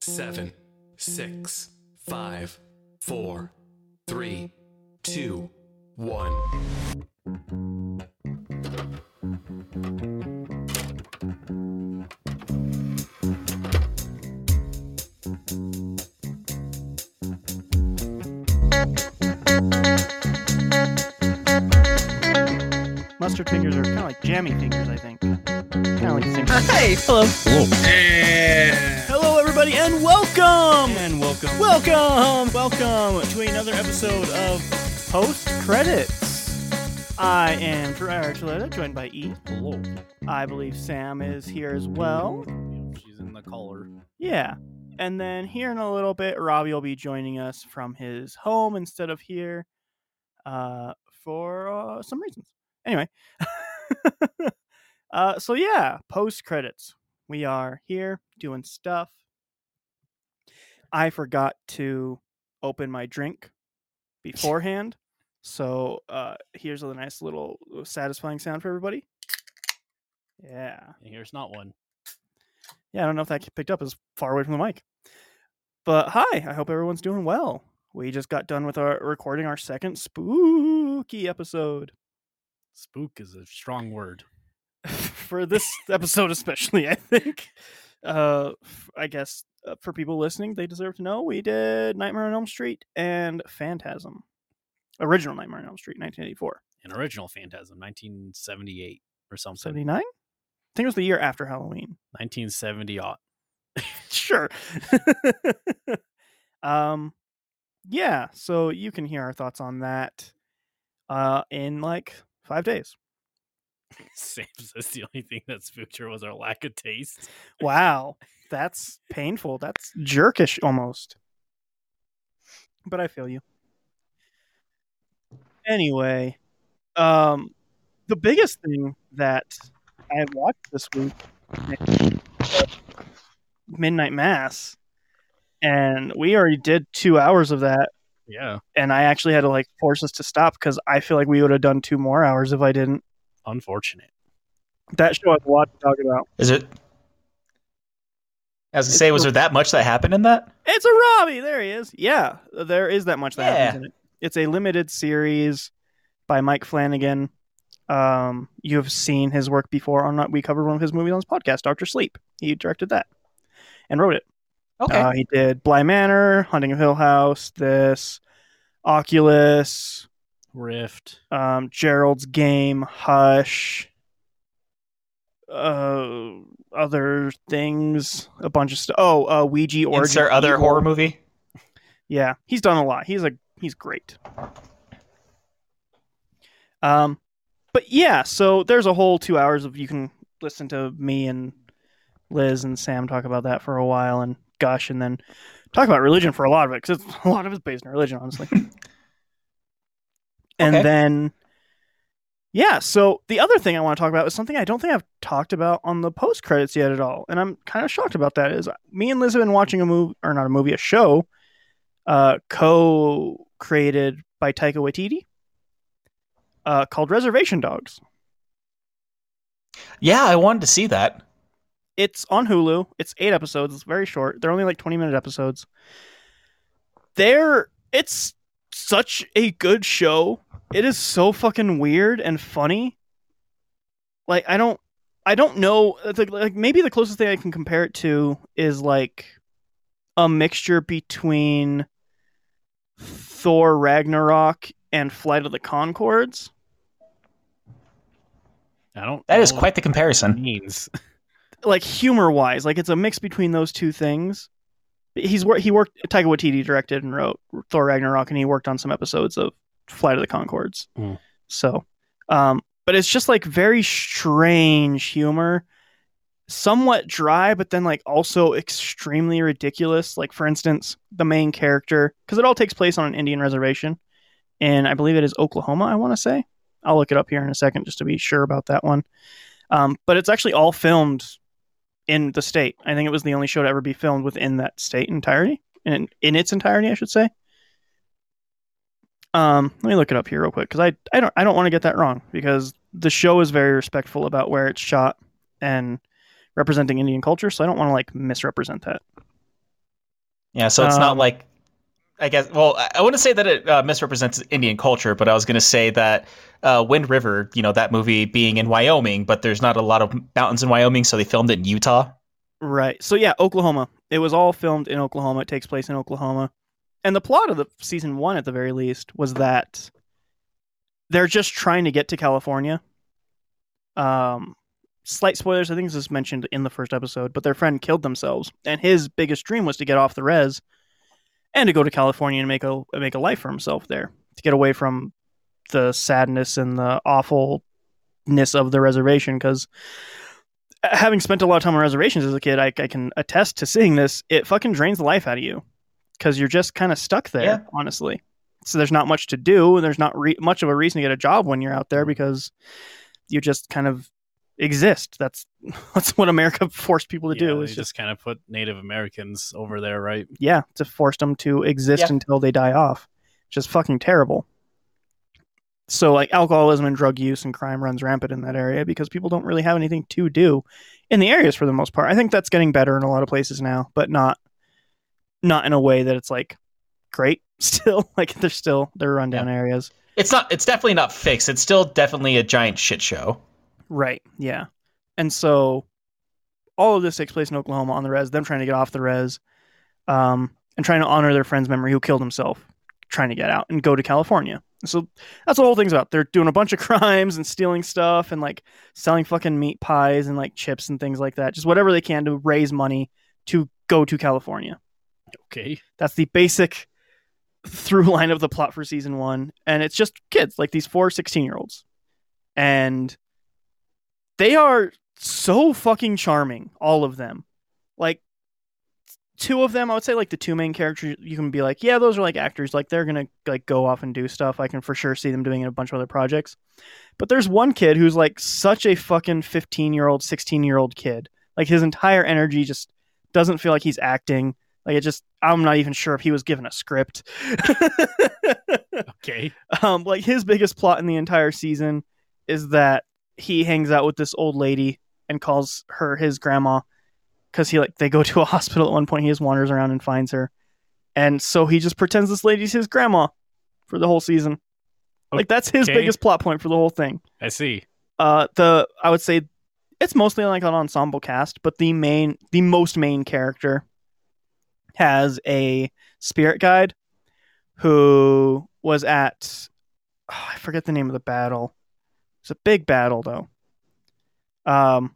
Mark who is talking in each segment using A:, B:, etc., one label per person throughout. A: seven, six, five, four, three, two, one.
B: Mustard fingers are kind of like jammy fingers, I think. Kind of like the same.
C: Hey, hello.
B: Hello, everybody, and welcome,
D: And welcome.
B: welcome, welcome to another episode of Post Credits. I am Gerard Chalota, joined by E.
D: Hello.
B: I believe Sam is here as well.
D: She's in the collar.
B: Yeah. And then here in a little bit, Robbie will be joining us from his home instead of here uh, for uh, some reasons. Anyway. uh, so, yeah, post credits. We are here doing stuff. I forgot to open my drink beforehand. so, uh, here's a nice little uh, satisfying sound for everybody. Yeah.
D: And here's not one.
B: Yeah, I don't know if that get picked up as far away from the mic. But hi, I hope everyone's doing well. We just got done with our recording our second spooky episode.
D: Spook is a strong word.
B: for this episode especially, I think. Uh f- I guess uh, for people listening, they deserve to know we did Nightmare on Elm Street and Phantasm. Original Nightmare on Elm Street, 1984.
D: An original Phantasm, 1978 or something.
B: 79? I think it was the year after Halloween.
D: 1970 odd.
B: sure. um, yeah. So you can hear our thoughts on that, uh, in like five days.
D: Sam says the only thing that's future was our lack of taste.
B: Wow, that's painful. That's jerkish almost. But I feel you. Anyway, um, the biggest thing that I watched this week was Midnight Mass, and we already did two hours of that.
D: Yeah.
B: and I actually had to like force us to stop because I feel like we would have done two more hours if I didn't.
D: Unfortunate.
B: That show has a lot to talk about.
C: Is it? I was gonna say, was there that much that happened in that?
B: It's a Robbie. There he is. Yeah, there is that much that happens
C: Yeah.
B: in it. It's a limited series by Mike Flanagan. Um, you have seen his work before on we covered one of his movies on his podcast, Doctor Sleep. He directed that and wrote it. Uh, he did Bly Manor, Hunting of Hill House, this Oculus,
D: Rift.
B: um, Gerald's Game, Hush, uh, other things, a bunch of stuff. Oh, uh, Ouija Origin.
C: Insert other
B: Evil.
C: horror movie.
B: Yeah, he's done a lot. He's a he's great. Um, but yeah, so there's a whole two hours of you can listen to me and Liz and Sam talk about that for a while and gush, and then talk about religion for a lot of it because a lot of it's based on religion, honestly. and
C: Okay.
B: then, yeah. So the other thing I want to talk about is something I don't think I've talked about on the post credits yet at all, and I'm kind of shocked about that. Is me and Liz have been watching a movie or not a movie, a show, uh, co-created by Taika Waititi, uh, called Reservation Dogs.
C: Yeah, I wanted to see that.
B: It's on Hulu. It's eight episodes. It's very short. They're only like twenty minute episodes. They're it's such a good show. It is so fucking weird and funny. Like I don't I don't know it's like, like maybe the closest thing I can compare it to is like a mixture between Thor Ragnarok and Flight of the Concords.
D: I don't.
C: That is
B: Oh.
D: know
C: quite the
D: what that
C: comparison.
D: means.
B: like humor wise, like it's a mix between those two things. He's wor- he worked Taika Waititi directed and wrote Thor Ragnarok, and he worked on some episodes of Flight of the Concords.
D: Mm.
B: So, um, but it's just like very strange humor, somewhat dry, but then like also extremely ridiculous. Like for instance, the main character, because it all takes place on an Indian reservation, and I believe it is Oklahoma. I want to say I'll look it up here in a second just to be sure about that one. Um, but it's actually all filmed in the state. I think it was the only show to ever be filmed within that state entirety, in in its entirety, I should say. Um, let me look it up here real quick because I I don't I don't want to get that wrong because the show is very respectful about where it's shot and representing Indian culture, so I don't want to like misrepresent that.
C: Yeah, so it's not
B: Um,
C: like I guess. Well, I- I wouldn't say that it uh, misrepresents Indian culture, but I was going to say that uh, Wind River, you know, that movie being in Wyoming, but there's not a lot of mountains in Wyoming, so they filmed it in Utah.
B: Right. So yeah, Oklahoma. It was all filmed in Oklahoma. It takes place in Oklahoma. And the plot of the season 1 at the very least was that they're just trying to get to California. Um slight spoilers, I think this was mentioned in the first episode, but their friend killed themselves and his biggest dream was to get off the res and to go to California and make a make a life for himself there, to get away from the sadness and the awfulness of the reservation cuz having spent a lot of time on reservations as a kid, I, I can attest to seeing this. It fucking drains the life out of you because you're just kind of stuck there,
C: Yeah.
B: honestly. So there's not much to do, and there's not re- much of a reason to get a job when you're out there because you just kind of exist. That's that's what America forced people to
D: Yeah,
B: do.
D: they
B: Is
D: just,
B: just
D: kind of put Native Americans over there, right?
B: yeah, to force them to exist
C: Yeah.
B: until they die off. Just fucking terrible. So like alcoholism and drug use and crime runs rampant in that area because people don't really have anything to do in the areas for the most part. I think that's getting better in a lot of places now, but not not in a way that it's like great still. like they're still they're rundown areas.
C: It's not. It's definitely not fixed. It's still definitely a giant shit show.
B: Right. Yeah. And so all of this takes place in Oklahoma on the res, them trying to get off the res, um, and trying to honor their friend's memory who killed himself, trying to get out and go to California. So that's what the whole thing's about. They're doing a bunch of crimes and stealing stuff and like selling fucking meat pies and like chips and things like that. Just whatever they can to raise money to go to California.
D: Okay.
B: That's the basic through line of the plot for season one. And it's just kids, like these four 16 year olds. And they are so fucking charming, all of them. Like, two of them, I would say, like the two main characters, you can be like, yeah, those are like actors. Like, they're going to like go off and do stuff. I can for sure see them doing it in a bunch of other projects. But there's one kid who's like such a fucking 15 year old, 16 year old kid. Like, his entire energy just doesn't feel like he's acting. Like it just, I'm not even sure if he was given a script.
D: Okay.
B: um, like his biggest plot in the entire season is that he hangs out with this old lady and calls her his grandma because he like they go to a hospital at one point. He just wanders around and finds her, and so he just pretends this lady's his grandma for the whole season. Like that's his
D: Okay.
B: biggest plot point for the whole thing
D: I see.
B: uh the i would say it's mostly like an ensemble cast but the main the most main character has a spirit guide who was at oh, i forget the name of the battle it's a big battle though um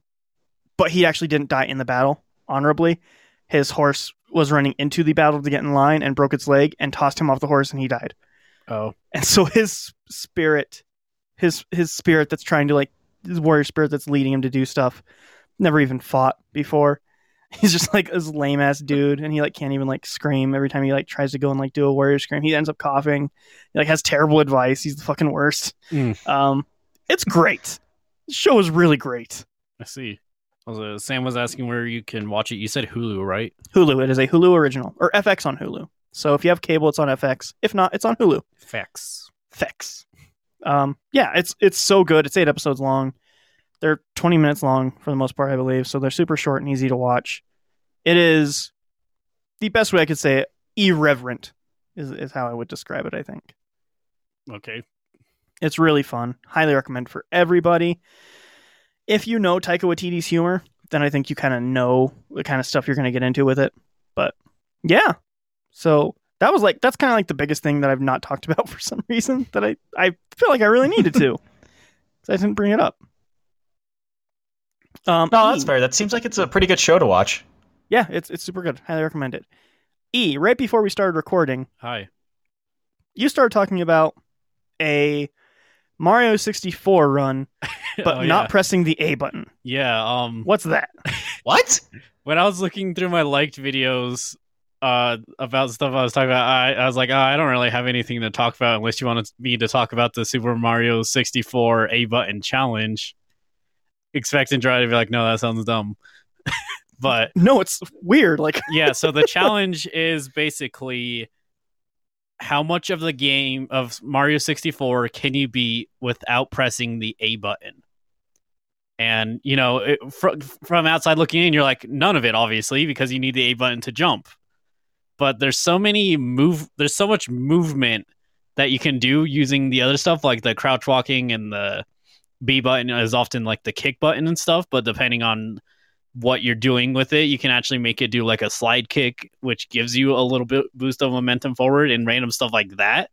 B: but he actually didn't die in the battle honorably his horse was running into the battle to get in line and broke its leg and tossed him off the horse and he died
D: Oh,
B: and so his spirit his his spirit that's trying to like his warrior spirit that's leading him to do stuff never even fought before he's just like this lame ass dude and he like can't even like scream every time he like tries to go and like do a warrior scream he ends up coughing he like has terrible advice he's the fucking worst
D: Mm.
B: um it's great the show is really great
D: I see. Also, Sam was asking where you can watch it. You said Hulu, right?
B: hulu it is a hulu original or fx on hulu so if you have cable it's on fx if not it's on hulu
D: Facts.
B: Thanks. Um, yeah, it's it's so good. It's eight episodes long. They're twenty minutes long for the most part, I believe. So they're super short and easy to watch. It is the best way I could say it. Irreverent is is how I would describe it. I think
D: Okay.
B: it's really fun. Highly recommend for everybody. If you know Taika Waititi's humor, then I think you kind of know the kind of stuff you're going to get into with it. But yeah, so that was like that's kind of like the biggest thing that I've not talked about for some reason that I I feel like I really needed to. 'Cause I didn't bring it up. Um,
C: No, that's
B: E.
C: fair. That seems like it's a pretty good show to watch.
B: Yeah, it's it's super good. Highly recommend it. E, right before we started recording,
D: Hi.
B: you started talking about a Mario 64 run, but
D: Oh,
B: not pressing the A button.
D: Yeah. yeah um.
B: What's that?
C: What?
D: when I was looking through my liked videos uh, about stuff I was talking about, I, I was like, oh, I don't really have anything to talk about unless you want me to talk about the Super Mario 64 A button challenge. Expecting Dry to be like, no, that sounds dumb. but
B: No, it's weird. Like,
D: yeah, so the challenge is basically how much of the game of Mario 64 can you beat without pressing the A button? And, you know, it, fr- from outside looking in, you're like, none of it, obviously, because you need the A button to jump. but there's so many move there's so much movement that you can do using the other stuff like the crouch walking and the B button is often like the kick button and stuff, but depending on what you're doing with it, you can actually make it do like a slide kick, which gives you a little bit boost of momentum forward and random stuff like that.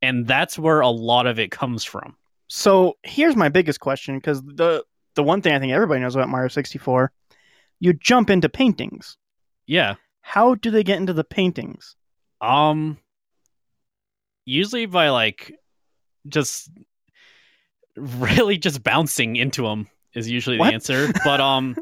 D: And that's where a lot of it comes from.
B: So here's my biggest question because the the one thing I think everybody knows about Mario 64, you jump into paintings.
D: Yeah.
B: How do they get into the paintings?
D: Um usually by like just really just bouncing into them is usually
B: What?
D: the answer. But um,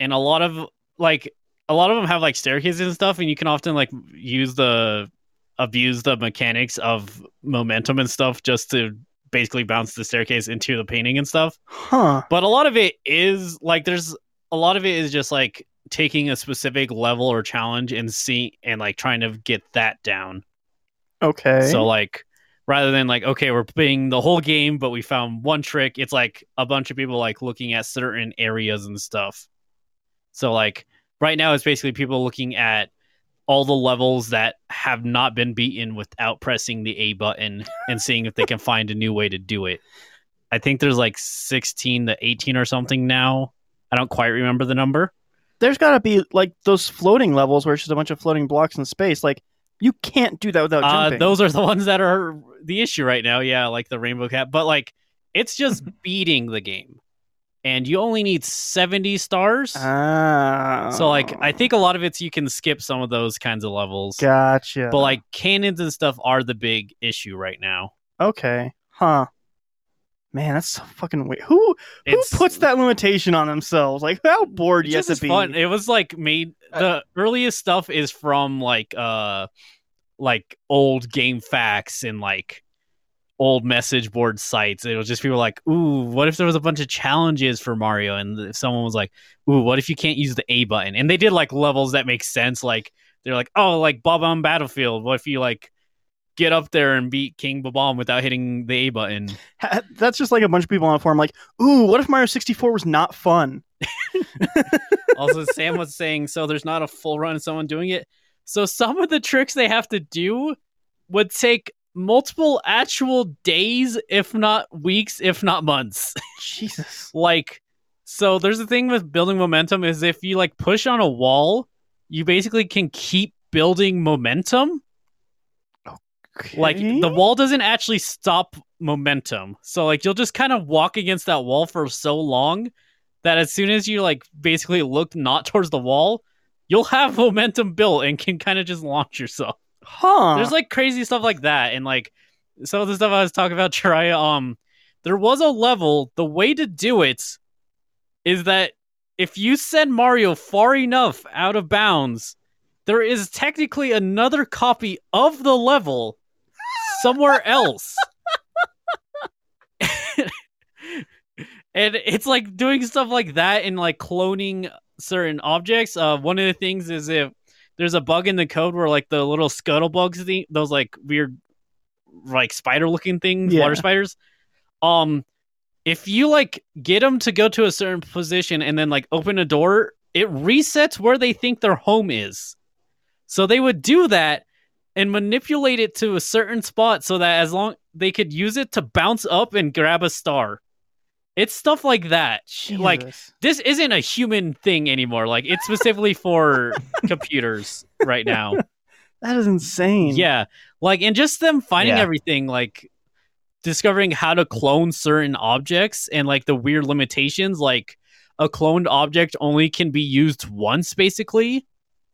D: and a lot of like a lot of them have like staircases and stuff, and you can often like use the abuse the mechanics of momentum and stuff just to basically bounce the staircase into the painting and stuff.
B: Huh.
D: But a lot of it is like there's a lot of it is just like taking a specific level or challenge and seeing and like trying to get that down.
B: Okay.
D: So like rather than like okay, we're playing the whole game but we found one trick, it's like a bunch of people like looking at certain areas and stuff. So like right now it's basically people looking at all the levels that have not been beaten without pressing the A button and seeing if they can find a new way to do it. I think there's like 16 to 18 or something now. I don't quite remember the number.
B: there's got to be like those floating levels where it's just a bunch of floating blocks in space. Like you can't do that without
D: Uh,
B: jumping.
D: those are the ones that are the issue right now. Yeah, like the rainbow cap. But like, it's just beating the game, and you only need seventy stars.
B: Ah.
D: so like, I think a lot of it's you can skip some of those kinds of levels.
B: Gotcha.
D: But like, cannons and stuff are the big issue right now.
B: okay, huh? Man, that's so fucking weird. Who who
D: It's-
B: puts that limitation on themselves? Like how bored
D: It's
B: you have
D: just
B: to
D: as
B: be.
D: fun. It was like made the earliest stuff is from like uh like old game facts and like old message board sites. It was just people like, ooh, what if there was a bunch of challenges for Mario and if someone was like, ooh, what if you can't use the A button? And they did like levels that make sense. Like they're like, oh, like Bob on Battlefield. What if you like get up there and beat King Bob without hitting the A button?
B: Ha- That's just like a bunch of people on a forum. Like, ooh, what if Mario 64 was not fun?
D: also sam was saying so there's not a full run of someone doing it so some of the tricks they have to do would take multiple actual days if not weeks if not months
B: Jesus.
D: like so there's the thing with building momentum is if you like push on a wall you basically can keep building momentum like the wall doesn't actually stop momentum so like you'll just kind of walk against that wall for so long that as soon as you like basically look not towards the wall you'll have momentum built and can kind of just launch yourself
B: huh?
D: there's like crazy stuff like that and like some of the stuff i was talking about try um there was a level the way to do it is that if you send mario far enough out of bounds there is technically another copy of the level somewhere else and it's like doing stuff like that and like cloning certain objects uh one of the things is if there's a bug in the code where like the little scuttle bugs thing, those like weird like spider looking things
B: Yeah.
D: water spiders um if you like get them to go to a certain position and then like open a door it resets where they think their home is so they would do that and manipulate it to a certain spot so that as long they could use it to bounce up and grab a star it's stuff like that like
B: Jesus.
D: this isn't a human thing anymore. Like it's specifically for computers right now.
B: that is insane.
D: Yeah. Like and just them finding
C: Yeah.
D: everything like discovering how to clone certain objects and like the weird limitations like a cloned object only can be used once basically.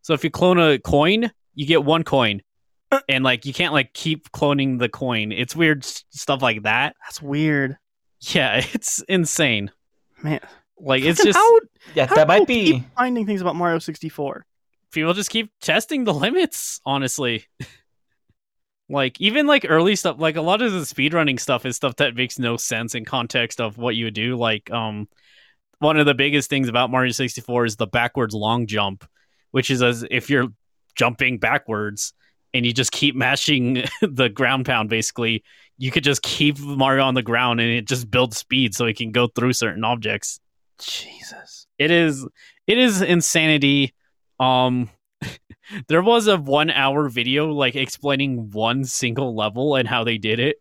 D: So if you clone a coin, you get one coin.
B: Uh.
D: And like you can't like keep cloning the coin. It's weird s- stuff like that.
B: that's weird.
D: Yeah, it's insane.
B: Man.
D: Like it's
B: Fucking
D: just
B: how
C: Yeah,
B: How
C: that
B: do
C: might
B: people keep
C: be.
B: finding things about Mario 64.
D: people just keep testing the limits honestly like even like early stuff like a lot of the speedrunning stuff is stuff that makes no sense in context of what you would do like um one of the biggest things about mario 64 is the backwards long jump which is as if you're jumping backwards and you just keep mashing the ground pound basically you could just keep mario on the ground and it just builds speed so he can go through certain objects
B: Jesus.
D: it is it is insanity um There was a one hour video like explaining one single level and how they did it.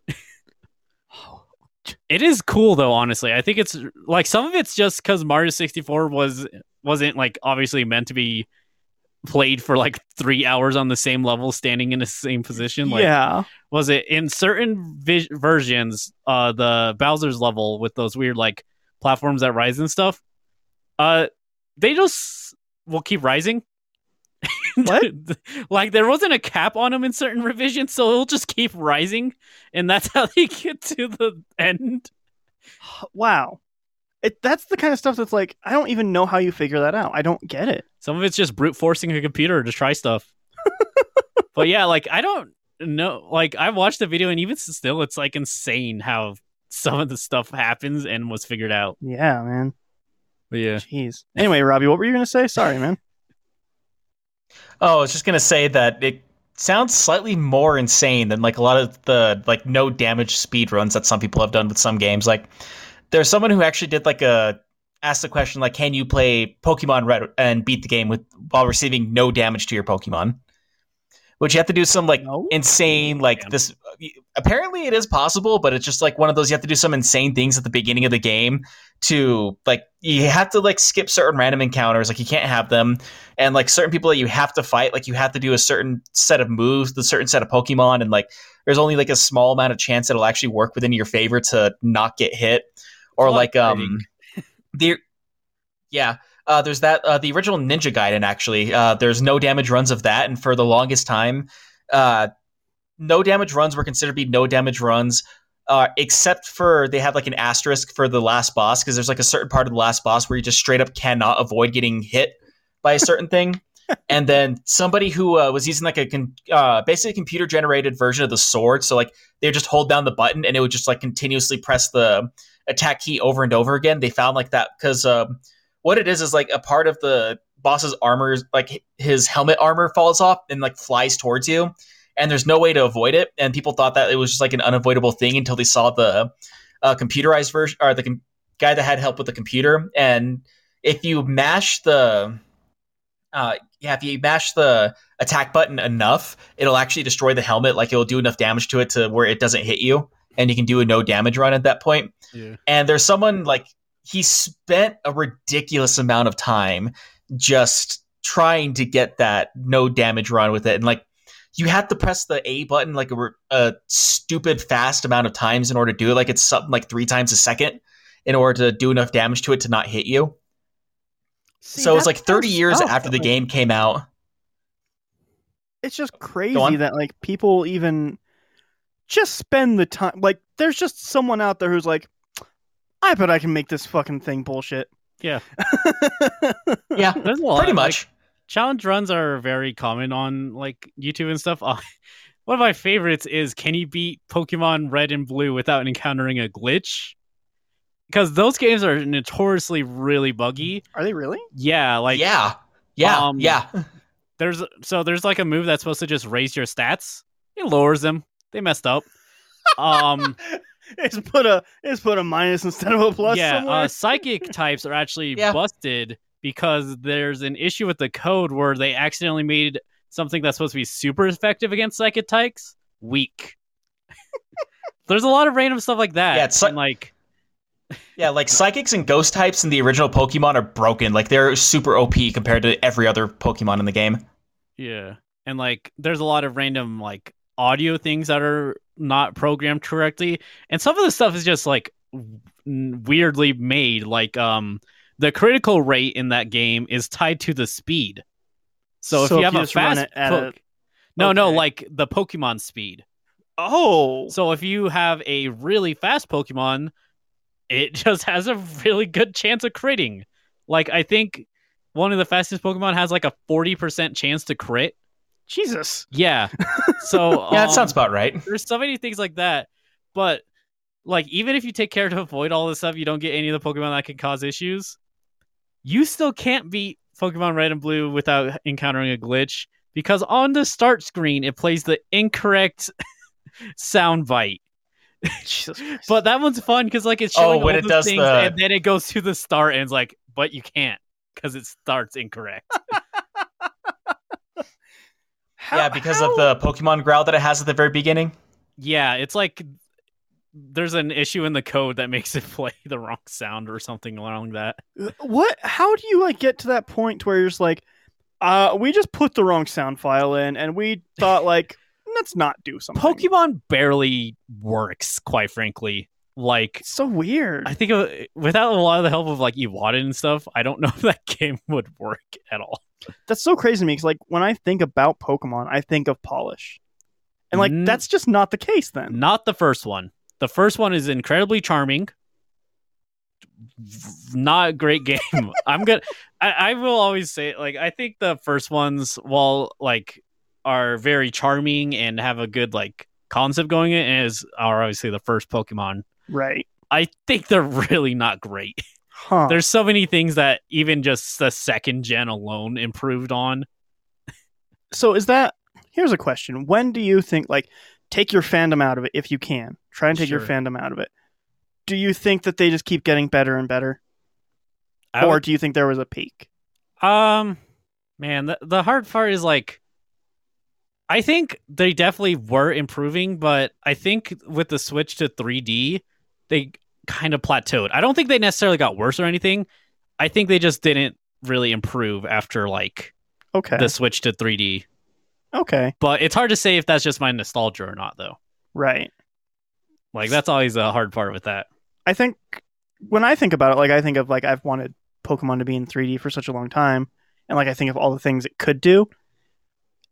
D: It is cool though, honestly. I think it's like some of it's just because Mario 64 was wasn't like obviously meant to be played for like three hours on the same level, standing in the same position. Like,
B: yeah.
D: was it in certain vi- versions uh the bowser's level with those weird like platforms that rise and stuff uh they just will keep rising
B: What?
D: like there wasn't a cap on them in certain revisions so it'll just keep rising and that's how they get to the end
B: Wow. It, that's the kind of stuff that's like I don't even know how you figure that out. I don't get it.
D: some of it's just brute forcing a computer to try stuff but yeah like i don't know like i watched the video and even s- still it's like insane how some of the stuff happens and was figured out
B: Yeah, man.
D: but yeah
B: Jeez. Anyway, Robbie, what were you gonna say? Sorry, man.
C: Oh, I was just gonna say that it sounds slightly more insane than like a lot of the like no damage speed runs that some people have done with some games. Like there's someone who actually did like a asked the question like, can you play Pokemon Red and beat the game with while receiving no damage to your Pokemon? Which you have to do some like
B: No?
C: insane like
D: Damn.
C: this. Apparently, it is possible, but it's just like one of those you have to do some insane things at the beginning of the game to like you have to like skip certain random encounters. Like you can't have them and like certain people that you have to fight like you have to do a certain set of moves the certain set of pokemon and like there's only like a small amount of chance that it'll actually work within your favor to not get hit or
D: It's a lot
C: like
D: of
C: um the yeah uh, there's that uh, the original ninja gaiden actually uh, there's no damage runs of that and for the longest time uh, no damage runs were considered to be no damage runs uh, except for they have like an asterisk for the last boss because there's like a certain part of the last boss where you just straight up cannot avoid getting hit by a certain thing. And then somebody who uh, was using like a con- uh, basically computer generated version of the sword. So like they would just hold down the button and it would just like continuously press the attack key over and over again. They found like that because um, what it is is like a part of the boss's armor, is- like his helmet armor falls off and like flies towards you. And there's no way to avoid it. And people thought that it was just like an unavoidable thing until they saw the uh, computerized version or the com- guy that had help with the computer. And if you mash the uh, yeah, if you mash the attack button enough, it'll actually destroy the helmet. Like it'll do enough damage to it to where it doesn't hit you, and you can do a no damage run at that point.
D: Yeah.
C: And there's someone like he spent a ridiculous amount of time just trying to get that no damage run with it, and like you have to press the A button like a, re- a stupid fast amount of times in order to do it. Like it's something like three times a second in order to do enough damage to it to not hit you
B: See,
C: so it's
B: that's
C: like 30
B: the
C: years
B: stuff
C: after
B: that,
C: the
B: like,
C: game came out.
B: It's just
C: on.
B: crazy that like people even just spend the time. Like, there's just someone out there who's like, I bet I can make this fucking thing bullshit.
D: Yeah.
C: Yeah,
D: There's a lot.
C: pretty
D: like,
C: much.
D: challenge runs are very common on like YouTube and stuff. Uh, one of my favorites is can you beat Pokemon Red and Blue without encountering a glitch? Because those games are notoriously really buggy.
B: Are they really?
D: Yeah, like
C: yeah, yeah,
D: um,
C: yeah.
D: there's so there's like a move that's supposed to just raise your stats. It lowers them. They messed up. Um
B: It's put a it's put a minus instead of a plus
D: yeah,
B: somewhere.
D: Uh, psychic types are actually
C: Yeah.
D: busted because there's an issue with the code where they accidentally made something that's supposed to be super effective against psychic types weak. there's a lot of random stuff like that.
C: Yeah, it's like-
D: and like
C: Yeah, like psychics and ghost types in the original Pokemon are broken. Like they're super OP compared to every other Pokemon in the game.
D: yeah, and like there's a lot of random like audio things that are not programmed correctly, and some of the stuff is just like w- weirdly made. Like um, the critical rate in that game is tied to the speed.
B: So
D: So, if
B: if
D: you have
B: you
D: a
B: just run
D: fast
B: it at a-
D: poke- no, no,
B: Okay.
D: like the Pokemon speed.
B: oh,
D: So if you have a really fast Pokemon, it just has a really good chance of critting. Like I think one of the fastest Pokemon has like a forty percent chance to crit.
B: Jesus!
D: Yeah. So
C: Yeah,
D: um,
C: that sounds about right.
D: There's so many things like that, but like even if you take care to avoid all this stuff, you don't get any of the Pokemon that can cause issues. You still can't beat Pokemon Red and Blue without encountering a glitch because on the start screen it plays the incorrect sound bite.
B: Jesus! Christ.
D: But that one's fun because like it's showing
C: Oh, when
D: all
C: it
D: the
C: does
D: things,
C: the-
D: and then it goes to the start, and it's like, but you can't because it starts incorrect.
B: How,
C: yeah, because
B: how-
C: of the Pokemon growl that it has at the very beginning.
D: Yeah, it's like there's an issue in the code that makes it play the wrong sound or something along that.
B: what how do you like get to that point where you're just like uh we just put the wrong sound file in and we thought like let's not do something
D: Pokemon barely works, quite frankly. Like
B: it's so weird
D: I think of, without a lot of the help of like Iwata and stuff, I don't know if that game would work at all.
B: that's so crazy to me because like when i think about pokemon i think of polish and like
D: Mm.
B: that's just not the case then
D: Not the first one. The first one is incredibly charming. Not a great game. I'm gonna. I, I will always say like I think the first ones, while like, are very charming and have a good like concept going in, and is are obviously the first Pokemon.
B: right
D: I think they're really not great.
B: huh
D: There's so many things that even just the second gen alone improved on.
B: so is that here's a question when do you think like take your fandom out of it if you can try and take your
D: Sure.
B: fandom out of it do you think that they just keep getting better and better
D: I
B: or
D: would-
B: do you think there was a peak
D: Um, man, the, the hard part is like, I think they definitely were improving, but I think with the switch to 3D, they kind of plateaued. I don't think they necessarily got worse or anything. I think they just didn't really improve after like
B: okay
D: the switch to 3D.
B: okay
D: But it's hard to say if that's just my nostalgia or not, though.
B: right
D: Like that's always a hard part with that.
B: I think when I think about it, like I think of like I've wanted Pokemon to be in 3D for such a long time, and like I think of all the things it could do,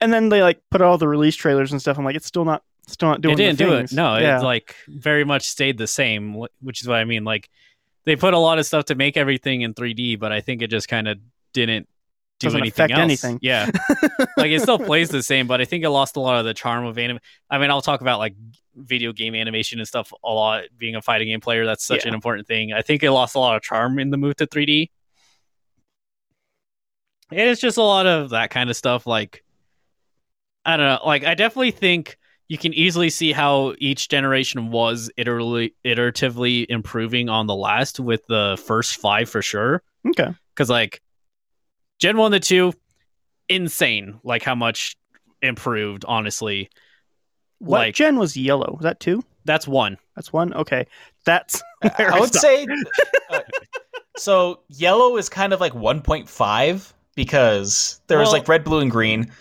B: and then they like put out all the release trailers and stuff. I'm like, it's still not, still not doing.
D: it didn't
B: the
D: do it.
B: things.
D: No,
B: yeah,
D: it like very much stayed the same, wh- which is what I mean. Like they put a lot of stuff to make everything in 3D, but I think it just kind of didn't do
B: Doesn't
D: anything
B: affect
D: else.
B: anything.
D: Yeah, like it still plays the same, but I think it lost a lot of the charm of anime. I mean, I'll talk about like video game animation and stuff a lot. Being a fighting game player, that's such
B: Yeah.
D: an important thing. I think it lost a lot of charm in the move to 3D. And it's just a lot of that kind of stuff. Like, I don't know. Like, I definitely think you can easily see how each generation was iteratively, iteratively improving on the last with the first five for sure.
B: okay,
D: Because like Gen one to two, insane. Like how much improved. Honestly,
B: what
D: like
B: gen was yellow? Was that two?
D: that's one.
B: That's one. Okay, that's where
C: I would
B: stopped.
C: say. uh, so yellow is kind of like 1.5 because there was
D: Well-
C: like red, blue, and green,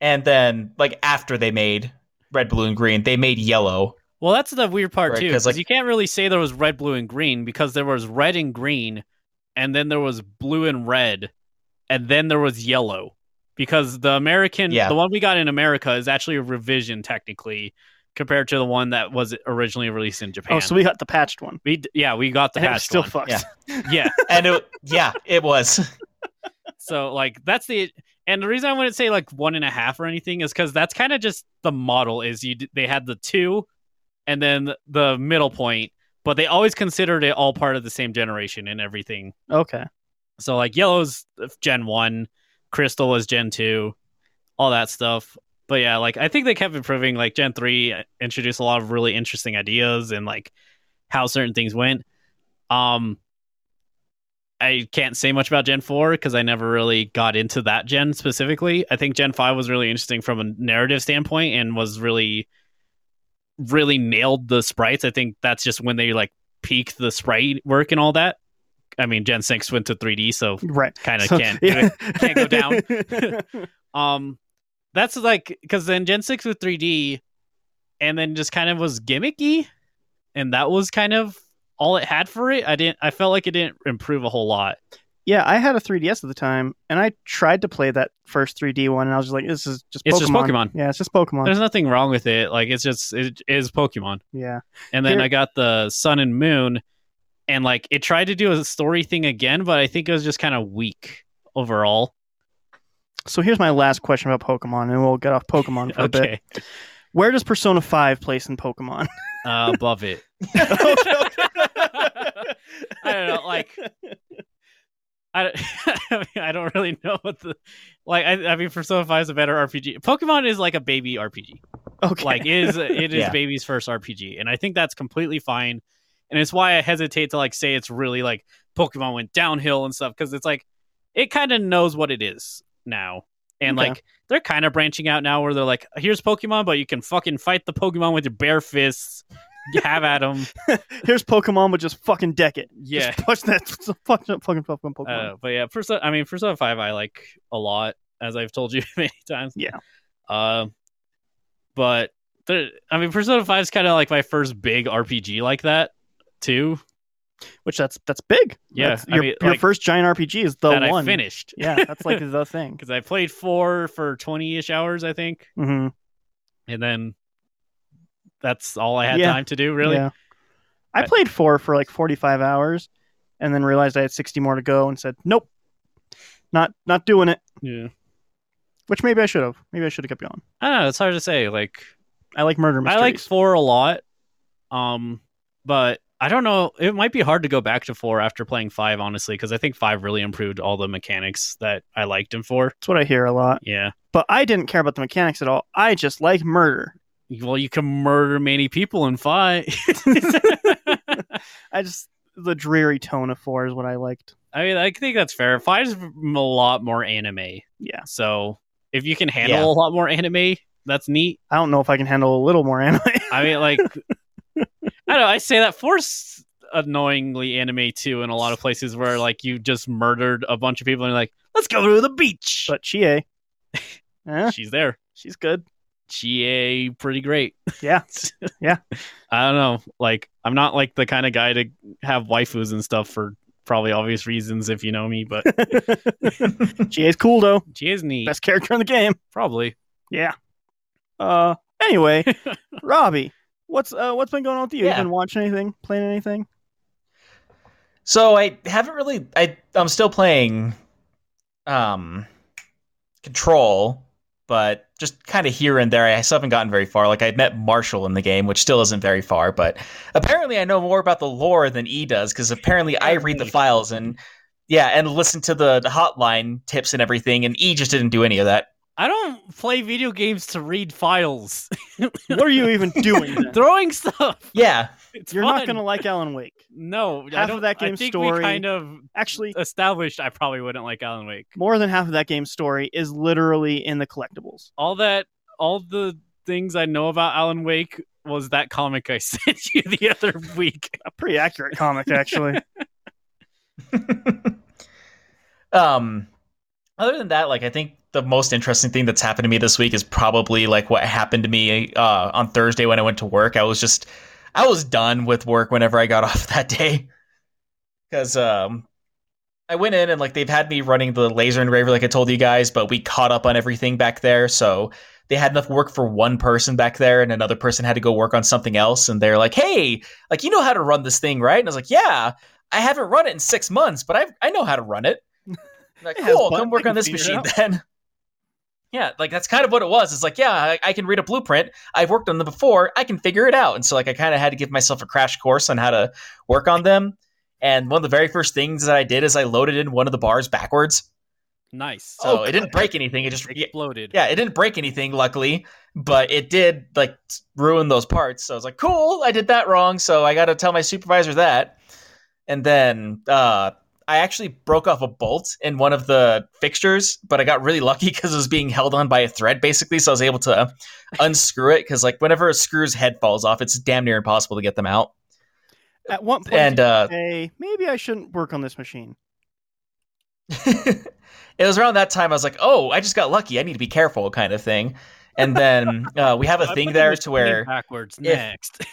C: and then like after they made red, blue, and green, they made yellow.
D: Well, that's the weird part
C: Right,
D: too,
C: 'cause,
D: because
C: like-
D: you can't really say there was red, blue, and green because there was red and green, and then there was blue and red, and then there was yellow, because the American,
C: Yeah.
D: the one we got in America, is actually a revision technically compared to the one that was originally released in Japan.
B: Oh, so we got the patched one.
D: we d- yeah, we got the
B: and it was
D: patched
B: still
D: one.
B: fucked.
C: Yeah.
D: yeah,
C: And it, yeah, it was.
D: so like that's the and the reason I wouldn't say like one and a half or anything is because that's kind of just the model is you d- they had the two and then the middle point, but they always considered it all part of the same generation and everything.
B: Okay,
D: So like yellow's Gen one, crystal was Gen two, all that stuff. But yeah, like I think they kept improving. Like Gen three introduced a lot of really interesting ideas and like how certain things went. Um, I can't say much about Gen four because I never really got into that gen specifically. I think Gen five was really interesting from a narrative standpoint and was really, really nailed the sprites. I think that's just when they like peaked the sprite work and all that. I mean, Gen six went to 3D, so
B: right.
D: kind of
B: So-
D: can't do
B: yeah.
D: it. can't go down. Um, that's like because then Gen six with 3D, and then just kind of was gimmicky, and that was kind of all it had for it. I didn't. I felt like it didn't improve a whole lot.
B: yeah, I had a 3DS at the time, and I tried to play that first 3D one, and I was just like, this is just
D: It's just Pokemon.
B: Yeah, it's just Pokemon.
D: There's nothing wrong with it. Like it's just it is Pokemon.
B: yeah.
D: And then
B: Here-
D: I got the Sun and Moon, and like it tried to do a story thing again, but I think it was just kind of weak overall.
B: So here's my last question about Pokemon, and we'll get off Pokemon for a bit.
D: Okay,
B: Where does Persona 5 place in Pokemon?
D: uh, above it. I don't know, like I don't, I, mean, I don't really know what the like. I, I mean, Persona Five is a better RPG. Pokemon is like a baby RPG.
B: Okay.
D: Like it is it is
C: Yeah.
D: baby's first RPG, and I think that's completely fine. And it's why I hesitate to like say it's really like Pokemon went downhill and stuff because it's like it kind of knows what it is now, And
B: Okay.
D: like they're kind of branching out now where they're like, here's Pokemon, but you can fucking fight the Pokemon with your bare fists. Have at them.
B: Here's Pokemon, but just fucking deck it.
D: Yeah.
B: Just punch that fucking fucking fucking Pokemon.
D: Uh, but yeah, Persona. I mean, Persona Five, I like a lot, as I've told you many times.
B: Yeah.
D: Um, but there, I mean, Persona Five is kind of like my first big RPG like that, too.
B: which that's that's big.
D: Yeah,
B: That's-
D: I
B: your,
D: mean,
B: your
D: like,
B: first giant RPG is the
D: that
B: one.
D: I finished
B: Yeah, that's like the thing.
D: because I played four for twenty ish hours, I think,
B: hmm
D: and then that's all I had
B: Yeah.
D: time to do. Really,
B: Yeah. I
D: I-
B: played four for like forty five hours, and then realized I had sixty more to go, and said, "Nope, not not doing it."
D: Yeah.
B: Which maybe I should have. Maybe I should have kept going.
D: I don't know. It's hard to say. Like,
B: I like murder mysteries.
D: I like four a lot. Um, but I don't know. It might be hard to go back to four after playing five, honestly, because I think five really improved all the mechanics that I liked in four.
B: That's what I hear a lot.
D: Yeah.
B: But I didn't care about the mechanics at all. I just like murder.
D: Well, you can murder many people in five.
B: I just the dreary tone of four is what I liked.
D: I mean, I think that's fair. Five's a lot more anime.
B: Yeah.
D: So if you can handle
C: Yeah.
D: a lot more anime, that's neat.
B: I don't know if I can handle a little more anime.
D: I mean, like, I don't know. I say that force annoyingly anime too in a lot of places where like you just murdered a bunch of people and you're like, let's go to the beach.
B: but Chie, eh,
D: she's there.
B: she's good.
D: GA, pretty great.
B: Yeah. Yeah.
D: I don't know. Like, I'm not like the kind of guy to have waifus and stuff for probably obvious reasons if you know me, but
B: Chie's cool though.
D: GA's neat.
B: Best character in the game.
D: Probably.
B: Yeah. Uh. Anyway, Robbie, what's uh what's been going on with you?
C: Yeah.
B: You been watching anything? Playing anything?
C: So I haven't really. I I'm still playing, um, Control, but just kind of here and there. I still haven't gotten very far. Like I met Marshall in the game, which still isn't very far. But apparently, I know more about the lore than E does because apparently I read the files and yeah, and listen to the, the hotline tips and everything. And E just didn't do any of that.
D: I don't play video games to read files.
B: What are you even doing? then?
D: Throwing stuff.
C: Yeah,
D: It's
B: You're
D: fun.
B: not gonna like Alan Wake.
D: No, I
B: Half of
D: don't-
B: that
D: I
B: game's
D: think
B: story-
D: We kind of
B: Actually,
D: established. I probably wouldn't like Alan Wake.
B: more than half of that game's story is literally in the collectibles.
D: All that, all the things I know about Alan Wake was that comic I sent you the other week.
B: A pretty accurate comic, actually.
C: um other than that like i think the most interesting thing that's happened to me this week is probably like what happened to me uh on thursday when i went to work i was just i was done with work whenever i got off that day because um i went in and like they've had me running the laser engraver like i told you guys but we caught up on everything back there so they had enough work for one person back there and another person had to go work on something else and they're like hey like you know how to run this thing right and i was like yeah i haven't run it in six months but i i know how to run it like
B: It has
C: cool come
B: buttons,
C: work
B: I can
C: on this
B: figure it
C: machine then yeah like that's kind of what it was it's like yeah I, I can read a blueprint i've worked on them before i can figure it out and so like i kind of had to give myself a crash course on how to work on them and one of the very first things that i did is i loaded in one of the bars backwards
D: Nice.
C: so
D: Oh,
C: it didn't break anything it just yeah,
D: exploded.
C: yeah, it didn't break anything, luckily, but it did like ruin those parts. So I was like, cool, I did that wrong. So I got to tell my supervisor that. And then uh, I actually broke off a bolt in one of the fixtures, but I got really lucky because it was being held on by a thread, basically. So I was able to unscrew it because, like, whenever a screw's head falls off, it's damn near impossible to get them out.
B: At one point,
C: And uh,
B: hey, maybe I shouldn't work on this machine.
C: it was around that time I was like, oh, I just got lucky. I need to be careful, kind of thing. And then uh, we have a
D: I
C: thing
D: put
C: there
D: the
C: to
D: machine
C: where.
D: backwards
C: if-
D: next.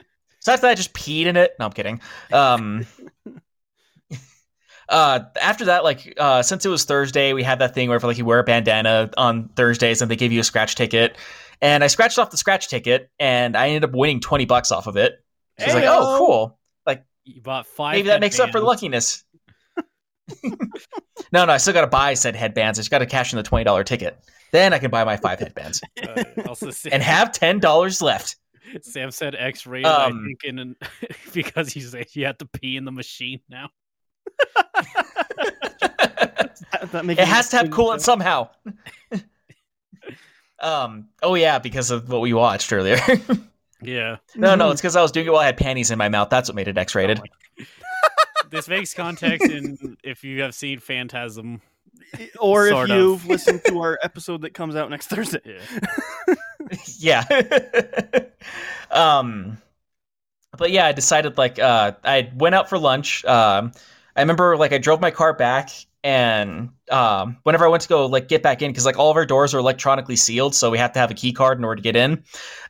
C: So after that, I just peed in it. No, I'm kidding. Um, uh, after that, like uh, since it was Thursday, we had that thing where if, like you wear a bandana on Thursdays and they give you a scratch ticket. And I scratched off the scratch ticket, and I ended up winning twenty bucks off of it. So I was like,
B: Heyo.
C: "Oh, cool!
D: You bought five.
C: Maybe that makes up for the
D: headbands.
C: luckiness." no, no, I still got to buy said headbands. I just got to cash in the twenty dollar ticket. Then I can buy my five headbands
D: Uh, also, Sam,
C: and have ten dollars left.
D: Sam said X-rated. I
C: Um,
D: think in an, because you said you have to pee in the machine now.
B: That, Uh, that make
C: it
B: you-
C: has to have coolant somehow. um. Oh yeah, because of what we watched earlier.
D: Yeah.
C: no,
B: Mm-hmm.
C: no, it's because I was doing it while I had panties in my mouth. That's what made it X-rated.
D: This makes context in if you have seen Phantasm.
B: "Mm, or
D: Sort
B: if
D: of.
B: you've listened to our episode that comes out next Thursday.
C: yeah. um, but yeah, I decided like uh, I went out for lunch. Um, I remember like I drove my car back, and um, whenever I went to go like get back in, because like all of our doors are electronically sealed, so we have to have a key card in order to get in.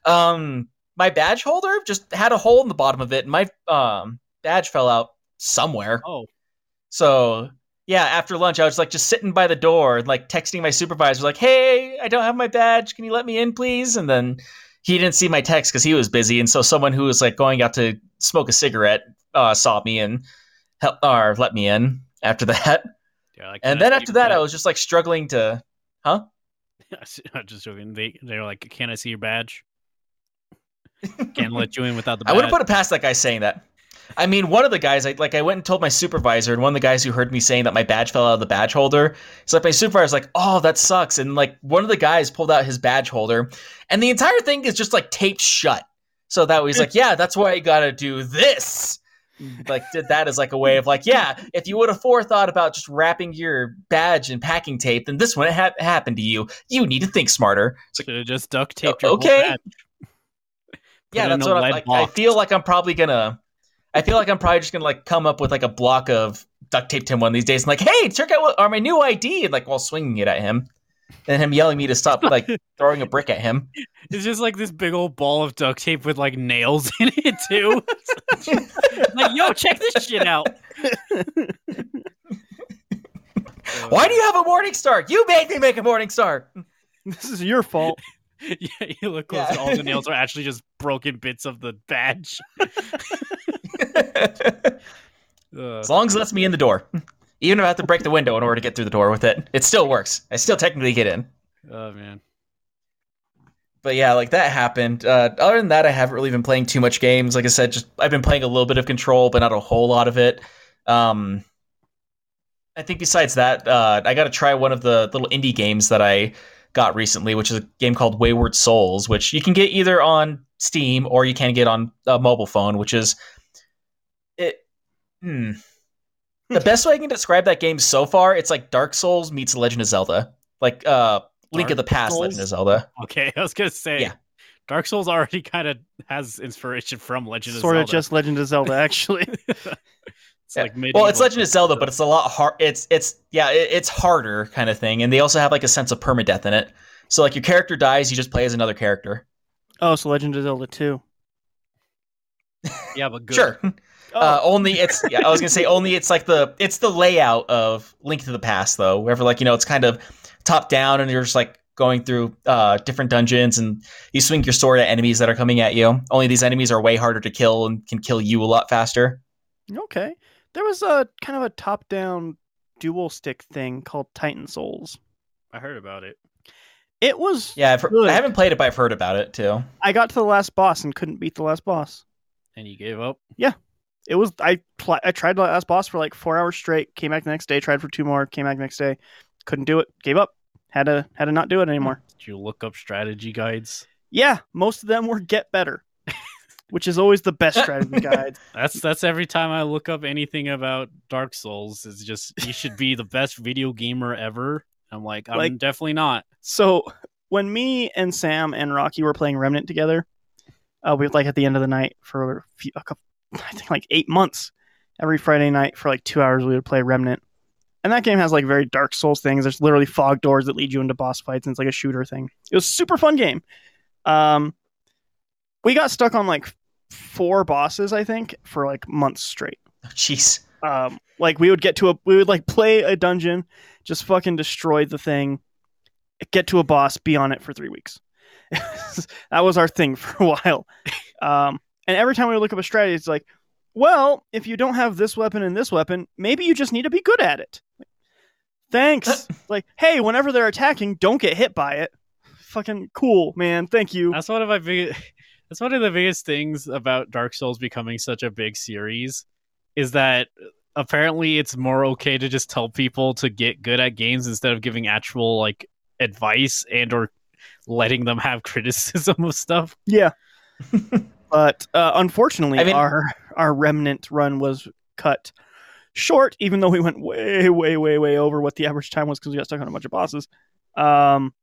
C: Um, my badge holder just had a hole in the bottom of it, and my um, badge fell out somewhere.
D: Oh.
C: So yeah, after lunch, I was like just sitting by the door, like texting my supervisor, like, "Hey, I don't have my badge. Can you let me in, please?" And then he didn't see my text because he was busy, and so someone who was like going out to smoke a cigarette uh, saw me and help or let me in after that.
D: Yeah, like,
C: And
D: "Can I
C: then
D: see
C: after
D: your
C: that, I
D: badge?"
C: was just like struggling to.
D: I'm just joking. They they were like, "Can I see your badge? Can't let you in without the
C: I
D: badge."
C: wouldn't put it past that guy saying that. I mean, one of the guys, I like, I went and told my supervisor, and one of the guys who heard me saying that my badge fell out of the badge holder. So like, my supervisor's like, "Oh, that sucks," and like, one of the guys pulled out his badge holder, and the entire thing is just like taped shut. So that way he's like, "Yeah, that's why you gotta do this." Like, did that as like a way of like, yeah, if you would have forethought about just wrapping your badge in packing tape, then this wouldn't have happened to you. You need to think smarter. It's like,
D: Should have just duct taped
C: "Oh,
D: your
C: okay."
D: whole badge. Put
C: yeah,
D: it in
C: that's
D: a
C: what I'm
D: lead
C: like. I
D: box.
C: feel like I'm probably gonna. I feel like I'm probably just gonna like come up with like a block of duct tape to him one of these days. and like, hey, check out what, or my new ID, and like while swinging it at him, and him yelling me to stop, like throwing a brick at him.
D: It's just like this big old ball of duct tape with like nails in it too. like, yo, check this shit out.
C: Why do you have a morning star? You made me make a morning star.
B: This is your fault.
D: Yeah, you look close.
C: Yeah.
D: All the nails are actually just broken bits of the badge.
C: as
D: Ugh.
C: long as it lets me in the door, even if I have to break the window in order to get through the door with it, it still works. I still technically get in.
D: oh man.
C: but yeah, like that happened. Uh, other than that, I haven't really been playing too much games. Like I said, just I've been playing a little bit of Control, but not a whole lot of it. Um, I think besides that, uh, I got to try one of the little indie games that I got recently, which is a game called Wayward Souls, which you can get either on Steam or you can get on a mobile phone, which is it. Hmm. The
D: Hmm.
C: best way I can describe that game so far, it's like Dark Souls meets Legend of Zelda, like uh, Link of the
D: Dark
C: Past,
D: Souls?
C: Legend of Zelda.
D: Okay, I was gonna say.
C: Yeah.
D: Dark Souls already kind of has inspiration from Legend
B: Sort
D: of
B: of
D: Zelda.
B: just Legend of Zelda, actually.
D: it's
C: Yeah.
D: like medieval.
C: Well, it's Legend of Zelda, but it's a lot hard. It's it's yeah, it, it's harder kind of thing, and they also have like a sense of permadeath in it. So like your character dies, you just play as another character.
B: oh, so Legend of Zelda 2.
D: yeah, but good.
C: Sure,
B: Oh,
C: uh, only it's yeah, I was gonna say only it's like the it's the layout of Link to the Past though, wherever like you know it's kind of top down, and you're just like going through uh, different dungeons, and you swing your sword at enemies that are coming at you. Only these enemies are way harder to kill and can kill you a lot faster.
B: okay. There was a kind of a top down dual stick thing called Titan Souls.
D: I heard about it.
B: It was.
C: Yeah, I've, heard-
B: Good.
C: I haven't played it, but I've heard about it too.
B: I got to the last boss and couldn't beat the last boss.
D: And you gave up.
B: It was. I pl- I tried the last boss for like four hours straight. Came back the next day. Tried for two more. Came back the next day. Couldn't do it. Gave up. Had to had to not do it anymore.
D: Did you look up strategy guides?
B: Yeah, most of them were get better, which is always the best strategy guide.
D: That's that's every time I look up anything about Dark Souls. It's just you should be the best video gamer ever. I'm like, I'm
B: Like-
D: definitely not.
B: So when me and Sam and Rocky were playing Remnant together, uh, we like at the end of the night for a, few, a couple, I think like eight months. Every Friday night for like two hours, we would play Remnant, and that game has like very Dark Souls things. There's literally fog doors that lead you into boss fights, and it's like a shooter thing. It was a super fun game. Um, we got stuck on like four bosses, I think, for like months straight.
C: Oh, Jeez.
B: um, like we would get to a we would like play a dungeon just fucking destroy the thing get to a boss be on it for three weeks that was our thing for a while um, and every time we would look up a strategy it's like well if you don't have this weapon and this weapon maybe you just need to be good at it thanks like hey whenever they're attacking don't get hit by it fucking cool man thank you
D: That's one of my big. That's one of the biggest things about Dark Souls becoming such a big series, is that apparently it's more okay to just tell people to get good at games instead of giving actual like advice and or letting them have criticism of stuff.
B: Yeah. but uh, unfortunately,
C: I mean-
B: our our remnant run was cut short, even though we went way, way, way, way over what the average time was because we got stuck on a bunch of bosses. Um,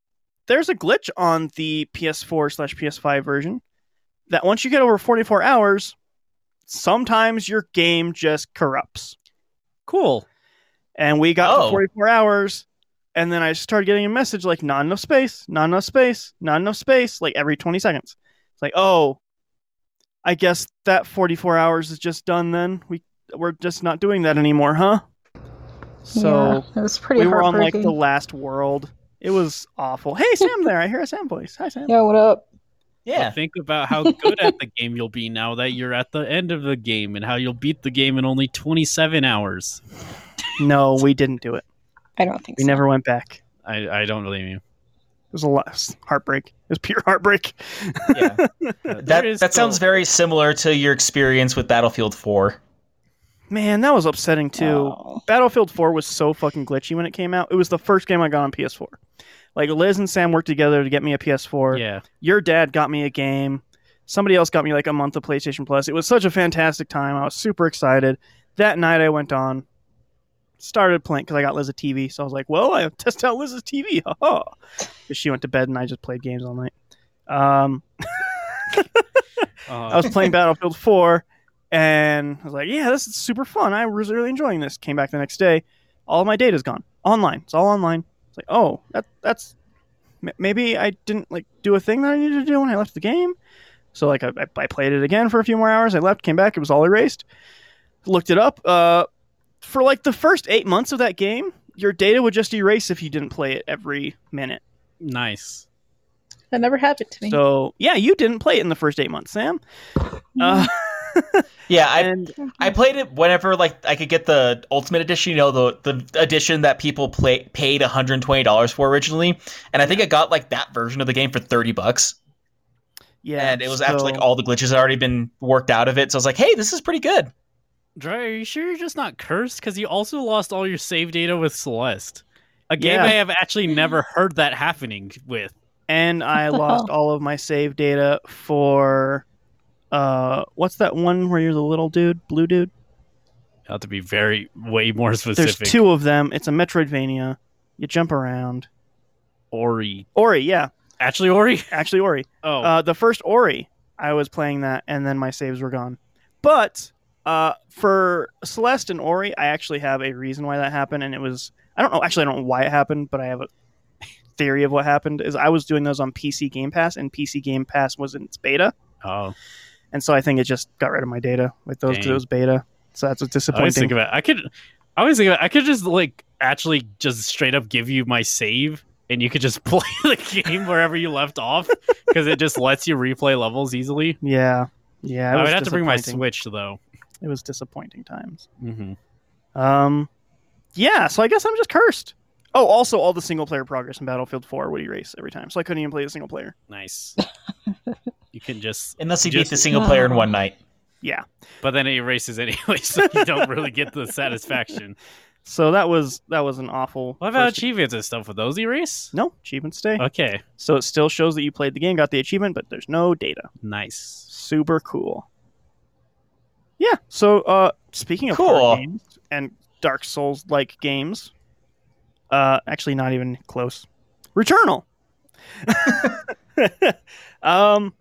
B: there's a glitch on the PS4 slash PS5 version that once you get over 44 hours, sometimes your game just corrupts.
D: Cool.
B: And we got to
C: Oh.
B: 44 hours, and then I started getting a message like, not enough space, not enough space, not enough space, like every 20 seconds. It's like, oh, I guess that 44 hours is just done then. We, we're just not doing that anymore, huh? So
E: Yeah, it was pretty
B: we were on like
E: heartbreaking.
B: the last world. It was awful. Hey, Sam there. I hear a Sam voice. Hi, Sam.
E: yeah, what up?
C: Yeah.
D: Think about how good at the game you'll be now that you're at the end of the game and how you'll beat the game in only 27 hours.
B: No, we didn't do it.
E: I don't think
B: We
E: so.
B: never went back.
D: I, I don't believe you.
B: It was a lot. it was heartbreak. It was pure heartbreak.
C: yeah.
D: Uh, there
C: That
D: is
C: that
D: still-
C: sounds very similar to your experience with Battlefield 4.
B: Man, that was upsetting too.
E: Oh.
B: Battlefield 4 was so fucking glitchy when it came out. It was the first game I got on PS4. Like Liz and Sam worked together to get me a PS4.
D: Yeah.
B: Your dad got me a game. Somebody else got me like a month of PlayStation Plus. It was such a fantastic time. I was super excited. That night I went on, started playing because I got Liz a TV. So I was like, well, I test out Liz's TV. Haha. 'Cause she went to bed and I just played games all night. Um,
D: Uh,
B: I was playing Battlefield 4 and I was like, yeah, this is super fun. I was really enjoying this. Came back the next day. All my data's gone. Online. It's all online. It's like, oh, that that's m- maybe I didn't like do a thing that I needed to do when I left the game. So like I, I- I played it again for a few more hours. I left, came back, it was all erased. Looked it up. Uh, for like the first eight months of that game, your data would just erase if you didn't play it every minute.
D: nice.
E: That never happened to me.
B: So yeah, you didn't play it in the first eight months, Sam. Uh,
C: Yeah, Mm-hmm. I
B: and
E: Mm-hmm.
C: I played it whenever like I could get the ultimate edition, you know, the the edition that people play, paid $120 for originally, and I think I got like that version of the game for 30 bucks.
B: yeah,
C: and it was after like
B: so-
C: all the glitches had already been worked out of it. So I was like, "Hey, this is pretty good."
D: Dry, are you sure you're just not cursed? Because you also lost all your save data with Celeste, a game
B: Yeah.
D: I have actually never heard that happening with.
B: and I lost all of my save data for uh what's that one where you're the little dude, blue dude?
D: You have to be very way more specific.
B: There's two of them. It's a Metroidvania. You jump around.
D: Ori.
B: Ori, yeah,
D: Actually, Ori.
B: actually Ori.
D: Oh,
B: Uh, the first Ori, I was playing that, and then my saves were gone. But uh, for Celeste and Ori, I actually have a reason why that happened, and it was I don't know actually I don't know why it happened, but I have a theory of what happened. Is I was doing those on PC Game Pass, and PC Game Pass was in its beta,
D: oh.
B: and so I think it just got rid of my data with those
D: Dang.
B: those beta. So that's what's
D: I
B: disappointing.
D: always think about. I could. I always think about. I could just like actually just straight up give you my save, and you could just play the game wherever you left off because it just lets you replay levels easily.
B: yeah, yeah. It
D: I
B: was
D: would have to bring my
B: disappointing.
D: Switch though.
B: It was disappointing times.
D: Mm-hmm.
B: Um, yeah, so I guess I'm just cursed. Oh, also, all the single player progress in Battlefield 4 would erase every time, so I couldn't even play the single player.
D: Nice. you can just,
C: Unless you beat
D: Just-
C: the single player in one night.
B: Yeah,
D: but then it erases anyway, so you don't really get the satisfaction.
B: so that was that was an awful.
D: What about Uh,
B: first-
D: achievements and stuff with those erase?
B: No achievements stay.
D: Okay,
B: so it still shows that you played the game, got the achievement, but there's no data.
D: nice.
B: Super cool. Yeah. So, uh, speaking of horror
C: Cool.
B: games and Dark Souls like games, uh, actually not even close. Returnal. um,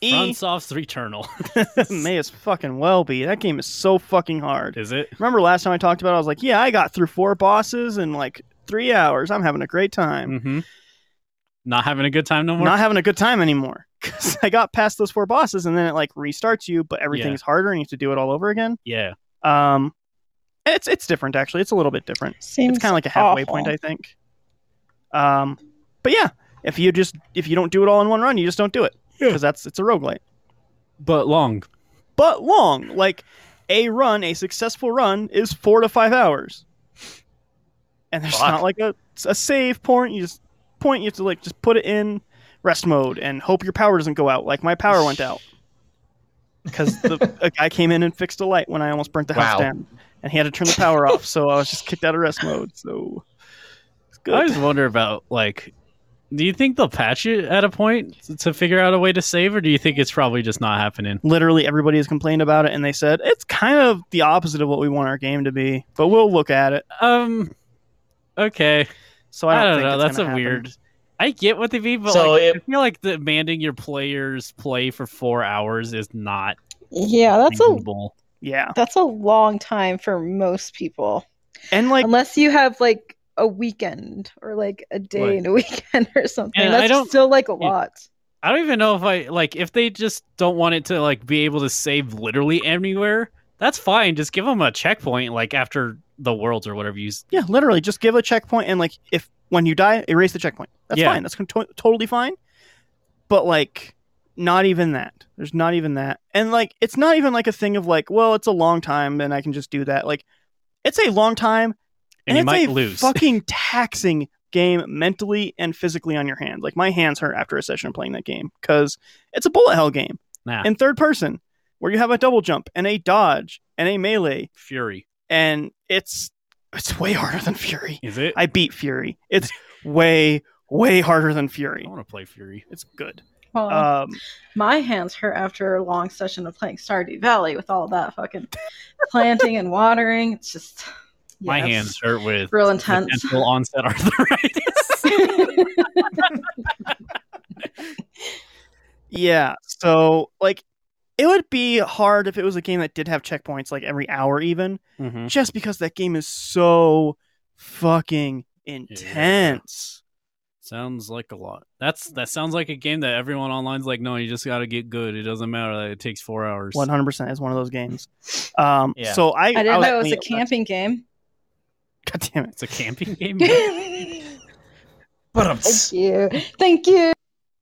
B: E
D: FromSoft's Returnal,
B: may as fucking well be. That game is so fucking hard.
D: is it?
B: Remember last time I talked about? it, I was like, yeah, I got through four bosses in like three hours. I'm having a great time.
D: Mm-hmm. Not having a good time no more.
B: Not having a good time anymore because I got past those four bosses, and then it like restarts you, but everything's harder, and you have to do it all over again.
D: yeah,
B: Um, it's it's different actually. It's a little bit different.
E: Seems
B: it's kind of like a halfway
E: awful.
B: point, I think. Um, but yeah, if you just if you don't do it all in one run, you just don't do it
D: Yeah.
B: because that's it's a roguelite.
D: but long.
B: But long, like a run, a successful run is four to five hours, and there's
C: Fuck.
B: not like a a save point. You just point. You have to like just put it in rest mode and hope your power doesn't go out. Like my power went out because a guy came in and fixed a light when I almost burnt the house
C: Wow.
B: down, and he had to turn the power off. So I was just kicked out of rest mode. So it's
D: I
B: good.
D: always wonder about like Do you think they'll patch it at a point to- to figure out a way to save, or do you think it's probably just not happening?
B: Literally everybody has complained about it, and they said it's kind of the opposite of what we want our game to be. But we'll look at it.
D: Um, okay.
B: So I don't, think
D: know.
B: it's
D: That's a
B: gonna happen.
D: weird. I get what they mean, but
C: So
D: like,
C: it-
D: I feel like demanding your players play for four hours is not
E: Yeah, that's a
D: reasonable.
B: Yeah,
E: that's a long time for most people.
B: and like
E: Unless you have like a weekend or like a day
D: Right.
E: and a weekend or something.
D: And I
E: that's
D: don't-
E: still like a
D: Yeah.
E: lot.
D: I don't even know if I like if they just don't want it to like be able to save literally anywhere. That's fine. Just give them a checkpoint, like after the worlds or whatever you. s-
B: yeah, literally just give a checkpoint, and like if when you die, erase the checkpoint. That's
D: Yeah.
B: fine. That's con- to- totally fine. But like, not even that. There's not even that, and like it's not even like a thing of like, well, it's a long time, and I can just do that. Like, it's a long time,
D: And, you
B: it's
D: might
B: a
D: lose.
B: fucking taxing game mentally and physically on your hands. Like my hands hurt after a session of playing that game because it's a bullet hell game
D: nah,
B: in third person where you have a double jump and a dodge and a melee,
D: Fury
B: and it's it's way harder than Fury.
D: is it?
B: I beat Fury. It's way way harder than Fury.
D: I want to play Fury.
B: It's good.
E: Well,
B: Um,
E: my hands hurt after a long session of playing Stardew Valley with all that fucking planting and watering. It's just yeah,
D: My
E: it's
D: hands hurt with
E: real intense.
D: potential onset arthritis.
B: yeah. So like, it would be hard if it was a game that did have checkpoints like every hour, even.
C: Mm-hmm.
D: Mhm.
B: just because that game is so fucking intense.
D: Sounds like a lot. That's that sounds like a game that everyone online's like, no, you just got to get good. It doesn't matter that it takes four hours.
B: One hundred percent is one of those games. Um,
C: Yeah.
B: so I,
E: I didn't know it was a
B: thinking-
E: camping game.
B: God damn it!
D: It's a camping game.
E: Thank
C: But I'm s-
E: you. Thank you.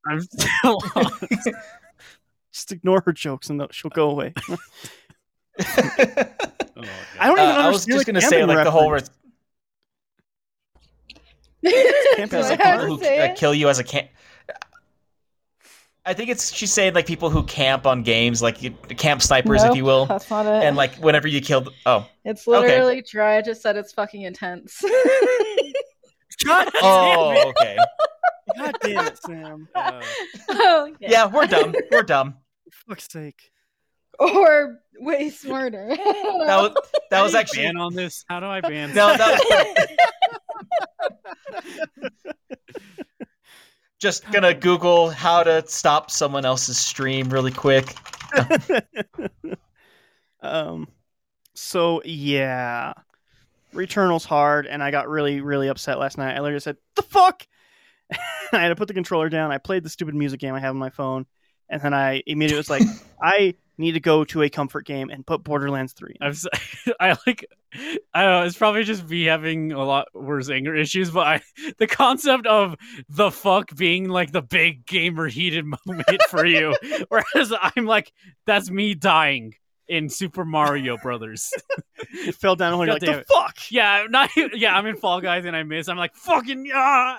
D: I'm still
B: Just ignore her jokes and they'll- she'll go away.
D: Oh,
B: I don't
C: Uh,
B: even.
C: I was
B: understand
C: just
B: the
C: gonna say
B: camping
C: like the whole
B: reference.
C: res-
E: Do
B: Is
E: I
C: like
B: it
E: have
C: people
E: to
C: who
E: say
C: uh,
E: it?
C: kill you as a camp. I think it's she's saying like people who camp on games, like you, camp snipers,
E: Nope,
C: if you will,
E: That's not it.
C: and like whenever you kill. th- Oh,
E: it's
C: okay.
E: literally dry. I just said it's fucking intense.
B: God,
C: oh, okay.
B: God damn it, Sam!
D: Uh,
E: oh,
C: Yeah, we're dumb. We're dumb.
B: For fuck's sake!
E: Or way smarter. I don't
C: That
E: know.
C: was that was
D: I
C: actually
D: ban on this. How do I ban?
C: no. That was just gonna Google how to stop someone else's stream really quick.
B: Um, so yeah, Returnal's hard, and I got really, really upset last night. I literally said, "The fuck!" I had to put the controller down. I played the stupid music game I have on my phone, and then I immediately was like, "I need to go to a comfort game and put Borderlands 3."
D: I'm s- I like I don't know, it's probably just me having a lot worse anger issues, but I, the concept of the fuck being like the big gamer heated moment for you. Whereas I'm like, that's me dying in Super Mario Brothers.
B: It fell down a hole. You're like,
D: God
B: "The
D: damn it."
B: fuck!"
D: yeah, I'm not yeah, I'm in Fall Guys and I miss. I'm like, fucking yeah.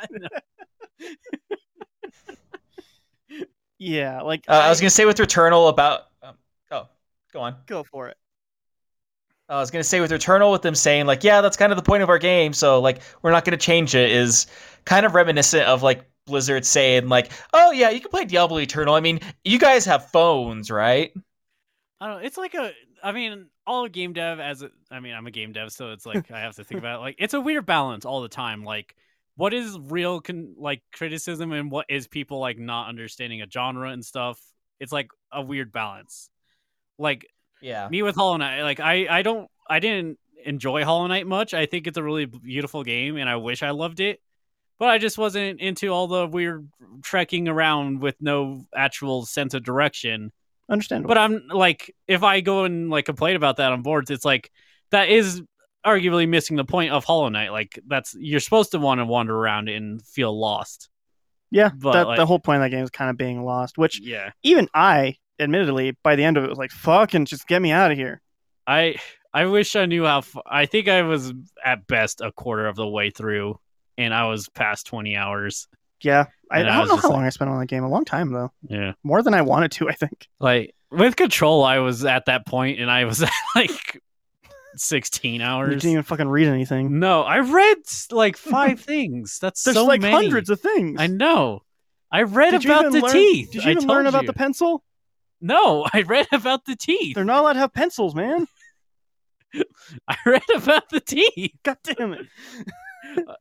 B: Yeah, like
C: Uh, I was gonna say with Returnal about. Um, oh, go on.
B: go for it.
C: uh, I was gonna say with Returnal, with them saying like, yeah, that's kind of the point of our game, so like we're not gonna change it, is kind of reminiscent of like Blizzard saying like, oh yeah, you can play Diablo Eternal. I mean, you guys have phones, right?
D: I don't know. It's like a. I mean, all game dev as a, I mean, I'm a game dev, so it's like I have to think about it. like it's a weird balance all the time. Like, what is real con- like criticism and what is people like not understanding a genre and stuff? It's like a weird balance. Like
C: Yeah.
D: me with Hollow Knight, like I I don't I didn't enjoy Hollow Knight much. I think it's a really beautiful game, and I wish I loved it. But I just wasn't into all the weird trekking around with no actual sense of direction
B: Understandable.
D: but I'm like, if I go and like complain about that on boards, it's like that is arguably missing the point of Hollow Knight. Like that's you're supposed to want to wander around and feel lost.
B: yeah,
D: but,
B: that,
D: like-
B: the whole point of that game is kind of being lost, which
D: Yeah,
B: even I, admittedly, by the end of it was like, fucking just get me out of here.
D: I I wish I knew how. F- I think I was at best a quarter of the way through, and I was past twenty hours.
B: Yeah. I, I
D: And I
B: don't
D: was
B: know
D: just
B: how
D: like-
B: long I spent on that game. A long time though.
D: Yeah.
B: More than I wanted to, I think.
D: Like with control, I was at that point, and I was at like 16
B: You
D: hours.
B: didn't even fucking read anything.
D: No, I read like five things. That's
B: There's
D: so
B: like
D: many.
B: hundreds of things.
D: I know. I read
B: Did you
D: about
B: even
D: the
B: learn-
D: teeth.
B: Did
D: I
B: you even
D: told
B: learn about
D: you.
B: the pencil?
D: No, I read about the teeth.
B: They're not allowed to have pencils, man.
D: I read about the teeth.
B: God damn it.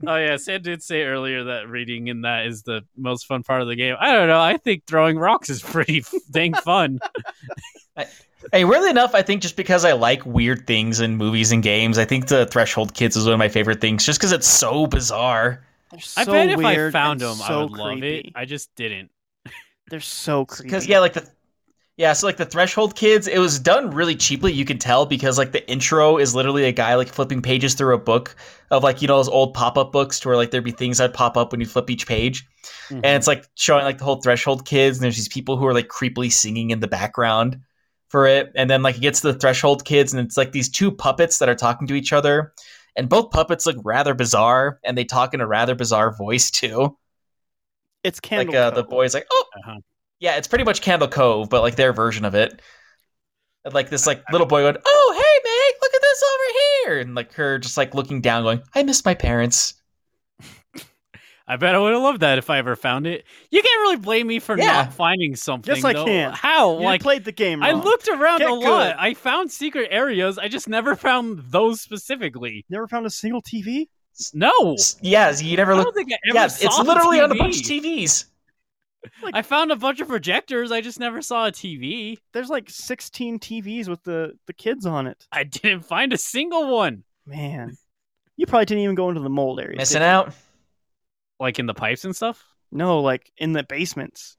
D: oh yeah, Sam did say earlier that reading in that is the most fun part of the game. I don't know. I think throwing rocks is pretty dang fun.
C: Hey, weirdly enough, I think just because I like weird things in movies and games, I think the Threshold Kids is one of my favorite things, just because it's so bizarre.
B: They're
D: I
B: so
D: bet if
B: weird
D: I found
B: and
D: them, I
B: so
D: would love it.
B: creepy.
D: I just didn't.
B: They're so creepy.
C: Because yeah, like the yeah, so like the Threshold Kids, it was done really cheaply. You can tell because like the intro is literally a guy like flipping pages through a book of like you know those old pop up books to where like there'd be things that pop up when you flip each page,
B: Mm-hmm.
C: and it's like showing like the whole Threshold Kids, and there's these people who are like creepily singing in the background for it, and then like it gets to the Threshold Kids, and it's like these two puppets that are talking to each other. And both puppets look rather bizarre, and they talk in a rather bizarre voice too
B: it's candle.
C: like uh, the
B: Cove.
C: boys like oh
D: Uh-huh.
C: yeah it's pretty much candle cove but like their version of it and, like this like little boy going oh hey meg look at this over here and like her just like looking down going i miss my parents
D: I bet I would have loved that if I ever found it. You can't really blame me for
C: Yeah.
D: not finding something.
B: Yes, I
D: though.
B: can.
D: How?
B: You
D: like
B: played the game.
D: I
B: wrong.
D: looked around
B: Get
D: a lot.
B: good.
D: I found secret areas. I just never found those specifically.
B: Never found a single TV.
D: No.
C: S- yeah so you never
D: I don't
C: look
D: think I ever
C: yeah
D: saw
C: it's literally on a bunch of
D: TV.
C: tvs
D: I found a bunch of projectors. I just never saw a TV.
B: There's like 16 TVs with the the kids on it.
D: I didn't find a single one.
B: Man, you probably didn't even go into the mold area.
C: missing out
D: Like in the pipes and stuff.
B: No, like in the basements.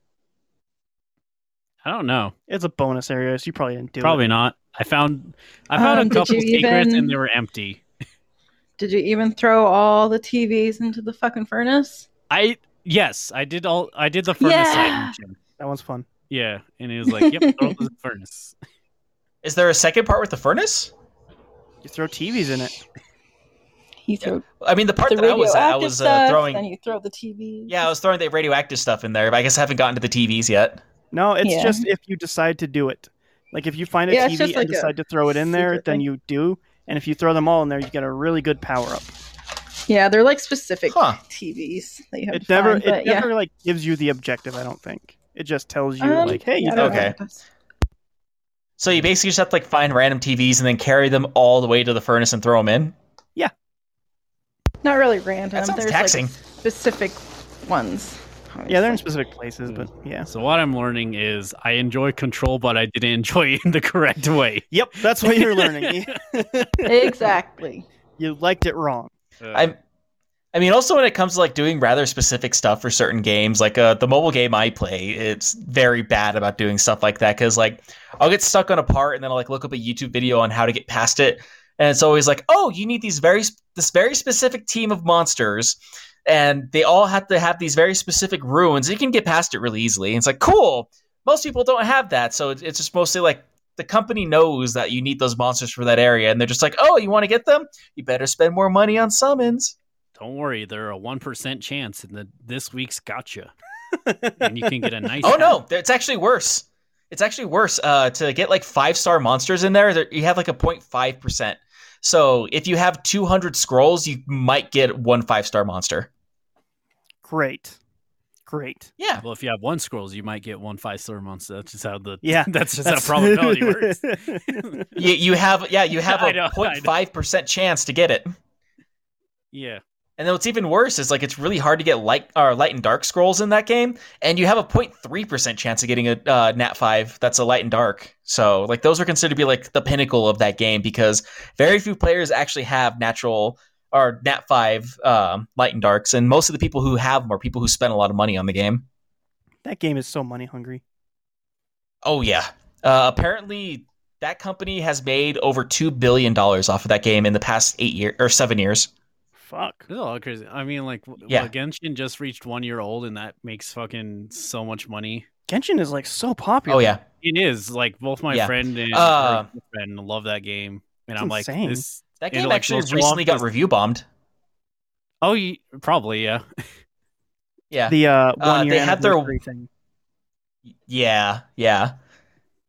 D: I don't know.
B: It's a bonus area, so you probably didn't do
D: Probably
B: it.
D: not. I found I found
E: Um,
D: a
E: did
D: couple
E: you
D: secrets
E: even-
D: and they were empty.
E: Did you even throw all the TVs into the fucking furnace?
D: I yes, I did all I did the furnace
E: Yeah.
D: item, Jim.
B: That one's fun.
D: Yeah, and it was like, yep, throw it in the furnace.
C: is there a second part with the furnace
B: You throw TVs in it.
E: He threw
C: i mean the part
E: the
C: that i was at i
E: radioactive
C: was uh,
E: stuff,
C: throwing
E: then you throw the TVs.
C: yeah i was throwing the radioactive stuff in there but i guess i haven't gotten to the tvs yet
B: No, it's
E: Yeah.
B: just if you decide to do it. Like if you find a
E: Yeah, it's
B: TV
E: just
B: and
E: like a
B: decide to throw it in there,
E: secret
B: then
E: thing.
B: you do. And if you throw them all in there, you get a really good power up.
E: Yeah, they're like specific
C: Huh.
E: TVs that you have
B: It
E: to
B: never,
E: find, but
B: it
E: yeah.
B: never like gives you the objective. I don't think it just tells you
E: Um,
B: like, hey, you
E: I don't know
C: Okay.
E: what that's-
C: so you basically just have to like find random tvs and then carry them all the way to the furnace and throw them in
E: Not really random.
C: that sounds
E: There's
C: taxing
E: like specific ones.
B: yeah, they're in
E: obviously.
B: specific places, but yeah.
D: So what I'm learning is I enjoy control, but I didn't enjoy it in the correct way.
B: Yep, that's what you're learning.
E: exactly.
B: you liked it wrong.
C: I'm. I mean, also when it comes to like doing rather specific stuff for certain games, like uh, the mobile game I play, it's very bad about doing stuff like that because like I'll get stuck on a part and then I'll like look up a YouTube video on how to get past it, and it's always like, oh, you need these very sp- this very specific team of monsters, and they all have to have these very specific ruins. You can get past it really easily. And it's like cool. Most people don't have that, so it's it's just mostly like the company knows that you need those monsters for that area, and they're just like, oh, you want to get them? You better spend more money on summons.
D: Don't worry, there are a one percent chance in the this week's gotcha. and you can get a nice
C: Oh no, it's actually worse. It's actually worse uh, to get like five star monsters in there. there you have like a 0.5 percent. So if you have 200 scrolls, you might get one five star monster.
B: Great, great.
C: Yeah,
D: Well, if you have one scrolls, you might get one five star monster. That's just how the
B: Yeah,
D: That's just how probability works.
C: you, you have yeah you have
D: I
C: a
D: know, I know.
C: 0.5 percent chance to get it.
D: Yeah.
C: And then what's even worse is like it's really hard to get light or light and dark scrolls in that game, and you have a 0.3 percent chance of getting a uh, nat five that's a light and dark. So like those are considered to be like the pinnacle of that game because very few players actually have natural or nat five um, light and darks, and most of the people who have them are people who spend a lot of money on the game.
B: that game is so money hungry.
C: Oh yeah, uh, apparently that company has made over two billion dollars off of that game in the past eight year or seven years.
B: Fuck.
D: It's all crazy. I mean, like, w-
C: Yeah.
D: well, Genshin just reached one year old, and that makes fucking so much money.
B: Genshin is like so popular.
C: Oh yeah.
D: It is like both my
C: Yeah.
D: friend and
C: Uh,
D: her friend love that game, and
B: It's
D: I'm like,
B: insane.
D: this.
C: That
D: It'll,
C: game
D: like,
C: actually
D: go through all
C: recently got
D: those-
C: review bombed.
D: Oh, you, probably yeah.
C: Yeah.
B: The uh, one
C: Uh,
B: year
C: they had their-
B: anniversary thing.
C: Yeah, yeah.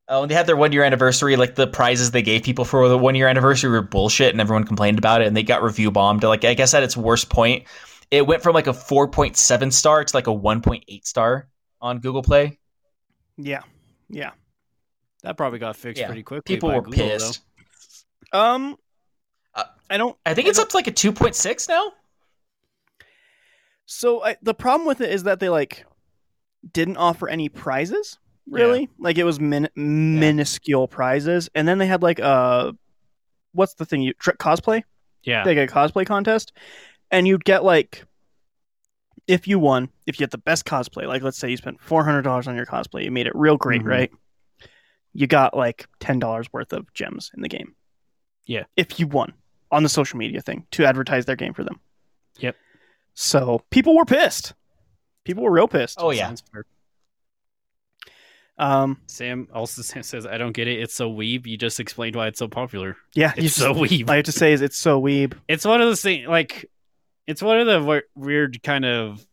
C: Uh, when they had their one year anniversary, like the prizes they gave people for the one year anniversary were bullshit, and everyone complained about it, and they got review bombed. Like I guess at its worst point, it went from like a four point seven star to like a one point eight star on Google Play.
B: Yeah. Yeah.
D: That probably got fixed
C: Yeah.
D: pretty quickly.
C: People
D: by
C: were
D: Google, though.
C: pissed.
B: Um
C: Uh,
B: I don't
C: I think it's up to like a two point six now.
B: So I, the problem with it is that they like didn't offer any prizes really. Like it was min- minuscule prizes, and then they had like uh, what's the thing you tri- cosplay?
D: Yeah.
B: Like a cosplay contest, and you'd get like if you won, if you had the best cosplay. Like let's say you spent four hundred dollars on your cosplay, you made it real great,
D: Mhm.
B: right? You got like ten dollars worth of gems in the game.
D: Yeah.
B: if you won on the social media thing to advertise their game for them.
D: Yep.
B: So people were pissed. People were real pissed.
C: Oh yeah,
D: Sounds fair.
B: Um,
D: Sam also Sam says, I don't get it. It's so weeb. You just explained why it's so popular.
B: yeah,
D: It's
B: you
D: so weeb.
B: I have to say is it's so weeb.
D: it's one of those things like it's one of the we- weird kind of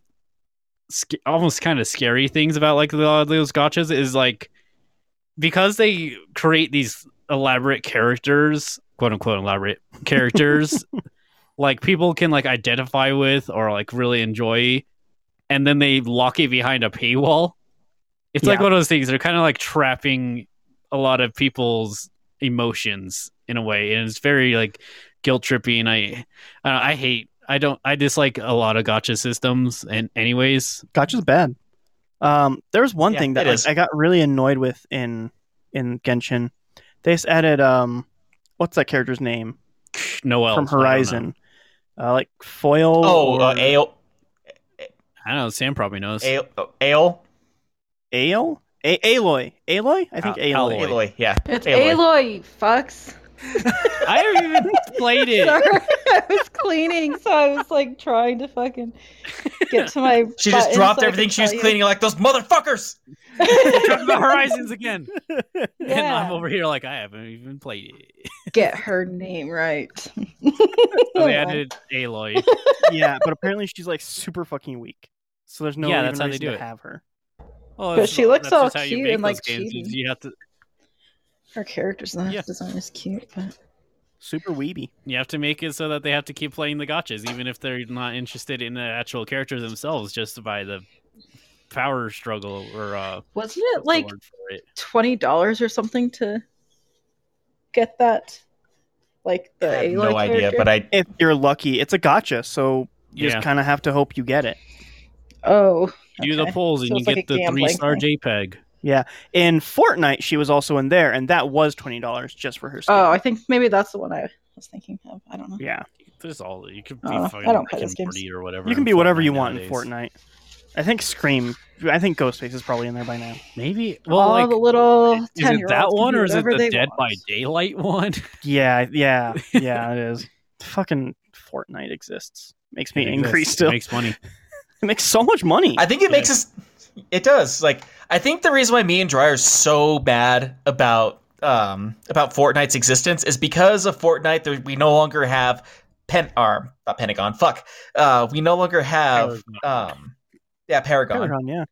D: sc- almost kind of scary things about like the all those gotchas is like because they create these elaborate characters quote unquote elaborate characters like people can like identify with or like really enjoy and then they lock it behind a paywall it's like
B: Yeah.
D: one of those things they're kind of like trapping a lot of people's emotions in a way and it's very like guilt trippy and i I, don't know, I hate i don't i dislike a lot of gotcha systems and anyways
B: Gotcha's bad. Um, there was one
C: Yeah,
B: thing that
C: it
B: like,
C: is.
B: I got really annoyed with in in Genshin. They just added um, what's that character's name
D: noel
B: from Horizon? Uh, like foil.
C: Oh, uh,
B: or-
C: ale,
D: i don't know sam probably knows
C: ale, ale,
B: Ale? A- Aloy. Aloy? I think
D: Al-
B: Aloy.
D: Uh, Aloy.
C: Aloy. Yeah,
E: It's
C: Aloy.
E: Aloy, you fucks.
D: i haven't even played it
E: Sorry, I was cleaning, so I was like trying to fucking get to my.
C: She just
E: buttons
C: dropped
E: so I
C: everything
E: could
C: she was
E: tell you.
C: cleaning, like those motherfuckers.
D: Drop the horizons again and
E: Yeah.
D: i'm over here like i haven't even played it
E: Get her name right.
D: so Oh, they added aloy
B: yeah, but apparently she's like super fucking weak. So there's no
D: Yeah,
B: even
D: that's how they
B: reason
D: do
B: to
D: it.
B: have her.
D: Oh,
E: But
D: that's-
E: she looks
D: that's
E: all
D: just how you
E: cute
D: make
E: and,
D: those
E: like,
D: games, is
E: cheaty.
D: you have to
E: Her character's not
D: Yeah.
E: design is cute, but
B: Super weeby.
D: you have to make it so that they have to keep playing the gotchas even if they're not interested in the actual characters themselves just by the power struggle or uh
E: wasn't
D: what's the
E: it like
D: word for it?
E: twenty dollars or something to get that? Like the
C: I have
E: Aloy
C: no idea,
E: character?
C: but I
B: If you're lucky, it's a gotcha, so you
D: yeah
B: just kind of have to hope you get it.
E: oh,
D: do the
E: okay.
D: polls and
E: So
D: you
E: it's like
D: get
E: a
D: the
E: gambling
D: three star JPEG.
B: In Fortnite, she was also in there, and that was twenty dollars just for her skin.
E: Oh, I think maybe that's the one I was thinking of. I don't know.
B: yeah,
D: There's all you could be
E: Uh, I
D: fucking
E: don't play
D: Rick
E: those
D: and
E: games.
D: Morty or whatever.
B: you can
D: in
B: be whatever
D: Fortnite
B: you want
D: nowadays.
B: in Fortnite. I think Scream. I think Ghostface is probably in there by now.
D: Maybe well,
E: All
D: like
E: the little
D: is it
E: ten-year-olds
D: that
E: can
D: one
E: do
D: or is it
E: whatever
D: the
E: they
D: Dead by
E: want.
D: Daylight one?
B: Yeah, yeah, yeah. it is. Fucking Fortnite exists. Makes me angry still. It
D: It
B: makes,
D: makes money.
B: so much money.
C: I think it makes us. It does. Like I think the reason why me and Dry are so bad about um about Fortnite's existence is because of Fortnite. There, we no longer have pen arm, not Pentagon. Fuck. Uh, we no longer have um, yeah, Paragon.
B: Paragon, yeah.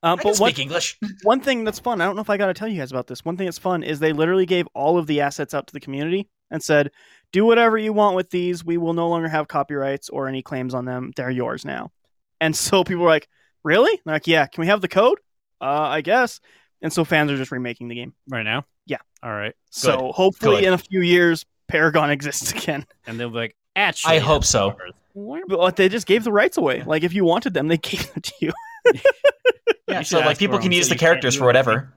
B: Uh,
C: I can
B: but one,
C: speak English.
B: one thing that's fun, I don't know if I got to tell you guys about this. One thing that's fun is they literally gave all of the assets out to the community and said, "Do whatever you want with these. We will no longer have copyrights or any claims on them. They're yours now." And so people were like, "Really?" And they're like, "Yeah. Can we have the code? Uh, I guess." And so fans are just remaking the game.
D: Right now?
B: Yeah.
D: All right.
B: So hopefully,
C: Good.
B: in a few years, Paragon exists again.
D: And they'll be like, actually
C: I hope so.
B: But they just gave the rights away.
C: Yeah.
B: Like if you wanted them, they gave them to you.
C: Yeah,
D: You
C: so
D: should
C: like
D: ask
C: people
D: for
C: can
D: 'em so
C: use
D: you
C: the
D: can't
C: characters
D: do
C: for whatever.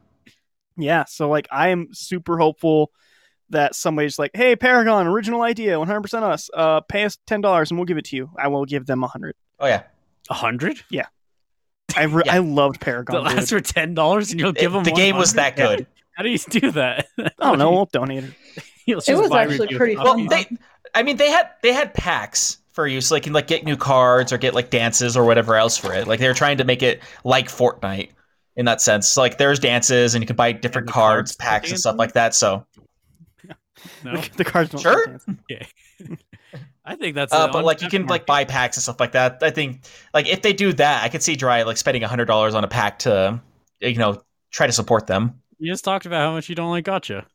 B: Yeah, so like I am super hopeful that somebody's like, "Hey, Paragon, original idea, 100% us. Uh, pay us ten dollars and we'll give it to you." I will give them a hundred.
C: Oh yeah,
D: A hundred?
B: I re-
C: Yeah.
B: I loved
D: They'll
B: Paragon. dude.
D: ask for ten dollars and you'll give them.
C: the game was that good.
D: How do you do that?
B: I don't know. We'll donate it.
E: It was actually pretty
C: Well,
E: fun.
C: they, I mean, they had they had packs for you, so they can like get new cards or get like dances or whatever else for it. Like they were trying to make it like Fortnite in that sense. So, like there's dances and you can buy different
D: And the
C: cards,
D: cards
C: packs, and
D: dance
C: stuff
D: on
C: like that. So
D: No?
B: The, the cards don't.
C: Sure.
B: dance.
D: I think that's.
C: Uh,
D: a-
C: but
D: on
C: like you can
D: market.
C: like buy packs and stuff like that. I think like if they do that, I could see Dry like spending hundred dollars on a pack to you know try to support them.
D: You just talked about how much you don't like gotcha.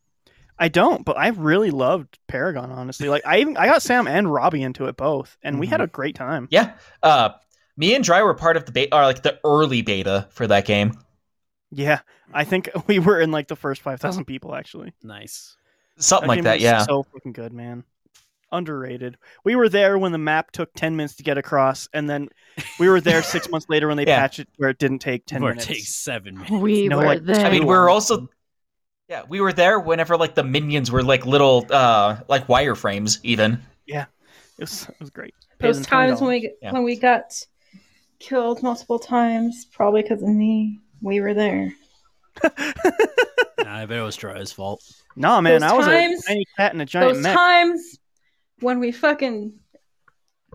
B: I don't, but I really loved Paragon. Honestly, like I even I got Sam and Robbie into it both, and we had a great time.
C: Mm-hmm. Yeah. Uh, me and Dry were part of the beta, or like the early beta for that game.
B: Yeah, I think we were in like the first five thousand people actually.
D: Nice.
C: Something like
B: game
C: that,
B: was
C: yeah.
B: So fucking good, man. Underrated. We were there when the map took ten minutes to get across, and then we were there six months later when they
C: Yeah.
B: patched it where it didn't take ten
D: Or
B: minutes.
D: take seven minutes.
E: We
B: No,
E: were
B: like,
E: there.
C: I mean,
B: Anyone.
C: we were also, yeah, we were there whenever like the minions were like little, uh, like wireframes even.
B: It was, it was great. Paid
E: those
B: them
E: times
B: $20.
E: when we
C: Yeah.
E: when we got killed multiple times, probably because of me. We were there.
D: Nah, I bet it was Dry's fault.
B: Nah, man,
E: those
B: I was
E: times-
B: a tiny cat in a giant
E: those
B: mech.
E: times when we fucking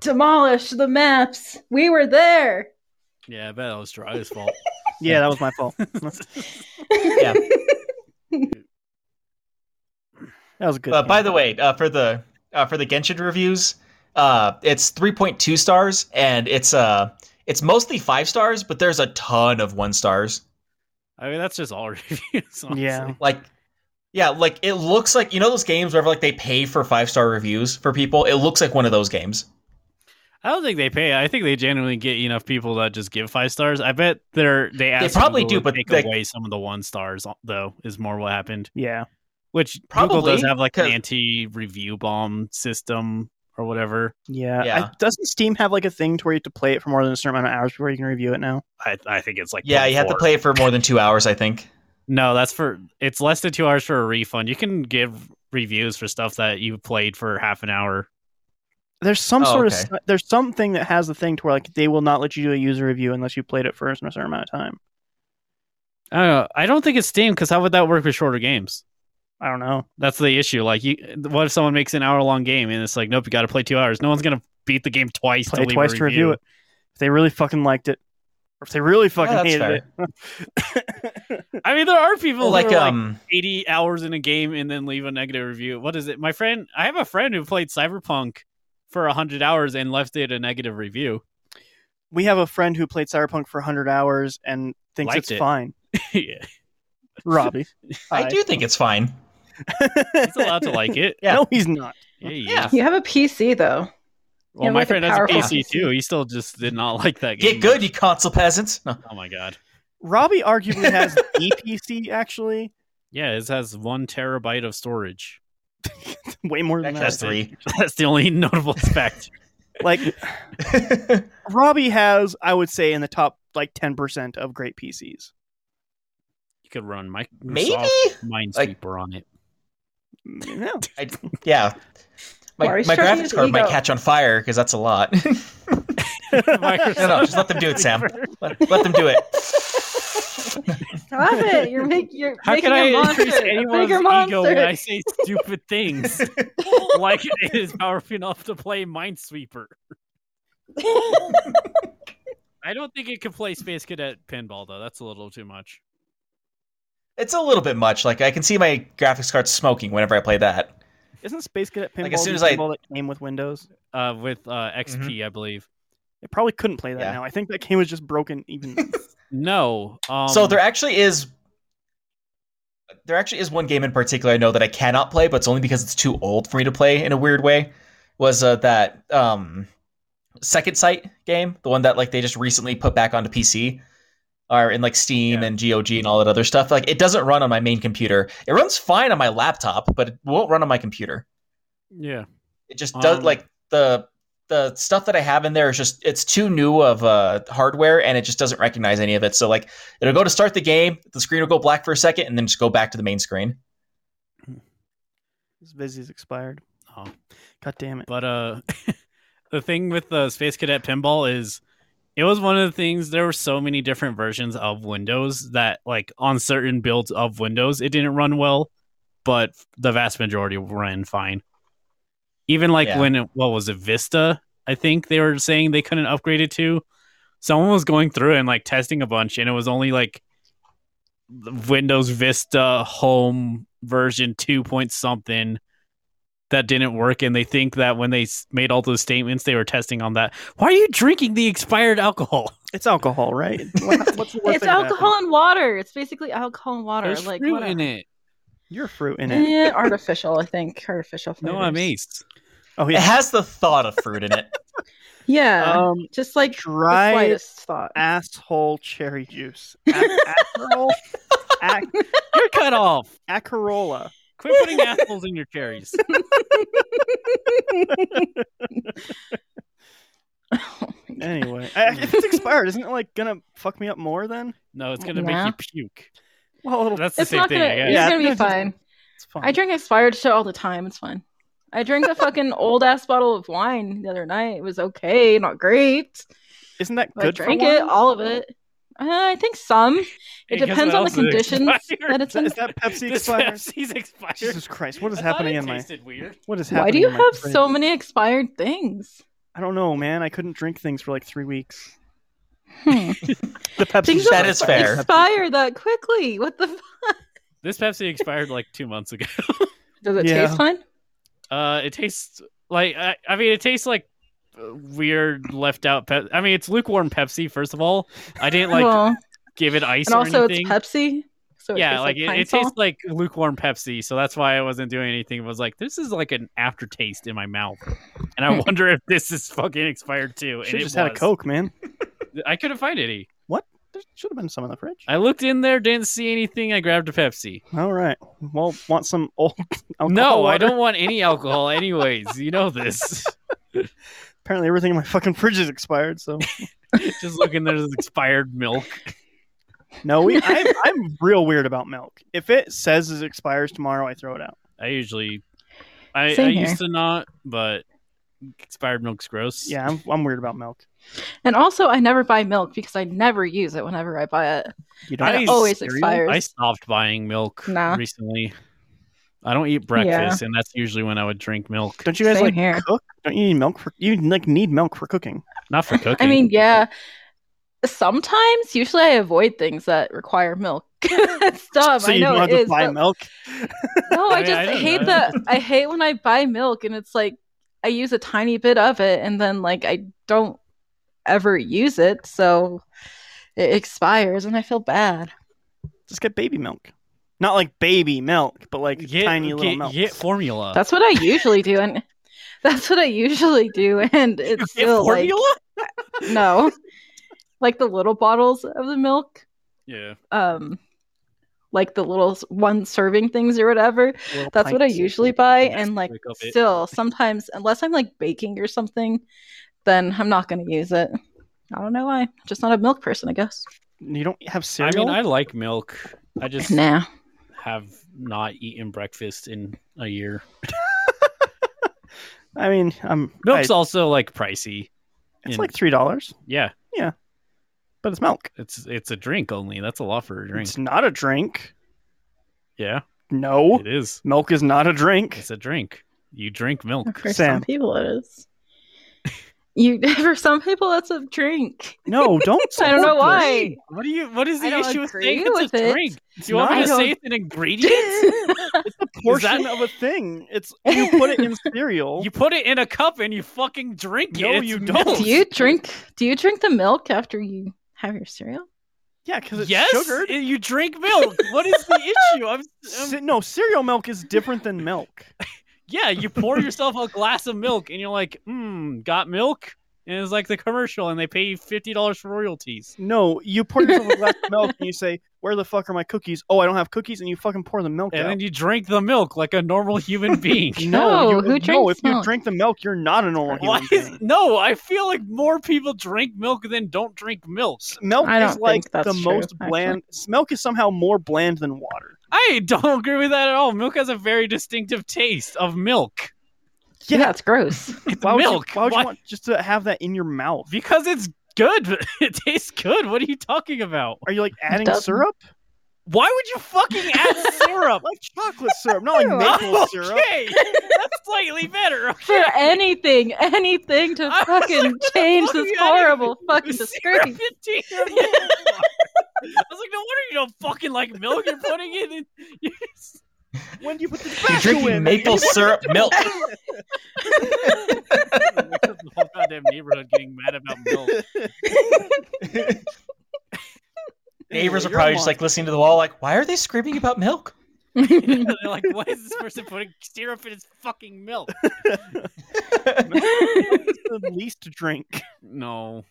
E: demolished the maps, we were there.
D: Yeah, I bet that was Dry's fault.
B: yeah, that was my fault.
C: Yeah.
B: That was a good.
C: Uh,
B: game.
C: by the way, uh, for the uh, for the Genshin reviews, uh, it's three point two stars, and it's uh, it's mostly five stars, but there's a ton of one stars.
D: I mean, that's just all reviews. Honestly.
B: Yeah.
C: Like, yeah, like it looks like you know those games where like they pay for five star reviews for people. It looks like one of those games.
D: I don't think they pay. I think they genuinely get enough people that just give five stars. I bet they're they asked
C: probably
D: Google
C: do,
D: to
C: but
D: take
C: they-
D: away some of the one stars uh, though is more what happened.
B: yeah,
D: Which Google
C: Probably,
D: does have like an
C: 'cause-
D: anti review bomb system or whatever.
B: yeah.
C: Yeah.
B: I, doesn't Steam have like a thing to where you have to play it for more than a certain amount of hours before you can review it now?
D: I I think it's like
C: Yeah, you have to
D: 24.
C: play it for more than two hours, I think.
D: No, that's for it's less than two hours for a refund. You can give reviews for stuff that you played for half an hour.
B: There's some
C: Oh,
B: sort
C: okay.
B: of si- there's something that has the thing to where like they will not let you do a user review unless you played it for a certain amount of time.
D: I don't know. I don't think it's Steam because how would that work with shorter games?
B: I don't know.
D: That's the issue. Like, you, what if someone makes an hour long game and it's like, nope, you got to play two hours? No one's gonna beat the game twice
B: Play
D: to leave a
B: twice to review it. If they really fucking liked it, or if they really fucking
C: that's
B: hated it.
D: I mean, there are people
C: like,
D: who are like
C: um,
D: 80 hours in a game and then leave a negative review. What is it? My friend, I have a friend who played Cyberpunk for 100 hours and left it a negative review.
B: we have a friend who played Cyberpunk for 100 hours and thinks
D: Liked
B: it's
D: it.
B: fine.
D: yeah,
B: Robbie,
C: I
B: Hi.
C: do think it's fine.
D: he's allowed to like it.
C: Yeah.
B: No, he's not.
D: Yeah, he
C: Yeah.
D: is.
E: You have a PC though.
D: Well,
E: Yeah,
D: my
E: like a
D: friend has a
E: powerful
D: PC
E: PC.
D: too. He still just did not like that game.
C: Get good, you console peasants. No.
D: Oh my god.
B: Robbie arguably has the PC actually,
D: Yeah, it has one terabyte of storage.
B: way more than
C: Actually,
B: that.
C: that's three.
D: That's the only notable fact.
B: Like Robbie has, I would say, in the top like 10% of great PCs.
D: You could run Microsoft
C: Maybe?
D: Minesweeper on it.
B: Mm, No.
C: yeah. My,
E: Why are you
C: my
E: stretching his
C: graphics card might
E: ego?
C: catch on fire because that's a lot. No, no, just let them do it, Sam. let, let them do it.
E: Stop it! You're, make, you're
D: How
E: making
D: can I
E: a monster,
D: increase
E: a
D: anyone's
E: bigger
D: ego
E: monster.
D: when I say stupid things? like it is powerful enough to play Minesweeper. I don't think it could play Space Cadet Pinball though. That's a little too much.
C: It's a little bit much. Like I can see my graphics card smoking whenever I play that.
B: Isn't Space Cadet Pinball
C: Like, as soon
B: the
C: as I-
B: pinball that came with Windows?
D: Uh, with uh, XP,
C: Mm-hmm.
D: I believe.
B: They probably couldn't play that
C: Yeah.
B: now. I think that game was just broken even.
D: No. Um,
C: so there actually is there actually is one game in particular I know that I cannot play, but it's only because it's too old for me to play in a weird way. Was uh, that um Second Sight game, the one that like they just recently put back onto PC or in like Steam
D: Yeah.
C: and GOG and all that other stuff. Like it doesn't run on my main computer. It runs fine on my laptop, but it won't run on my computer.
D: Yeah.
C: It just does
D: Um,
C: like the the stuff that I have in there is just it's too new of uh, hardware and it just doesn't recognize any of it. So like it'll go to start the game, the screen will go black for a second, and then just go back to the main screen.
B: His Vizzy's expired.
D: Oh.
B: God damn it.
D: But uh, the thing with the Space Cadet Pinball is it was one of the things. There were so many different versions of Windows that, like, on certain builds of Windows, it didn't run well, but the vast majority ran fine. Even like
C: Yeah.
D: when it, what was it Vista? I think they were saying they couldn't upgrade it to. Someone was going through and like testing a bunch, and it was only like Windows Vista Home version two point something that didn't work and they think that when they s- made all those statements they were testing on that why are you drinking the expired alcohol
B: It's alcohol, right? What- what's the worst
E: it's
B: that could
E: alcohol
B: happen?
E: and water. It's basically alcohol and water.
D: There's
E: like
D: fruit
E: whatever.
D: in it.
B: You're fruit in it.
E: Eh, artificial, I think. Artificial. Flavors.
D: No, I'm aced.
B: Oh
C: It
B: yeah.
C: has the thought of fruit in it.
E: Yeah,
B: Um,
E: just like the
B: dry
E: slightest thought.
B: asshole cherry juice. A- Acarol. Ac-
D: You're cut off.
B: Acarola.
D: Quit putting apples in your cherries.
E: Oh my God.
B: Anyway, I- if it's expired, isn't it like gonna fuck me up more then?
D: No, it's gonna
E: Nah.
D: make you puke.
B: Well, it'll,
D: That's the
E: it's
D: same
E: not
D: thing.
E: gonna.
D: I
E: It's
B: Yeah,
D: guess.
E: gonna be
B: it's just-
E: fine.
B: it's fine.
E: I drink expired shit all the time. It's fine. I drank a fucking old ass bottle of wine the other night. It was okay, not great.
B: Isn't that
E: But I
B: good for
E: drank
B: one?
E: it, all of it. Uh, I think some. It
D: Hey, guess
E: depends
D: what
E: on the
D: else is
E: conditions
D: expired?
E: that it's
B: Is that-
E: in.
B: is that Pepsi
D: This
B: expired?
D: Pepsi's expired.
B: Jesus Christ, what is
D: I thought
B: happening
D: it
B: in my?
D: tasted weird.
B: What is happening?
E: Why do you
B: in my
E: have
B: brain?
E: so many expired things?
B: I don't know, man. I couldn't drink things for like three weeks.
E: Hmm.
B: The Pepsi.
E: Things
C: That
E: don't
C: is fair.
E: Expire that quickly. What the? F-
D: This Pepsi expired like two months ago.
E: Does it
B: Yeah.
E: taste fine?
D: Uh, it tastes like I, I mean, it tastes like uh, weird left out. Pep- I mean, it's lukewarm Pepsi. First of all, I didn't like
E: well,
D: give it ice
E: and
D: or
E: also
D: anything.
E: it's Pepsi. So it
D: yeah,
E: tastes
D: like, it,
E: pine
D: it
E: sol.
D: tastes like lukewarm Pepsi, so that's why I wasn't doing anything. I was like, this is like an aftertaste in my mouth, and I wonder if this is fucking expired too. And
B: Should
D: it
B: just had a
D: was.
B: Coke, man.
D: I couldn't find any.
B: There should have been some in the fridge.
D: I looked in there, didn't see anything. I grabbed a Pepsi.
B: All right. Well, want some old? Alcohol
D: no, I
B: water?
D: don't want any alcohol, anyways. You know this.
B: Apparently, everything in my fucking fridge is expired. So
D: just look in there, there's expired milk.
B: no, we, I'm, I'm real weird about milk. If it says it expires tomorrow, I throw it out.
D: I usually, I, I
E: Same here.
D: used to not, but expired milk's gross.
B: Yeah, I'm, I'm weird about milk.
E: And also, I never buy milk because I never use it whenever I buy it.
B: You don't.
D: I
E: It always
D: cereal?
E: expires.
D: I stopped buying milk
E: Nah.
D: recently. I don't eat breakfast, and that's usually when I would drink milk.
B: Don't you guys
E: Same
B: like
E: here.
B: cook? Don't you need milk for you like need milk for cooking?
D: Not for cooking.
E: I mean, yeah. Sometimes, usually, I avoid things that require milk. That's dumb.
B: so
E: I
B: you
E: know
B: don't have
E: it
B: to
E: is,
B: buy
E: but-
B: milk.
E: No,
D: I
E: I
D: mean,
E: just
D: I don't
E: hate
D: know.
E: that. I hate when I buy milk and it's like I use a tiny bit of it and then like I don't ever use it, so it expires and I feel bad.
B: Just get baby milk. Not like baby milk, but like
D: get,
B: tiny little
D: get-
B: milk.
D: get formula.
E: That's what I usually do, and that's what I usually do, and it's
D: Get
E: still like
D: formula?
E: no, like the little bottles of the milk,
D: yeah.
E: um, like the little s- one serving things or whatever.
B: Little
E: That's what I
B: pints.
E: usually buy,
D: That's
E: and like
D: quick of it.
E: still sometimes, unless I'm like baking or something, then I'm not going to use it. I don't know why. Just not a milk person, I guess.
B: You don't have
D: I
B: cereal.
D: mean, I like milk. I just
E: Nah.
D: have not eaten breakfast in a year.
B: I mean, I'm
D: Milk's
B: I-
D: also like pricey.
B: it's
D: in-
B: like three dollars,
D: yeah,
B: but it's milk.
D: it's it's a drink only. That's a lot for a drink.
B: It's not a drink.
D: yeah,
B: No,
D: it is.
B: milk is not a drink.
D: It's a drink. You drink milk.
E: For
B: Sam.
E: some people, it is. You for some people, that's a drink.
B: No, don't.
E: I don't know
B: support
E: why.
B: this.
D: What do you? What is
E: I
D: the
E: don't
D: issue with
E: agree
D: saying it's
E: with
D: a
E: it.
D: drink?
B: It's
D: Do you want me
E: not-
D: to
E: I
D: say
E: don't-
D: it's an ingredient?
B: Portion of a thing. It's you put it in cereal.
D: You put it in a cup and you fucking drink it.
B: No,
D: It's
B: you
D: milk.
B: don't.
E: do you drink? Do you drink the milk after you have your cereal?
B: yeah, because it's
D: yes,
B: sugared.
D: it- um, you drink milk. What is the issue? I'm,
B: Ce-
D: i
B: no, cereal milk is different than milk.
D: yeah, you pour yourself a glass of milk and you're like, mmm, got milk? And it's like the commercial and they pay you $50 for royalties.
B: No, you pour yourself a glass of milk and you say, "Where the fuck are my cookies?" Oh, I don't have cookies, and you fucking pour the milk
D: And
B: out.
D: then you drink the milk like a normal human being.
E: No,
B: you,
E: who
B: no.
E: drinks
B: If you
E: milk?
B: drink the milk, you're not an normal
D: Why
B: human
D: is
B: being.
D: no? I feel like more people drink milk than don't drink milk.
B: Milk
E: I
B: is
E: don't
B: like
E: think that's
B: the
E: true,
B: most
E: actually.
B: bland. Milk is somehow more bland than water.
D: I don't agree with that at all. Milk has a very distinctive taste of milk
E: Yeah, it's gross.
D: It's
B: why would
D: milk.
B: You, why would
D: Why-
B: you want just to have that in your mouth?
D: because it's good. It tastes good. What are you talking about?
B: Are you like adding
E: doesn't.
B: syrup?
D: Why would you fucking add syrup?
B: Like chocolate syrup, not like maple
D: Oh,
B: syrup.
D: okay, that's slightly better.
E: For anything, anything to
D: I was
E: fucking
D: like, what the
E: change
D: fuck are
E: this
D: you adding
E: horrible fucking
D: Syrup
E: disgrace.
D: into your milk. I was like, no wonder you don't fucking like milk. You're putting it in. You're just-
B: When do you put the
C: You're
B: tobacco
C: drinking
B: in,
C: maple syrup milk.
D: the whole goddamn neighborhood getting mad about milk.
C: Neighbors are probably just like listening to the wall, like, why are they screaming about milk?
D: They're like, why is this person putting syrup in his fucking milk?
B: the least drink.
D: No.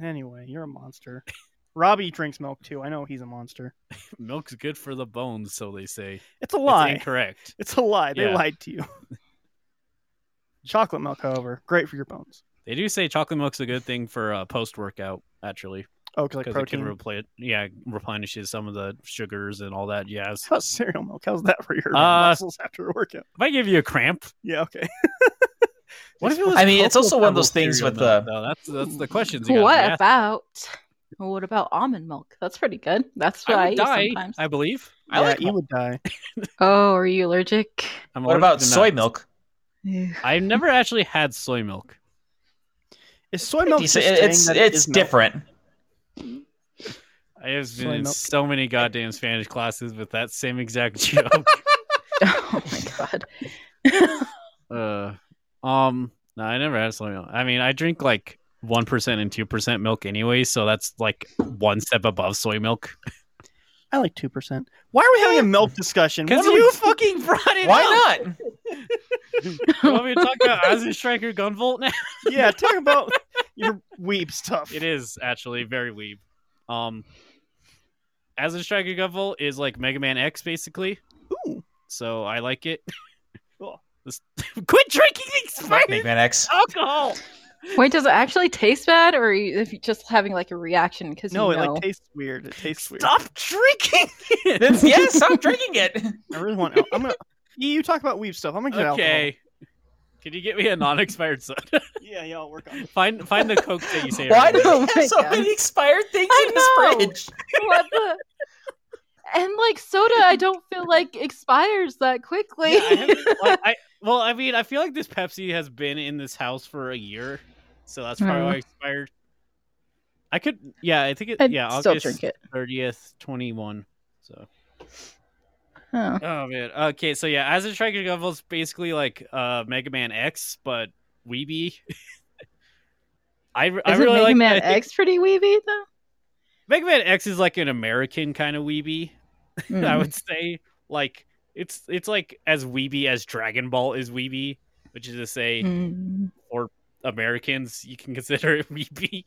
B: Anyway, you're a monster. Robbie drinks milk too. I know he's a monster.
D: Milk's good for the bones, so they say.
B: It's a
D: That's
B: lie. It's,
D: incorrect.
B: a lie. They
D: Yeah.
B: lied to you. Chocolate milk, however, great for your bones.
D: They do say chocolate milk's a good thing for uh, post workout, actually.
B: Oh, 'cause, like
D: Because it
B: protein.
D: can repla- yeah, replenishes some of the sugars and all that jazz.
B: How's cereal milk? How's that for your
D: Uh,
B: muscles after a workout?
D: If I give you a cramp,
B: Yeah, okay.
D: what if it was
C: I mean, it's
D: Cocoa
C: also one of those
D: Pebble
C: things
D: cereal
C: with uh,
D: milk,
C: the-
D: though? that's that's the questions. You
E: what
D: got
E: about what about almond milk? That's pretty good. That's what I,
D: I would
E: use
D: die,
E: sometimes.
D: I believe.
C: I
B: yeah,
C: like
B: you would die.
E: Oh, are you allergic? Oh
D: I'm
C: What
D: allergic
C: about
D: to
C: soy
D: nuts.
C: milk?
E: Ugh.
D: I've never actually had soy milk.
B: Is soy milk?
C: It's,
B: just saying
C: it's,
B: that it
C: it's
B: is milk?
C: different.
D: I have been
B: Soy
D: in
B: milk.
D: so many goddamn Spanish classes with that same exact joke.
E: oh my god.
D: uh, um, no, I never had soy milk. I mean, I drink like one percent and two percent milk anyway, so that's like one step above soy milk.
B: I like two percent. Why are we having a milk discussion? What are we-
D: fucking brought it
C: Why not?
D: You want me to talk about Eisenstreicher Gunvolt now?
B: yeah, talk about your weeb stuff.
D: It is actually very weeb. Um, as a striker guffle is like Mega Man X basically,
B: Ooh.
D: so I like it.
B: Cool.
D: Just- Quit drinking these
C: Big
D: spicy
C: Man X.
D: alcohol.
E: Wait, does it actually taste bad, or are you, if you're just having like a reaction? Because
B: No,
E: you
B: it
E: know.
B: like tastes weird. It tastes weird.
D: Stop drinking it.
C: yes, stop drinking it.
B: I really want. al- I'm gonna. You you talk about weeb stuff. I'm gonna get alcohol.
D: okay. Can you get me a non-expired soda?
B: Yeah, yeah, I'll work on it.
D: find find the Coke that you say.
C: Why do
D: earlier.
E: Oh
C: we
E: my
C: have so
E: God.
C: many expired things
E: I
C: in
E: know.
C: this fridge?
E: what the? And like soda, I don't feel like expires that quickly.
D: Yeah, I haven't- like, I- well, I mean, I feel like this Pepsi has been in this house for a year, so that's probably why it expired. I could, yeah, I think it,
E: Mm-hmm. I'd
D: yeah,
E: still
D: August
E: drink it.
D: thirtieth, twenty one. So,
E: Oh.
D: oh man, okay, so yeah, as a striker level is basically like uh Mega Man X, but Weeby. I, I
E: Is
D: really
E: it Mega
D: like
E: Man
D: that. I think
E: X pretty weeby though?
D: Mega Man X is like an American kind of Weeby. I
E: Mm.
D: would say like it's it's like as Weeby as Dragon Ball is Weeby, which is to say.
E: Mm.
D: Americans, you can consider it weepy.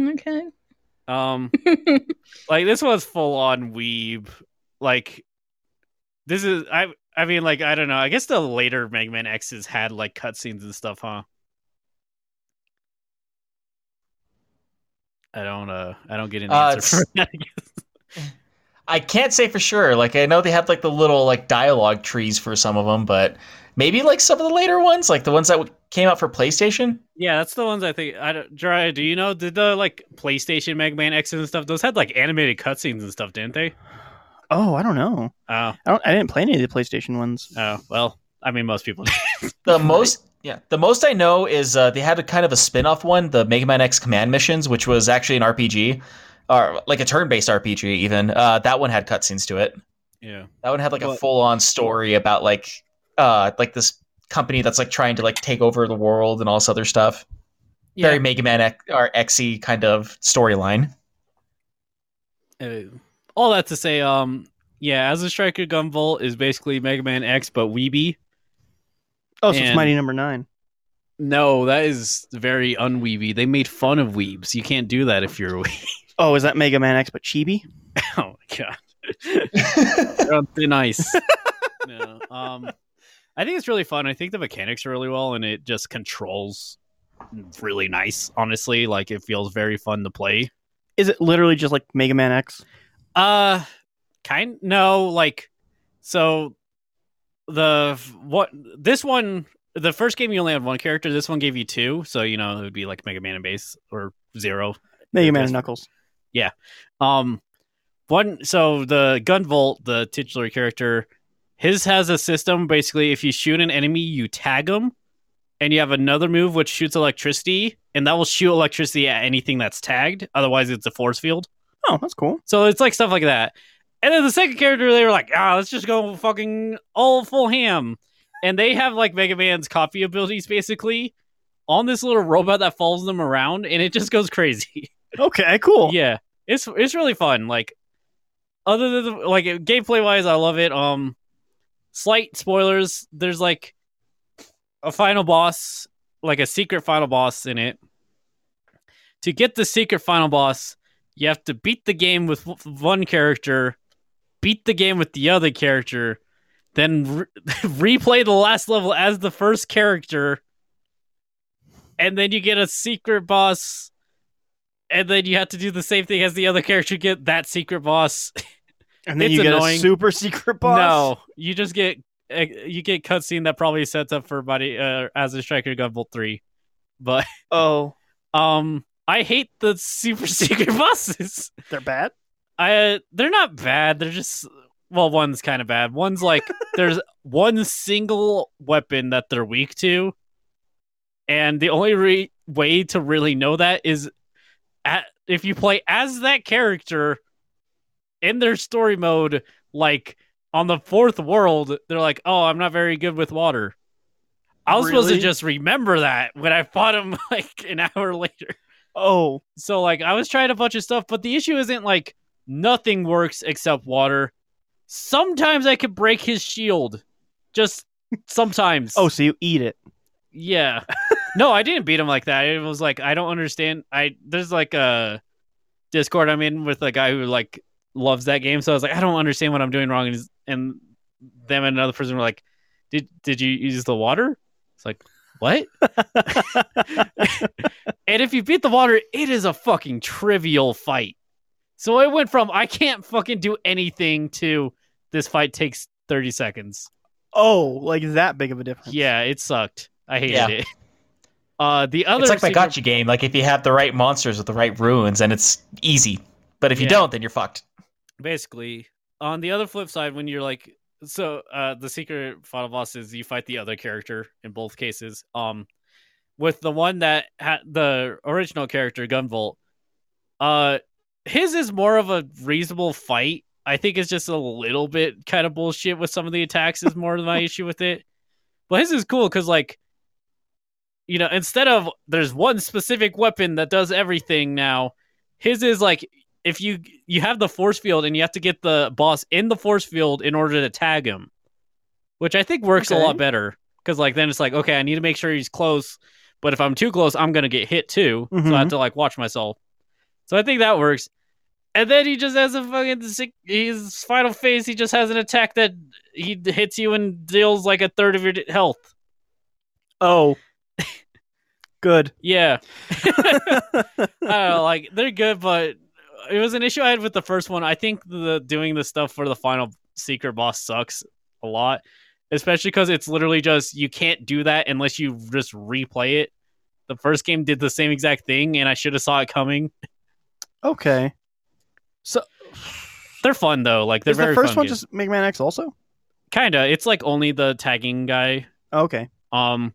E: Okay.
D: Um, like this was full on weeb. Like this is I I mean like I don't know. I guess the later Mega Man X's had like cutscenes and stuff, huh? I don't uh I don't get an
C: Uh,
D: answer for that. I guess.
C: I can't say for sure. Like I know they had like the little like dialogue trees for some of them, but maybe like some of the later ones, like the ones that w- came out for PlayStation.
D: Yeah, that's the ones I think. I don't, Jiraiya, do you know? Did the like PlayStation Mega Man X and stuff? Those had like animated cutscenes and stuff, didn't they?
B: Oh, I don't know.
D: Oh,
B: I don't. I didn't play any of the PlayStation ones.
D: oh well. I mean, most people.
C: The most, yeah, the most I know is uh, they had a kind of a spin-off one, the Mega Man X Command Missions, which was actually an RPG, or like a turn-based RPG even. Uh, that one had cutscenes to it.
D: Yeah.
C: That one had like a
B: What?
C: full-on story about like, uh, like this company that's like trying to like take over the world and all this other stuff. Very Mega Man X or Xe kind of storyline.
D: Uh, all that to say, um, yeah, as a striker, Gunvolt is basically Mega Man X, but Weeby.
B: Oh, so it's
D: And-
B: Mighty Number Nine.
D: No, that is very unweeby. They made fun of weebs. You can't do that if you're a weeb.
B: Oh, is that Mega Man X but Chibi?
D: Oh my god, They're on thin ice. no, um, I think it's really fun. I think the mechanics are really well, and it just controls really nice. Honestly, like it feels very fun to play.
B: Is it literally just like Mega Man X?
D: Uh, kind no, like so the f- what this one the first game you only had one character. This one gave you two, so you know it would be like Mega Man and Base or zero.
B: Mega
D: Yeah,
B: Man
D: that's-
B: and Knuckles.
D: Um, one so the Gunvolt, the titular character, his has a system. Basically, if you shoot an enemy, you tag him, and you have another move which shoots electricity, and that will shoot electricity at anything that's tagged. Otherwise, it's a force field.
B: Oh, that's cool.
D: So it's like stuff like that. And then the second character, they were like, ah, let's just go fucking all full ham. and they have like Mega Man's copy abilities basically on this little robot that follows them around, and it just goes crazy.
B: Okay, cool.
D: yeah, it's it's really fun. Like other than the, like gameplay wise, I love it. Um, slight spoilers. There's like a final boss, like a secret final boss in it. To get the secret final boss, you have to beat the game with w- one character, beat the game with the other character, then re- replay the last level as the first character, and then you get a secret boss, and then you have to do the same thing as the other character, get that secret boss.
B: And then
D: It's
B: you get
D: annoying.
B: a super secret boss.
D: No, you just get uh, you get cutscene that probably sets up for Body uh, as a Striker Gunvolt three, but
B: Oh,
D: um, I hate the super secret bosses.
B: they're bad.
D: I they're not bad. They're just well, one's kind of bad. One's like there's one single weapon that they're weak to, and the only re- way to really know that is at, if you play as that character in their story mode. Like on the fourth world, they're like, "Oh, I'm not very good with water." I was supposed to
B: Really?
D: just remember that when I fought him like an hour later.
B: Oh,
D: So like I was trying a bunch of stuff, but the issue isn't like nothing works except water. Sometimes I could break his shield. Just sometimes.
B: oh, so you eat it.
D: yeah. no, I didn't beat him like that. It was like I don't understand. I there's like a Discord I'm in with a guy who like loves that game, so I was like I don't understand what I'm doing wrong, and, he's- and them and another person were like, "Did did you use the water?" It's like what? And if you beat the water, it is a fucking trivial fight. So it went from I can't fucking do anything to this fight takes 30 seconds.
B: oh, like that big of a difference.
D: Yeah, it sucked. I hated
C: Yeah.
D: it. Uh, the other
C: It's like my
D: secret-
C: gotcha game. Like if you have the right monsters with the right runes, and it's easy. But if you
D: Yeah.
C: don't, then you're fucked.
D: basically on the other flip side when you're like so uh the secret final boss is you fight the other character in both cases um with the one that had the original character gunvolt uh his is more of a reasonable fight i think it's just a little bit kind of bullshit with some of the attacks is more of my issue with it but his is cool because like you know instead of there's one specific weapon that does everything now his is like if you you have the force field and you have to get the boss in the force field in order to tag him, which I think works a
B: Okay.
D: lot better because like then it's like okay, I need to make sure he's close, but if I'm too close, I'm gonna get hit too, so I have
B: Mhm.
D: to like watch myself. So I think that works. And then he just has a fucking sick, his final phase. He just has an attack that he hits you and deals like a third of your d- health.
B: Oh, good.
D: Yeah. I don't know, like they're good, but it was an issue I had with the first one. I think the doing the stuff for the final secret boss sucks a lot, especially because it's literally just you can't do that unless you just replay it. The first game did the same exact thing, and I should have saw it coming.
B: Okay.
D: They're fun though, like they're
B: Is
D: very
B: the first
D: fun
B: one
D: games.
B: just Mega Man X also?
D: kinda. It's like only the tagging guy
B: Oh, Okay.
D: Um,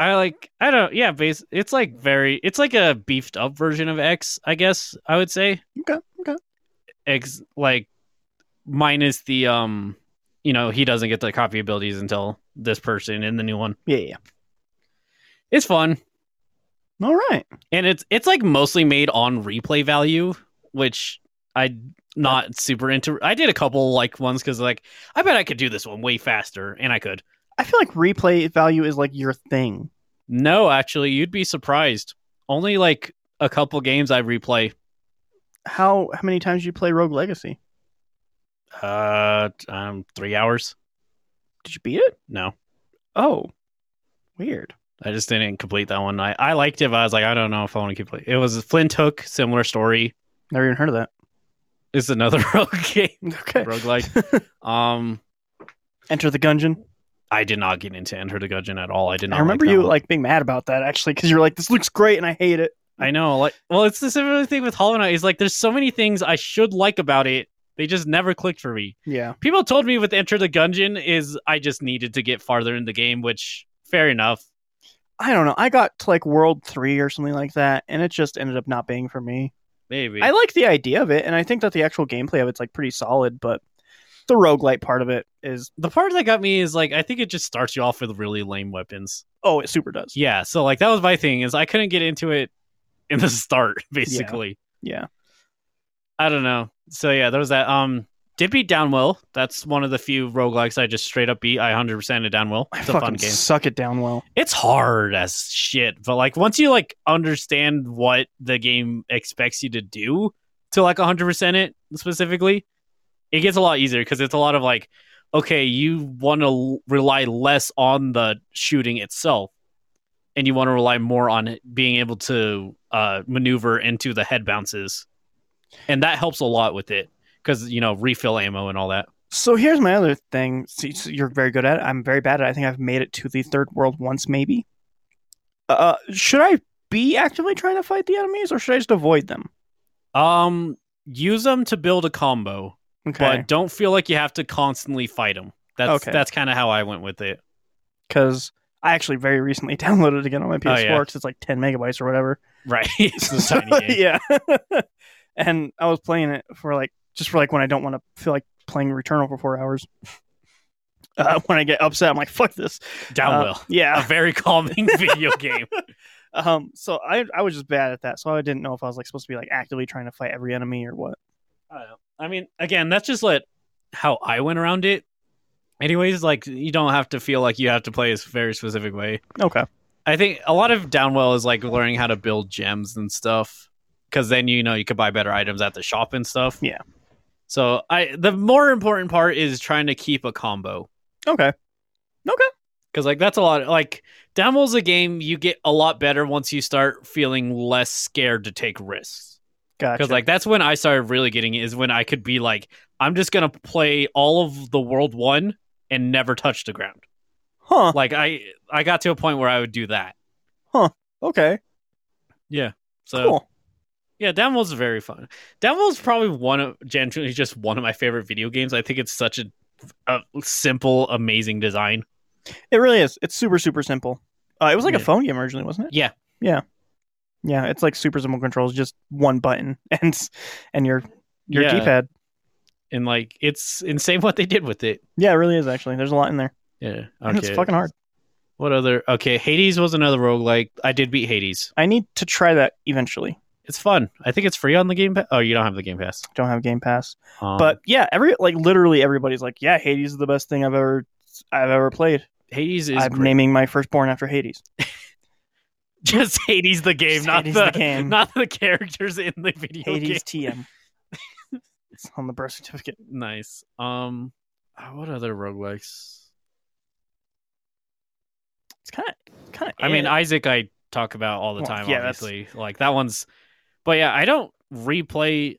D: I like I don't yeah. Base, it's like very it's like a beefed up version of X, I guess I would say
B: Okay. Okay.
D: X like minus the um, you know he doesn't get the copy abilities until this person in the new one.
B: Yeah. Yeah.
D: It's fun
B: yeah. All right.
D: and it's it's like mostly made on replay value, which I not super into. I did a couple like ones because like I bet I could do this one way faster, and I could.
B: I feel like replay value is like your thing.
D: No, actually, you'd be surprised. Only like a couple games I replay.
B: How how many times did you play Rogue Legacy?
D: Uh, um, three hours.
B: Did you beat it?
D: No,
B: Oh, weird.
D: I just didn't complete that one. I I liked it, but I was like, I don't know if I want to complete. It was Flint Hook, similar story.
B: Never even heard of that.
D: It's another rogue game,
B: Okay.
D: roguelike. um,
B: Enter the Gungeon.
D: I did not get into Enter the Gungeon at all. I did not.
B: I remember
D: like that
B: you
D: one.
B: like being mad about that actually because you're like, this looks great and I hate it.
D: I know, like, well, it's the similar thing with Hollow Knight. Is like, there's so many things I should like about it. They just never clicked for me.
B: Yeah.
D: people told me with Enter the Gungeon is I just needed to get farther in the game, which fair enough.
B: I don't know. I got to like World Three or something like that, and it just ended up not being for me.
D: Maybe.
B: I like the idea of it, and I think that the actual gameplay of it's like pretty solid, but the roguelite part of it is
D: The part that got me is like I think it just starts you off with really lame weapons.
B: oh, it super does.
D: Yeah, so like that was my thing is I couldn't get into it in the start basically.
B: Yeah.
D: I don't know. So yeah, there was that. Um, did beat Downwell. That's one of the few roguelikes I just straight up beat. I hundred percent at Downwell.
B: I
D: It's a fun
B: fucking
D: game.
B: suck it down well.
D: It's hard as shit, but like once you like understand what the game expects you to do to like hundred percent it specifically, it gets a lot easier because it's a lot of like, okay, you want to rely less on the shooting itself, and you want to rely more on it being able to uh, maneuver into the head bounces, and that helps a lot with it because you know refill ammo and all that.
B: So here's my other thing. See, so you're very good at it. I'm very bad at it. I think I've made it to the third world once, maybe. Uh, should I be actively trying to fight the enemies, or should I just avoid them?
D: Um, use them to build a combo.
B: Okay,
D: but don't feel like you have to constantly fight them. That's
B: Okay.
D: that's kind of how I went with it.
B: because I actually very recently downloaded it again on my PS4
D: Oh, yeah.
B: 'cause it's like 10 megabytes or whatever.
D: Right, it's a
B: So,
D: tiny game.
B: yeah, and I was playing it for like just for like when I don't want to feel like playing Returnal for four hours. Uh, when I get upset, I'm like, "Fuck this." Uh,
D: Downwell,
B: yeah.
D: a very calming video game.
B: Um, so I I was just bad at that, so I didn't know if I was like supposed to be like actively trying to fight every enemy or what.
D: I don't know. I mean, again, that's just like how I went around it. Anyways, like you don't have to feel like you have to play a very specific way.
B: Okay.
D: I think a lot of Downwell is like learning how to build gems and stuff because then you know you could buy better items at the shop and stuff.
B: Yeah.
D: So I the more important part is trying to keep a combo.
B: Okay.
D: because like that's a lot like downwell's a game you get a lot better once you start feeling less scared to take risks
B: Gotcha.
D: because like that's when i started really getting it is when i could be like i'm just gonna play all of the world one and never touch the ground
B: huh.
D: like i i got to a point where i would do that
B: Okay.
D: so
B: cool.
D: yeah downwell's very fun downwell's probably one of generally just one of my favorite video games i think it's such a, a simple amazing design
B: It really is. It's super super simple. Uh, it was like a
D: Yeah.
B: phone game originally, wasn't it?
D: yeah
B: Yeah. It's like super simple controls, just one button and and your your
D: Yeah.
B: D-pad.
D: and like it's insane what they did with it
B: Yeah, it really is actually. There's a lot in there.
D: yeah
B: And It's fucking hard.
D: What other? Okay, Hades was another roguelike. I did beat Hades.
B: I need to try that eventually.
D: It's fun. I think it's free on the Game Pass. Oh, you don't have the Game Pass.
B: Don't have Game Pass,
D: Um,
B: but yeah, every like literally everybody's like, yeah, Hades is the best thing I've ever I've ever played.
D: Hades is
B: I'm
D: great.
B: naming my firstborn after Hades.
D: just Hades the game,
B: Just
D: not
B: Hades
D: the,
B: the game.
D: not the characters in the video
B: Hades TM. it's on the birth certificate.
D: game. Nice. Um, uh, what other roguelikes?
B: It's kind of kind of.
D: I mean, Isaac, I talk about all the
B: Well,
D: time.
B: yeah, that's-
D: obviously, like that one's. But yeah, I don't replay.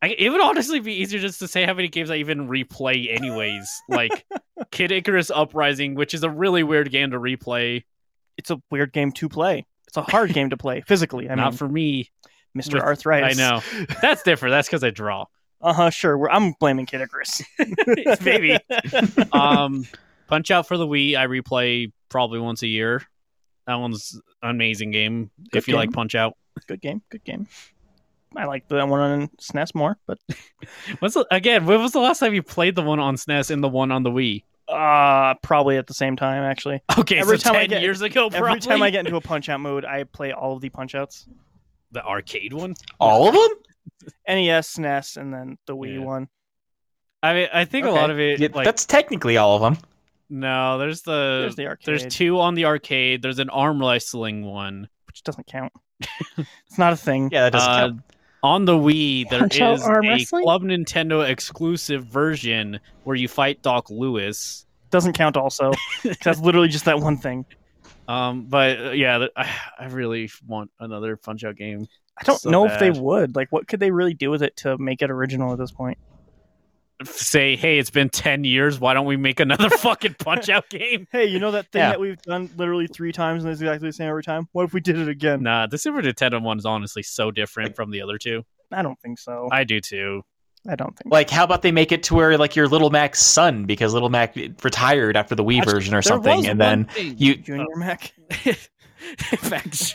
D: I, it would honestly be easier just to say how many games I even replay, anyways. like Kid Icarus Uprising, which is a really weird game to replay.
B: it's a weird game to play. It's a hard game to play physically. I
D: Not
B: mean,
D: for me.
B: Mr.
D: with- I
B: Arthritis.
D: know that's different. That's because I draw.
B: Uh huh. Sure. We're, I'm blaming Kid Icarus.
D: Maybe. Um, Punch Out for the Wii, I replay probably once a year. That one's an amazing game
B: Good
D: if you like
B: game.
D: Punch Out.
B: Good game. Good game. I like the one on SNES more, but
D: When's the, again? When was the last time you played the one on SNES and the one on the Wii?
B: uh probably at the same time. Actually,
D: Okay,
B: Every
D: so
B: time I
D: ten
B: get-
D: years ago, probably.
B: every time I get into a punch out mode, I play all of the punch outs:
D: the arcade one,
C: All of them?
B: NES, SNES, E and then the Wii
D: Yeah.
B: one.
D: I mean, I think a lot
C: Okay.
D: of it.
C: Yeah,
D: like,
C: That's technically all of them.
D: no, there's the
B: There's
D: there's,
B: the arcade.
D: two on the arcade. There's an arm wrestling one
B: which doesn't count. it's not a thing.
C: Yeah, that doesn't
D: Uh,
C: count.
D: on the Wii. There
E: Punch-Out
D: is
E: arm
D: a
E: wrestling?
D: Club Nintendo exclusive version where you fight Doc Lewis.
B: Doesn't count. Also, 'cause that's literally just that one thing.
D: Um, but uh, yeah, th- I, I really want another Punch Out game.
B: I don't
D: So
B: know if they
D: bad.
B: would. Like, what could they really do with it to make it original at this point?
D: Say, hey, it's been ten years. Why don't we make another fucking Punch Out game?
B: Hey, you know that thing
D: Yeah.
B: that we've done literally three times and it's exactly the same every time? What if we did it again?
D: Nah, the Super Nintendo one is honestly so different from the other two.
B: I don't think so. I,
D: I do too.
B: don't think
C: Like, how about they make it to where like your Little Mac's son, because Little Mac retired after the Wii
D: Actually,
C: version or something, and then you.
B: so. Junior Mac.
D: Facts.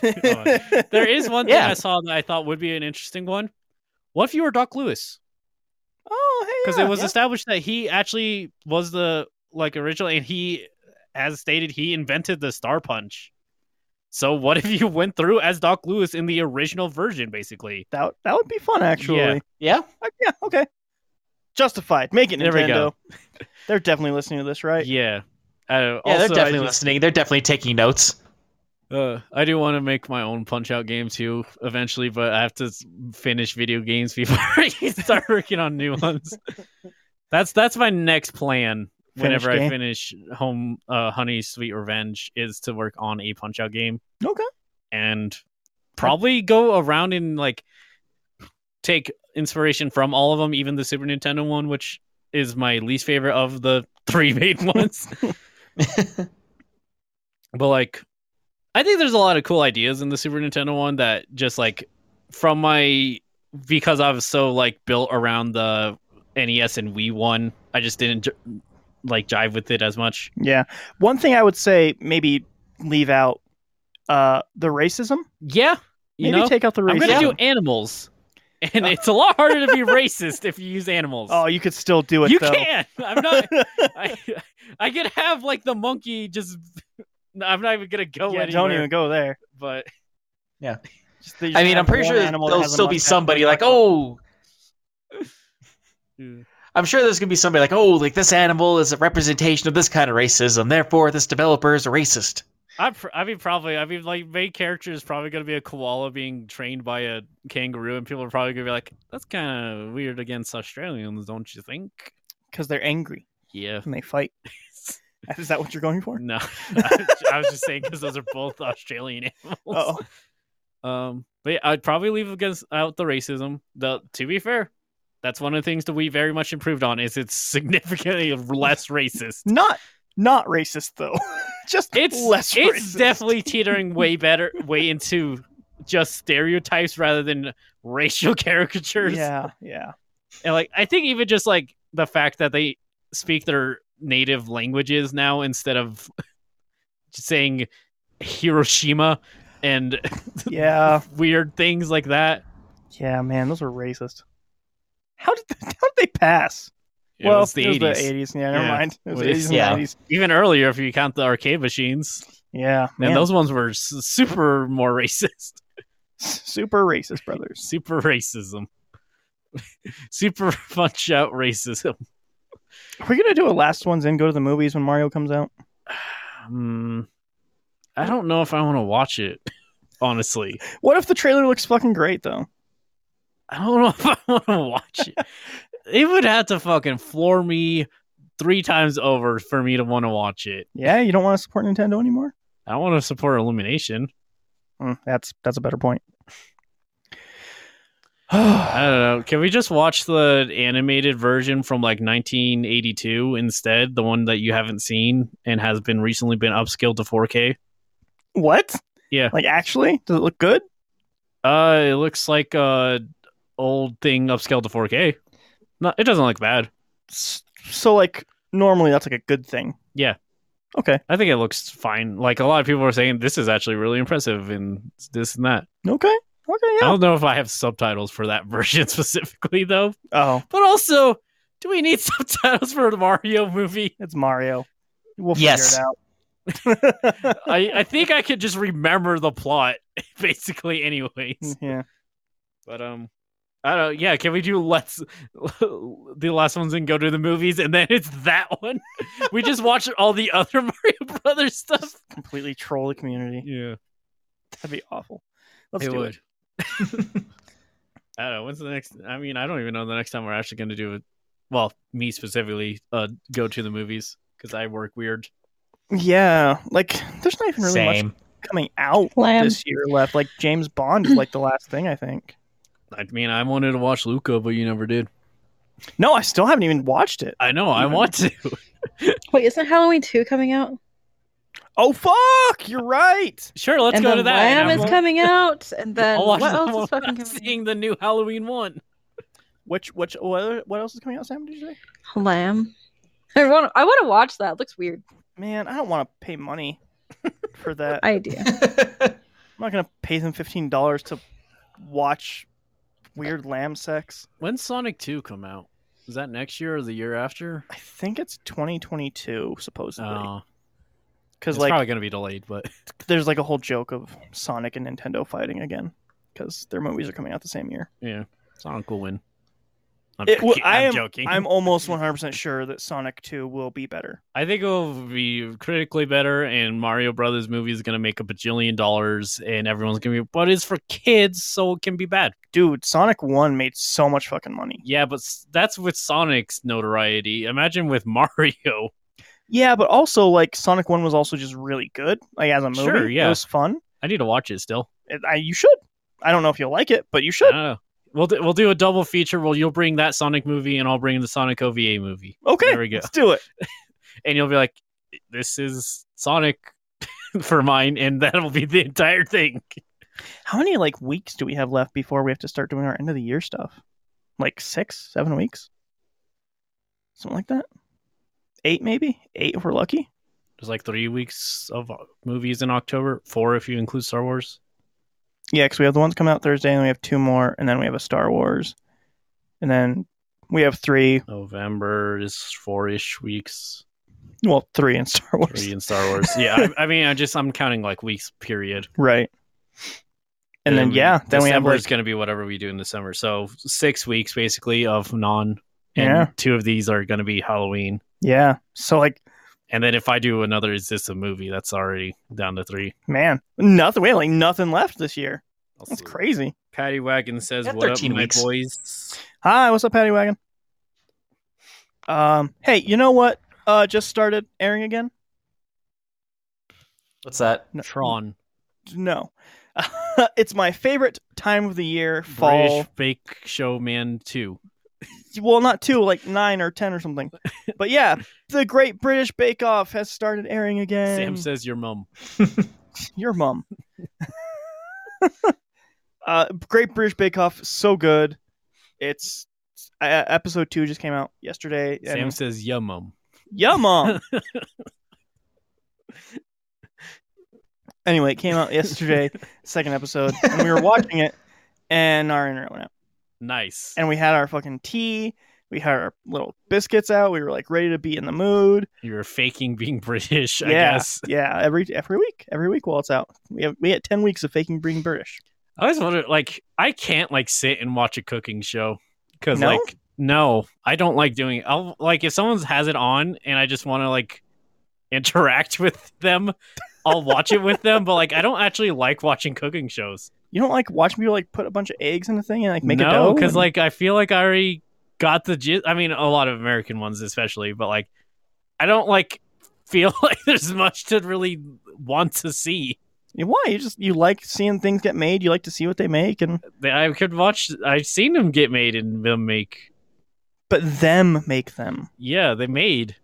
D: there is one thing
C: Yeah.
D: I saw that I thought would be an interesting one. What if you were Doc Lewis?
B: Oh, hey.
D: because
B: yeah,
D: it was
B: yeah.
D: established that he actually was the like original, and he, as stated, he invented the star punch. So what if you went through as Doc Lewis in the original version, basically?
B: that that would be fun actually.
D: Yeah.
C: Yeah,
B: Uh, yeah, okay. Justified. Make it Nintendo.
D: There we go.
B: They're definitely listening to this, right?
D: Yeah. Uh,
C: yeah,
D: also,
C: they're definitely
D: I, just-
C: listening. They're definitely taking notes.
D: uh, I do want to make my own Punch Out game too eventually, but I have to s- finish video games before I start working on new ones. That's that's my next plan. Whenever
B: Finish
D: I
B: game.
D: finish Home uh, Honey Sweet Revenge, is to work on a Punch Out game.
B: Okay.
D: and probably go around and like take inspiration from all of them, even the Super Nintendo one, which is my least favorite of the three main ones. but like, I think there's a lot of cool ideas in the Super Nintendo one that just like from my because I was so like built around the NES and Wii one, I just didn't j- like jive with it as much.
B: Yeah. One thing I would say maybe leave out uh the racism.
D: Yeah, you
B: Maybe
D: know,
B: take out the
D: I'm
B: racism.
D: gonna do animals, and it's a lot harder to be racist if you use animals.
B: oh, you could still do it
D: you
B: though.
D: can. I'm not. I, I could have like the monkey. Just No, I'm not even gonna go
B: yeah,
D: anywhere.
B: don't even go there.
D: But
B: Just- they just
C: I mean,
B: have
C: I'm pretty
B: one
C: sure
B: animal that
C: there'll
B: has a
C: still be
B: mustache.
C: somebody like, oh, I'm sure there's gonna be somebody like, oh, like this animal is a representation of this kind of racism. Therefore, this developer is a racist.
D: I, pr- I mean, probably. I mean, like main character is probably gonna be a koala being trained by a kangaroo, and people are probably gonna be like, "That's kind of weird against Australians, don't you think?"
B: because they're angry
D: Yeah.
B: and they fight. Is that what you're going for?
D: No, I, I was just saying because those are both Australian animals.
B: Oh,
D: Um, but yeah, I'd probably leave against out the racism. The to be fair, that's one of the things that we very much improved on is it's significantly less racist.
B: not not racist though. Just
D: It's
B: less.
D: it's
B: racist.
D: definitely teetering way better way into just stereotypes rather than racial caricatures.
B: Yeah, yeah.
D: And like I think even just like the fact that they speak their native languages now instead of just saying Hiroshima and
B: Yeah.
D: weird things like that.
B: Yeah, man, those were racist. How did how did they pass?
D: It was the
B: it was
D: 80s.
B: the 80s. Yeah, never
D: Yeah.
B: mind. It was
D: Well,
B: the
D: it's-
B: 80s and
C: yeah.
B: 90s.
D: even earlier if you count the arcade machines
B: Yeah, man,
D: and those ones were s- super more racist
B: super racist brothers.
D: super racism super punch out racism
B: Are we gonna do a last ones in go to the movies when Mario comes out?
D: Hmm. i don't know if i want to watch it honestly
B: What if the trailer looks fucking great though?
D: i don't know if i want to watch it it would have to fucking floor me three times over for me to want to watch it
B: Yeah, you don't want to support Nintendo anymore.
D: i want to support illumination
B: Mm, that's that's a better point.
D: i don't know can we just watch the animated version from like 1982 instead the one that you haven't seen and has been recently been upscaled to 4k
B: what?
D: Yeah.
B: like actually, does it look good?
D: uh it looks like a old thing upscaled to 4k no it doesn't look bad
B: S- So like normally that's like a good thing.
D: Yeah.
B: Okay.
D: i think it looks fine like a lot of people are saying this is actually really impressive and this and that
B: Okay. Okay.
D: i
B: Yeah.
D: don't know if i have subtitles for that version specifically though
B: Oh,
D: but also do we need subtitles for the mario movie
B: it's Mario. We'll figure
C: Yes.
B: it out. yeah.
D: I, I think I could just remember the plot basically
B: Hmm. Mm,
D: anyways. But um I don't yeah, can we do let's the last ones and go to the movies and then it's that one? we just watch all the other Mario Brothers stuff.
B: Completely troll the community.
D: Yeah.
B: That'd be awful. Let's
D: it
B: do
D: would.
B: it.
D: I don't know. When's the next I mean, I don't even know the next time we're actually gonna do it well, me specifically, uh go to the movies because I work weird.
B: Yeah. Like there's not even really much
C: Same.
B: coming out
E: Lamb.
B: this year left. Like James Bond is like the last thing I think.
D: I mean, I wanted to watch Luca, but you never did.
B: No, I still haven't even watched it.
D: I know, I
B: Even-
D: want to.
E: Wait, isn't Halloween 2 coming out?
B: Oh fuck! You're right.
D: Sure, let's
E: and
D: go
E: then
D: to that.
E: Lamb
D: and I
E: is
D: won't-
E: coming out, and then
D: I'll watch
E: what
D: that
E: else
D: one
E: is fucking
D: without
E: coming
D: seeing the new Halloween one.
B: Which which what, other- what else is coming out? Sam, did you say?
E: out? Lamb. I want, I want to watch that. It looks weird.
B: Man, I don't want to pay money for that. I, am
E: I do.
B: not gonna pay them fifteen dollars to watch weird lamb sex.
D: When's Sonic Two come out? Is that next year or the year after?
B: I think it's 2022 supposedly
D: Oh,
B: because
D: it's
B: like
D: probably going to be delayed, but
B: there's like a whole joke of Sonic and Nintendo fighting again because their movies are coming out the same year.
D: yeah, Sonic will win. I'm,
B: It- well,
D: ki-
B: I
D: I'm
B: am-
D: joking.
B: I'm almost 100% sure that Sonic 2 will be better.
D: I think it'll be critically better, and Mario Brothers movie is going to make a bajillion dollars, and everyone's going to be, but it's for kids, so it can be bad.
B: Dude, Sonic 1 made so much fucking money.
D: Yeah, but s- that's with Sonic's notoriety. Imagine with Mario.
B: Yeah, but also like Sonic 1 was also just really good like as a movie.
D: Sure, yeah.
B: It was fun.
D: I need to watch it still.
B: It, I, you should. I don't know if you'll like it, but you
D: I
B: should.
D: don't know. We'll do, we'll do a double feature. Well, you'll bring that Sonic movie, and I'll bring the Sonic OVA movie,
B: Okay.
D: There we go.
B: Let's do it.
D: and you'll be like, "This is Sonic for mine," and that'll be the entire thing.
B: How many like weeks do we have left before we have to start doing our end of the year stuff? Like 6, 7 weeks? Something like that. 8 maybe? 8 if we're lucky.
D: There's like three weeks of uh, movies in October, four if you include Star Wars.
B: Yeah, because we have the ones coming out Thursday, and we have two more, and then we have a Star Wars, and then we have three.
D: November is four ish weeks.
B: Well, three in Star Wars,
D: Three in Star Wars. Yeah, I, I mean, I just I'm counting like weeks period.
B: right? And then yeah, then we have
D: December
B: like
D: is going to be whatever we do in December. So six weeks basically of non, and
B: Yeah.
D: two of these are going to be Halloween.
B: yeah. So like,
D: And then if I do another, is this a movie? That's already down to three.
B: man, nothing. We have like nothing left this year. That's
D: Absolutely.
B: crazy.
D: Patty Wagon says,
C: Got
D: "What up,
C: 13
D: my
C: weeks."
D: boys?"
B: Hi, what's up, Patty Wagon? Um, hey, you know what? Uh, just started airing again.
C: What's that?
B: No,
D: Tron,
B: No, it's my favorite time of the year. Fall.
D: British Bake Show Man Two.
B: well, not two, like nine or ten or something. But yeah, the Great British Bake Off has started airing again.
D: Sam says, "Your mum."
B: Your mom. uh, Great British Bake Off, so good. It's uh, episode two just came out yesterday. and-
D: Sam says, "Your mum."
B: yeah, mom. anyway, it came out yesterday, second episode, and we were watching it, and our internet went out.
D: Nice.
B: And we had our fucking tea. We had our little biscuits out. We were like ready to be in the mood.
D: You're faking being British, I
B: yeah,
D: guess.
B: yeah. Every every week, every week while it's out, we have we had ten weeks of faking being British.
D: I always wonder, like, I can't like sit and watch a cooking show because,
B: No?
D: like, no, I don't like doing. It. I'll like if someone has it on and I just want to like interact with them, I'll watch it with them. But like, I don't actually like watching cooking shows.
B: You don't like watching people like put a bunch of eggs in a thing and like make a
D: no,
B: dough
D: because
B: and-
D: like I feel like I already got the gist. I mean, a lot of American ones, especially, but like, I don't like feel like there's much to really want to see.
B: why you just you like seeing things get made. You like to see what they make and
D: I could watch. I've seen them get made and them make.
B: but them make them.
D: Yeah, they made.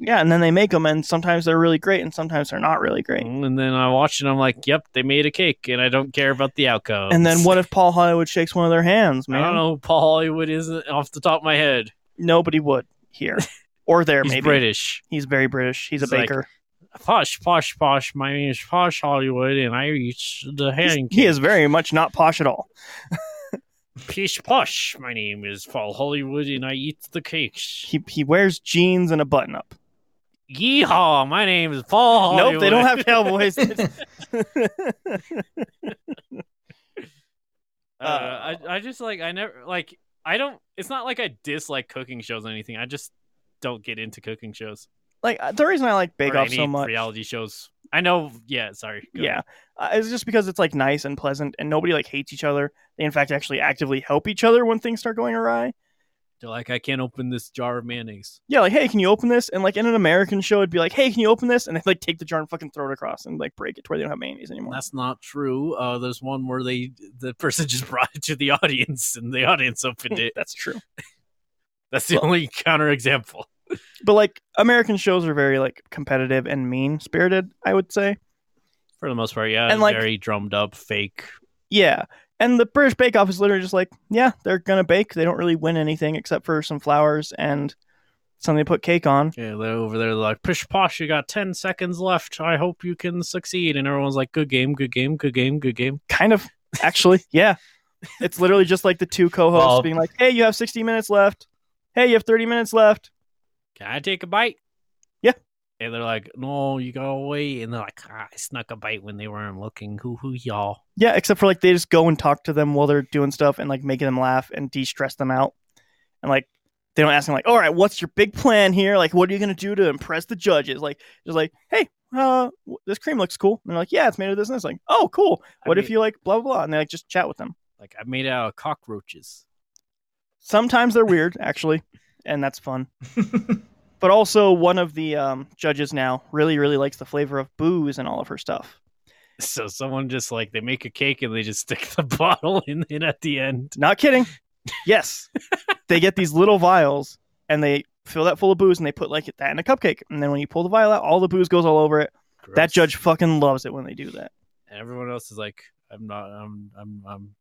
B: Yeah, and then they make them, and sometimes they're really great, and sometimes they're not really great.
D: Mm, And then I watch and I'm like, yep, they made a cake and I don't care about the outcome.
B: And then what if Paul Hollywood shakes one of their hands,
D: I
B: man?
D: don't know. Paul Hollywood isn't off the top of my head.
B: Nobody would here or there.
D: He's
B: maybe
D: British.
B: he's very British. He's,
D: He's
B: a
D: like,
B: baker.
D: Posh, posh, posh. My name is Posh Hollywood and I eat the
B: He's-
D: herring
B: he is very much not posh at all.
D: Pish, posh. My name is Paul Hollywood and I eat the cakes.
B: He he wears jeans and a button up.
D: Yeehaw. My name is Paul Hollywood.
B: Nope, they don't have cowboys.
D: Uh, I, I just like, I never, like, I don't, it's not like I dislike cooking shows or anything. I just don't get into cooking shows.
B: like uh, the reason I like Bake
D: or
B: Off
D: any
B: so much,
D: Reality shows. I know. Yeah. Sorry. go
B: yeah, uh, it's just because it's like nice and pleasant, and nobody like hates each other. They in fact actually actively help each other when things start going awry.
D: They're like, I can't open this jar of mayonnaise.
B: Yeah, like hey, can you open this? And like in an American show, it'd be like, hey, can you open this? And they like take the jar and fucking throw it across and like break it to where they don't have mayonnaise anymore.
D: That's not true. Uh, there's one where they the person just brought it to the audience and the audience opened it.
B: Mm, That's true.
D: That's the only counterexample.
B: But like American shows are very like competitive and mean spirited, I would say.
D: For the most part, yeah.
B: And, like-
D: very drummed up, fake.
B: Yeah. And the British Bake Off is literally just like, yeah, they're gonna bake. They don't really win anything except for some flowers and something to put cake on.
D: Yeah, they're over there like, Pish Posh, you got ten seconds left. I hope you can succeed. And everyone's like, Good game, good game, good game, good game.
B: Kind of, actually, yeah. It's literally just like the two co-hosts
C: Well-
B: being like, "Hey, you have 60 minutes left. hey, you have 30 minutes left.
D: Can I take a bite?
B: Yeah.
D: And they're like, no, you go away. And they're like, ah, I snuck a bite when they weren't looking. Hoo hoo, y'all.
B: Yeah, except for like they just go and talk to them while they're doing stuff and like making them laugh and de stress them out. And like they don't ask them like, all right, what's your big plan here? Like, what are you gonna do to impress the judges? Like, just like, hey, uh, w- this cream looks cool. And they're like, yeah, it's made of this and this. Like, oh, cool.
D: I
B: What if
D: mean-
B: you like blah blah blah? And they like just chat with them.
D: Like, I made it out of cockroaches.
B: Sometimes they're weird actually, and that's fun. but also one of the um, judges now really really likes the flavor of booze and all of her stuff.
D: So someone just like, they make a cake and they just stick the bottle in, in at the end.
B: Not kidding. Yes. they get these little vials and they fill that full of booze and they put like that in a cupcake. And then when you pull the vial out, all the booze goes all over it. That
D: Gross.
B: judge fucking loves it when they do that.
D: And everyone else is like, I'm not, I'm, I'm, I'm,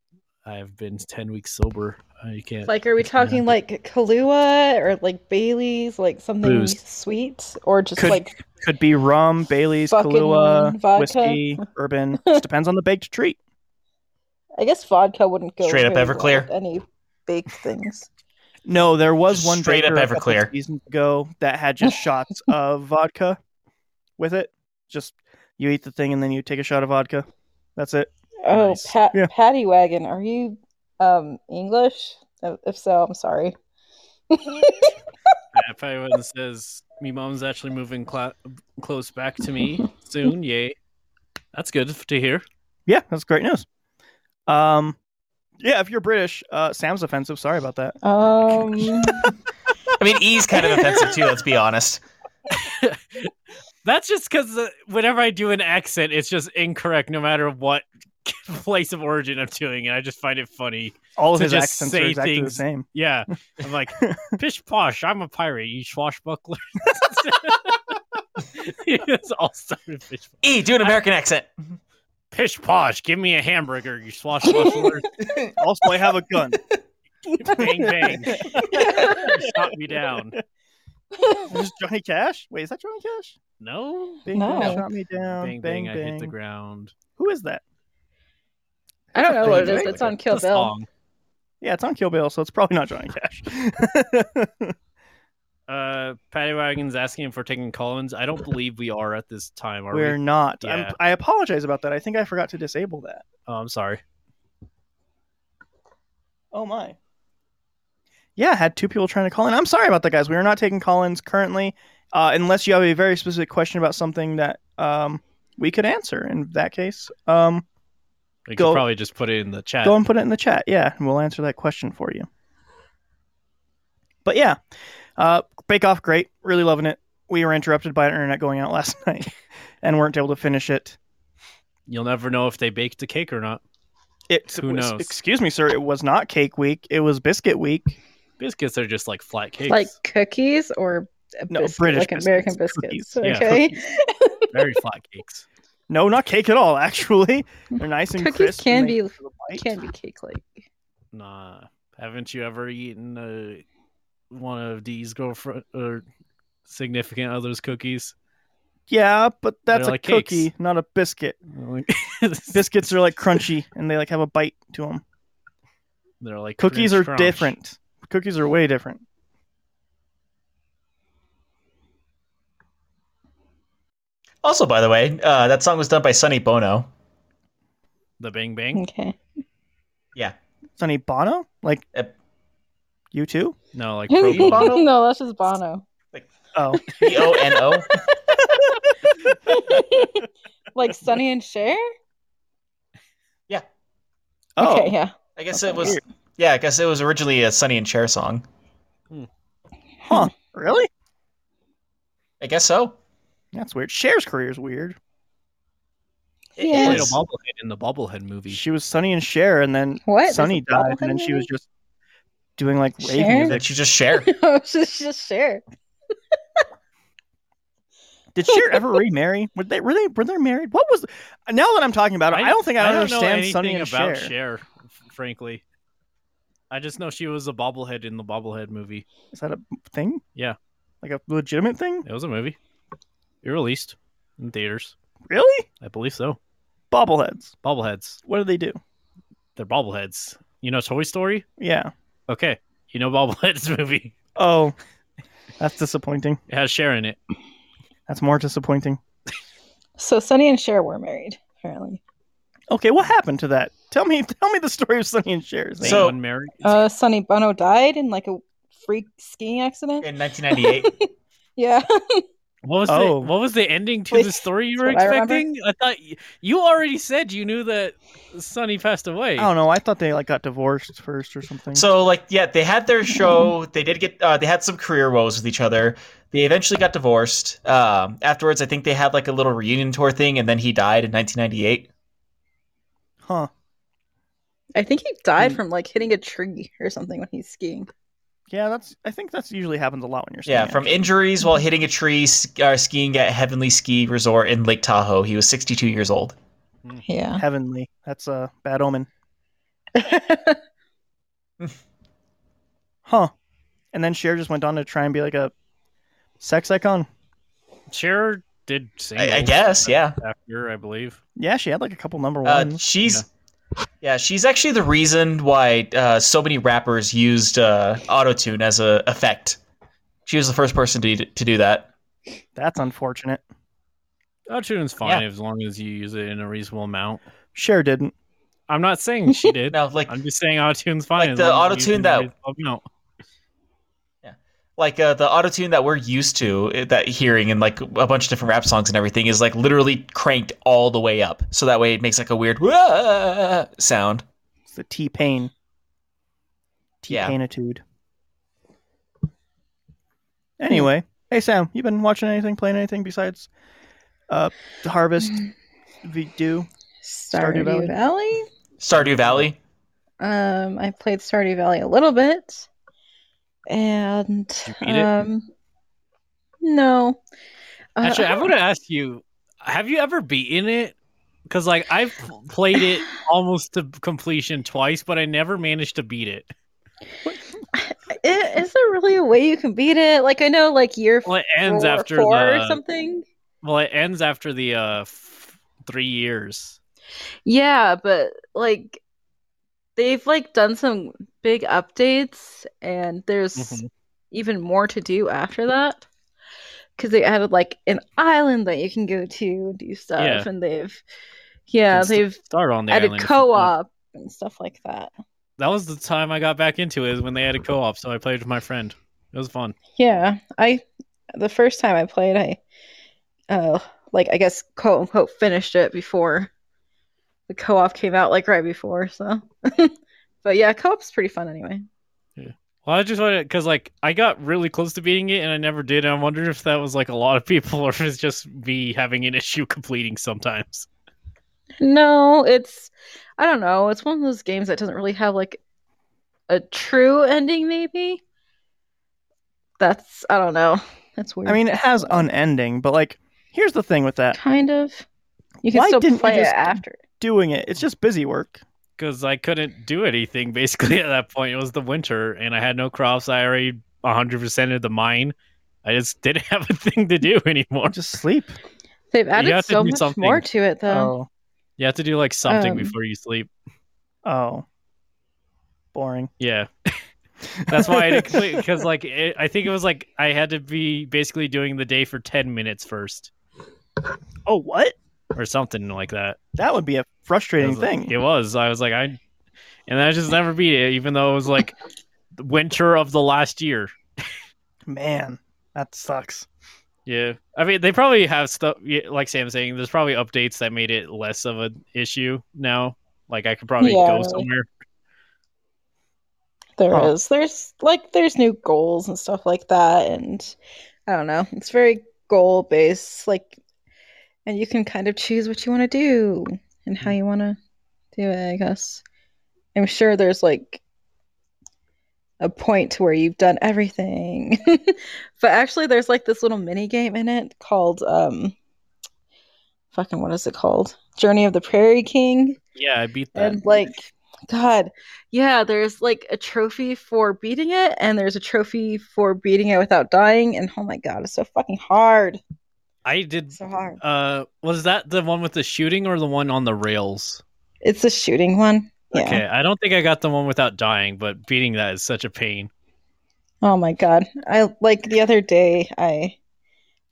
D: I've been 10 weeks sober. Uh, You can't.
E: Like, are we talking like Kahlua or like Bailey's, like something
D: Booze.
E: sweet, or just
B: Could-
E: like
B: Could be rum, Bailey's,
E: Fucking
B: Kahlua,
E: vodka.
B: whiskey, bourbon. Just depends on the baked treat.
E: I guess vodka wouldn't go
C: Straight up
E: very well
C: Everclear.
E: with any baked things.
B: No, there was
C: Just
B: one
C: straight up
B: baker a couple
C: Everclear.
B: seasons ago that had just shots of vodka with it. Just you eat the thing and then you take a shot of vodka. That's it.
E: Oh,
D: Nice.
E: Pat,
B: Yeah.
E: Patty Wagon, are you um English? If if so, I'm sorry.
D: If anyone says, me mom's actually moving cla- close back to me soon, yay. That's good to hear.
B: Yeah, that's great news. Um, yeah, if you're British, uh, Sam's offensive. Sorry about that.
E: um,
C: I mean, E's kind of offensive too. Let's be honest.
D: That's just because whenever I do an accent, it's just incorrect, no matter what place of origin I'm doing, and I just find it funny.
B: All of
D: To
B: his
D: just
B: accents are
D: say
B: exactly the
D: things-
B: same.
D: Yeah, I'm like, pish posh, I'm a pirate, you swashbuckler. it's all started pish posh.
C: E, do an American accent.
D: Pish posh, give me a hamburger, you swashbuckler.
B: Also, I have a gun.
D: bang bang, shot me down.
B: Is this Johnny Cash? Wait, is that Johnny Cash?
D: No,
B: Bang,
E: No.
B: bang, shot me down. Bang, bang.
D: I hit the ground.
B: Who is that?
E: I don't know what Oh, it
B: That's
E: is.
B: a
E: It's on
D: The
E: Kill Bill.
D: song.
B: Yeah, it's on Kill Bill, so it's probably not Johnny Cash.
D: Uh, Patty Wagon's asking him for taking Collins. I don't believe we are at this time. Are
B: We're
D: we?
B: not.
D: Yeah.
B: I'm, I apologize about that. I think I forgot to disable that.
D: Oh, I'm sorry.
B: Oh my. Yeah, I had two people trying to call in. I'm sorry about that, guys. We are not taking call-ins currently, uh, unless you have a very specific question about something that um, we could answer. In that case, um,
D: We
B: Go-
D: could probably just put it in the chat.
B: go and put it in the chat. Yeah, and we'll answer that question for you. But yeah, uh, Bake Off, great. Really loving it. We were interrupted by an internet going out last night and weren't able to finish it.
D: You'll never know if they baked the cake or not.
B: It
D: Who
B: was-
D: knows?
B: Excuse me, sir. It was not cake week. It was biscuit week.
D: Biscuits are just like flat cakes.
E: Like cookies or a
B: No,
E: biscuit,
B: British
E: like American
B: biscuits.
E: biscuits.
D: Cookies. Yeah,
E: Okay.
D: Very flat cakes.
B: No, not cake at all. Actually, they're nice and
E: Cookies
B: crisp.
E: can
B: and they-
E: be can be cake like.
D: Nah. Haven't you ever eaten uh, one of these girlfriend or significant other's cookies?
B: Yeah, but that's
D: They're
B: a
D: like cakes.
B: cookie, not a biscuit. Biscuits are like crunchy and they like have a bite to them.
D: They're like
B: Cookies
D: crunch,
B: are
D: crunch.
B: different. Cookies are way different.
C: Also, by the way, uh, that song was done by Sonny Bono.
D: The bang bang.
E: Okay.
C: Yeah,
B: Sonny Bono? Like
C: Yep.
B: you too?
D: No, like
C: Pro Bono?
E: no, that's just Bono.
B: Oh,
C: B E O N O.
E: like Sunny and Cher?
C: Yeah,
B: oh,
E: Okay, yeah.
C: I guess
E: That's
C: it was. Yeah, I guess it was originally a Sonny and Cher song.
B: huh? Really?
C: I guess so.
B: That's weird. Cher's career is weird.
C: It
E: Yeah.
D: played a
C: is.
D: bobblehead in the bobblehead movie.
B: She was Sunny and Cher, and then
E: What? There's
B: Sunny
E: a
B: died,
E: bobblehead
B: and then she was
E: movie?
B: just doing like rave
E: Cher?
B: music.
C: Did she just share?
E: No, she's just Cher.
B: Did Cher ever remarry? Were they really? Were they married? What was? Now that I'm talking about it, I, don't think I,
D: don't know
B: understand Sunny
D: anything
B: and
D: about
B: Cher.
D: Cher, f- frankly. I just know she was a bobblehead in the bobblehead movie.
B: Is that a thing?
D: Yeah.
B: Like a legitimate thing?
D: It was a movie. It released in theaters.
B: Really?
D: I believe so.
B: Bobbleheads.
D: Bobbleheads.
B: What do they do?
D: They're bobbleheads. You know Toy Story?
B: Yeah.
D: Okay. You know Bobbleheads movie.
B: Oh, that's disappointing.
D: It has Cher in it.
B: That's more disappointing.
E: So Sunny and Cher were married, apparently.
B: Okay, what happened to that? Tell me, tell me the story of Sunny and Cher's
D: They
C: So-
D: won married.
E: Uh, Sonny Bono died in like a freak skiing accident.
C: in 1998.
E: yeah.
D: What was
B: Oh.
D: the what was the ending to
E: Wait,
D: the story you
E: that's
D: were
E: what I remember.
D: expecting? I, thought you, you already said you knew that Sonny passed away.
B: I
C: Oh.
B: don't know. I thought they like got divorced first or something.
C: so like yeah, they had their show. They did get uh, they had some career woes with each other. They eventually got divorced. Um, afterwards, I think they had like a little reunion tour thing, and then he died in 1998.
B: huh?
E: I think he died
D: Hmm.
E: from like hitting a tree or something when he's skiing.
B: Yeah, that's. I think that's usually happens a lot when you're.
C: Yeah,
B: skiing,
C: from injuries while hitting a tree s- uh, skiing at Heavenly Ski Resort in Lake Tahoe. He was 62 years old.
E: Yeah.
B: heavenly. That's a bad omen, huh? And then Cher just went on to try and be like a sex icon.
D: Cher did singles
C: I, I guess, yeah.
D: After I believe.
B: Yeah, she had like a couple number
C: Uh,
B: ones.
C: she's yeah. she's actually the reason why uh, so many rappers used uh, autotune as a effect. She was the first person to to do that.
B: that's unfortunate.
D: Autotune's fine as long as you use it in a reasonable amount.
B: Cher didn't.
D: I'm not saying she did.
C: No, like
D: I'm just saying autotune's fine.
C: Like
D: as
C: the
D: long as you
C: autotune
D: use it in a
C: that-
D: reasonable amount.
C: like uh, the autotune that we're used to uh, that hearing in like a bunch of different rap songs and everything is like literally cranked all the way up, so that way it makes like a weird "Wah!" sound.
B: It's the T Pain. T
C: Yeah.
B: Painitude. Anyway, hey Sam, you been watching anything, playing anything besides uh the Harvest
E: Mm.
B: V do?
E: Stardew
B: Valley.
E: Valley. Valley.
C: Stardew Valley.
E: Um, I played Stardew Valley a little bit, and
D: you beat it?
E: um, no. Uh,
D: Actually,
E: I
D: I want to ask you: Have you ever beaten it? Because like I've played it almost to completion twice, but I never managed to beat it.
E: don't- i- is there really a way you can beat it? Like I know, like year
D: Well, it ends
E: four,
D: after
E: four
D: the
E: or something.
D: well, it ends after the uh f- three years.
E: Yeah, but like they've like done some big updates and there's
D: Mhm.
E: even more to do after that. Cause they added like an island that you can go to and do stuff
D: Yeah.
E: and they've yeah,
D: It's the
E: they've
D: Start on the
E: added
D: island if you want.
E: co-op and stuff like that.
D: That was the time I got back into it is when they had a co-op, so I played with my friend. It was fun.
E: Yeah. I the first time I played I uh like I guess quote unquote finished it before the co-op came out like right before, so but yeah, co-op's pretty fun anyway.
D: Well, I just wanted because like I got really close to beating it and I never did. And I'm wondering if that was like a lot of people or if it's just me having an issue completing sometimes.
E: No, it's I don't know. It's one of those games that doesn't really have like a true ending maybe. That's I don't know. That's weird.
B: I mean, it has unending, but like, here's the thing with that:
E: kind of. You can
B: Why
E: still
B: didn't you
E: play it
B: just-
E: after.
B: doing it, it's just busy work.
D: because I couldn't do anything basically at that point. It was the winter and I had no crops. I already 100% of the mine. I just didn't have a thing to do anymore.
B: Just sleep.
E: They've added
D: have to
E: so
D: do
E: much
D: something. Oh.
E: more to it though.
D: You have to do like something
E: Um.
D: before you sleep.
B: oh, oh, boring.
D: Yeah. That's why I didn't complete because like it, I think it was like I had to be basically doing the day for 10 minutes first
B: Oh, what?
D: or something like that.
B: That would be a
D: It
B: frustrating
D: was, like-
B: thing.
D: it was. I was like, I, and I just never beat it, even though it was like the winter of the last year.
B: Man, that sucks.
D: Yeah, I mean they probably have stuff. yeah, Like Sam's saying, there's probably updates that made it less of an issue now. Like I could probably
E: Yeah.
D: go somewhere.
E: There
B: Huh.
E: is. There's like there's new goals and stuff like that and I don't know. It's very goal based like and you can kind of choose what you want to do and how you want to do it, I guess. I'm sure there's like a point to where you've done everything. but actually there's like this little mini game in it called um fucking what is it called? Journey of the Prairie King.
D: Yeah, I beat that.
E: And like, God, yeah, there's like a trophy for beating it, and there's a trophy for beating it without dying. And oh my God, it's so fucking hard.
D: I did.
E: So hard.
D: Uh, was that the one with the shooting or the one on the rails?
E: It's the shooting one. Yeah.
D: Okay, I don't think I got the one without dying, but beating that is such a pain.
E: Oh my god. I like the other day I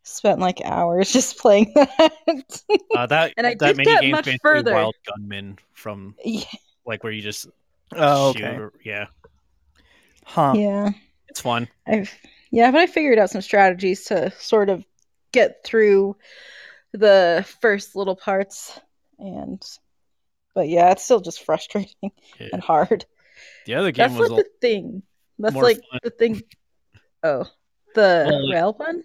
E: spent like hours just playing that.
D: Uh, that
F: And I
D: that
F: did
D: mini
F: get
D: game
F: much
D: basically
F: further.
D: Wild Gunman from
E: yeah.
D: like where you just
B: Oh,
D: shoot
B: okay.
D: or- yeah,
B: Huh.
E: yeah.
D: it's fun.
E: I've yeah, but I figured out some strategies to sort of get through the first little parts and but yeah, it's still just frustrating
D: Yeah.
E: and hard.
D: The other game
E: Uh, That's
D: was
E: like
D: a-
E: the thing. That's
D: more
E: like
D: fun.
E: the thing. Oh, the
D: Well, like-
E: rail one?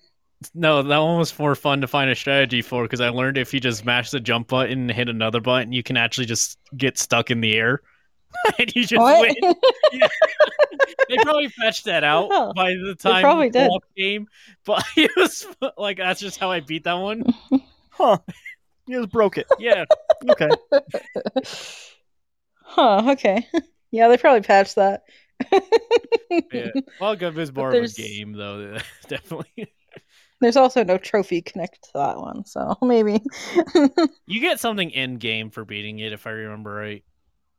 D: No, that one was more fun to find a strategy for because I learned if you just mash the jump button and hit another button, you can actually just get stuck in the air. and you just
E: What?
D: win. They probably fetched that out
E: Oh,
D: by the time
E: probably
D: the
E: did.
D: co-op game, but it was like that's just how I beat that one.
B: Huh. You just broke it.
D: Yeah,
B: Okay.
E: huh, okay. Yeah, they probably patched that.
D: yeah. Wild Gun is more
E: there's-
D: of a game though, definitely.
E: There's also no trophy connect to that one, so maybe.
D: You get something in game for beating it, if I remember right.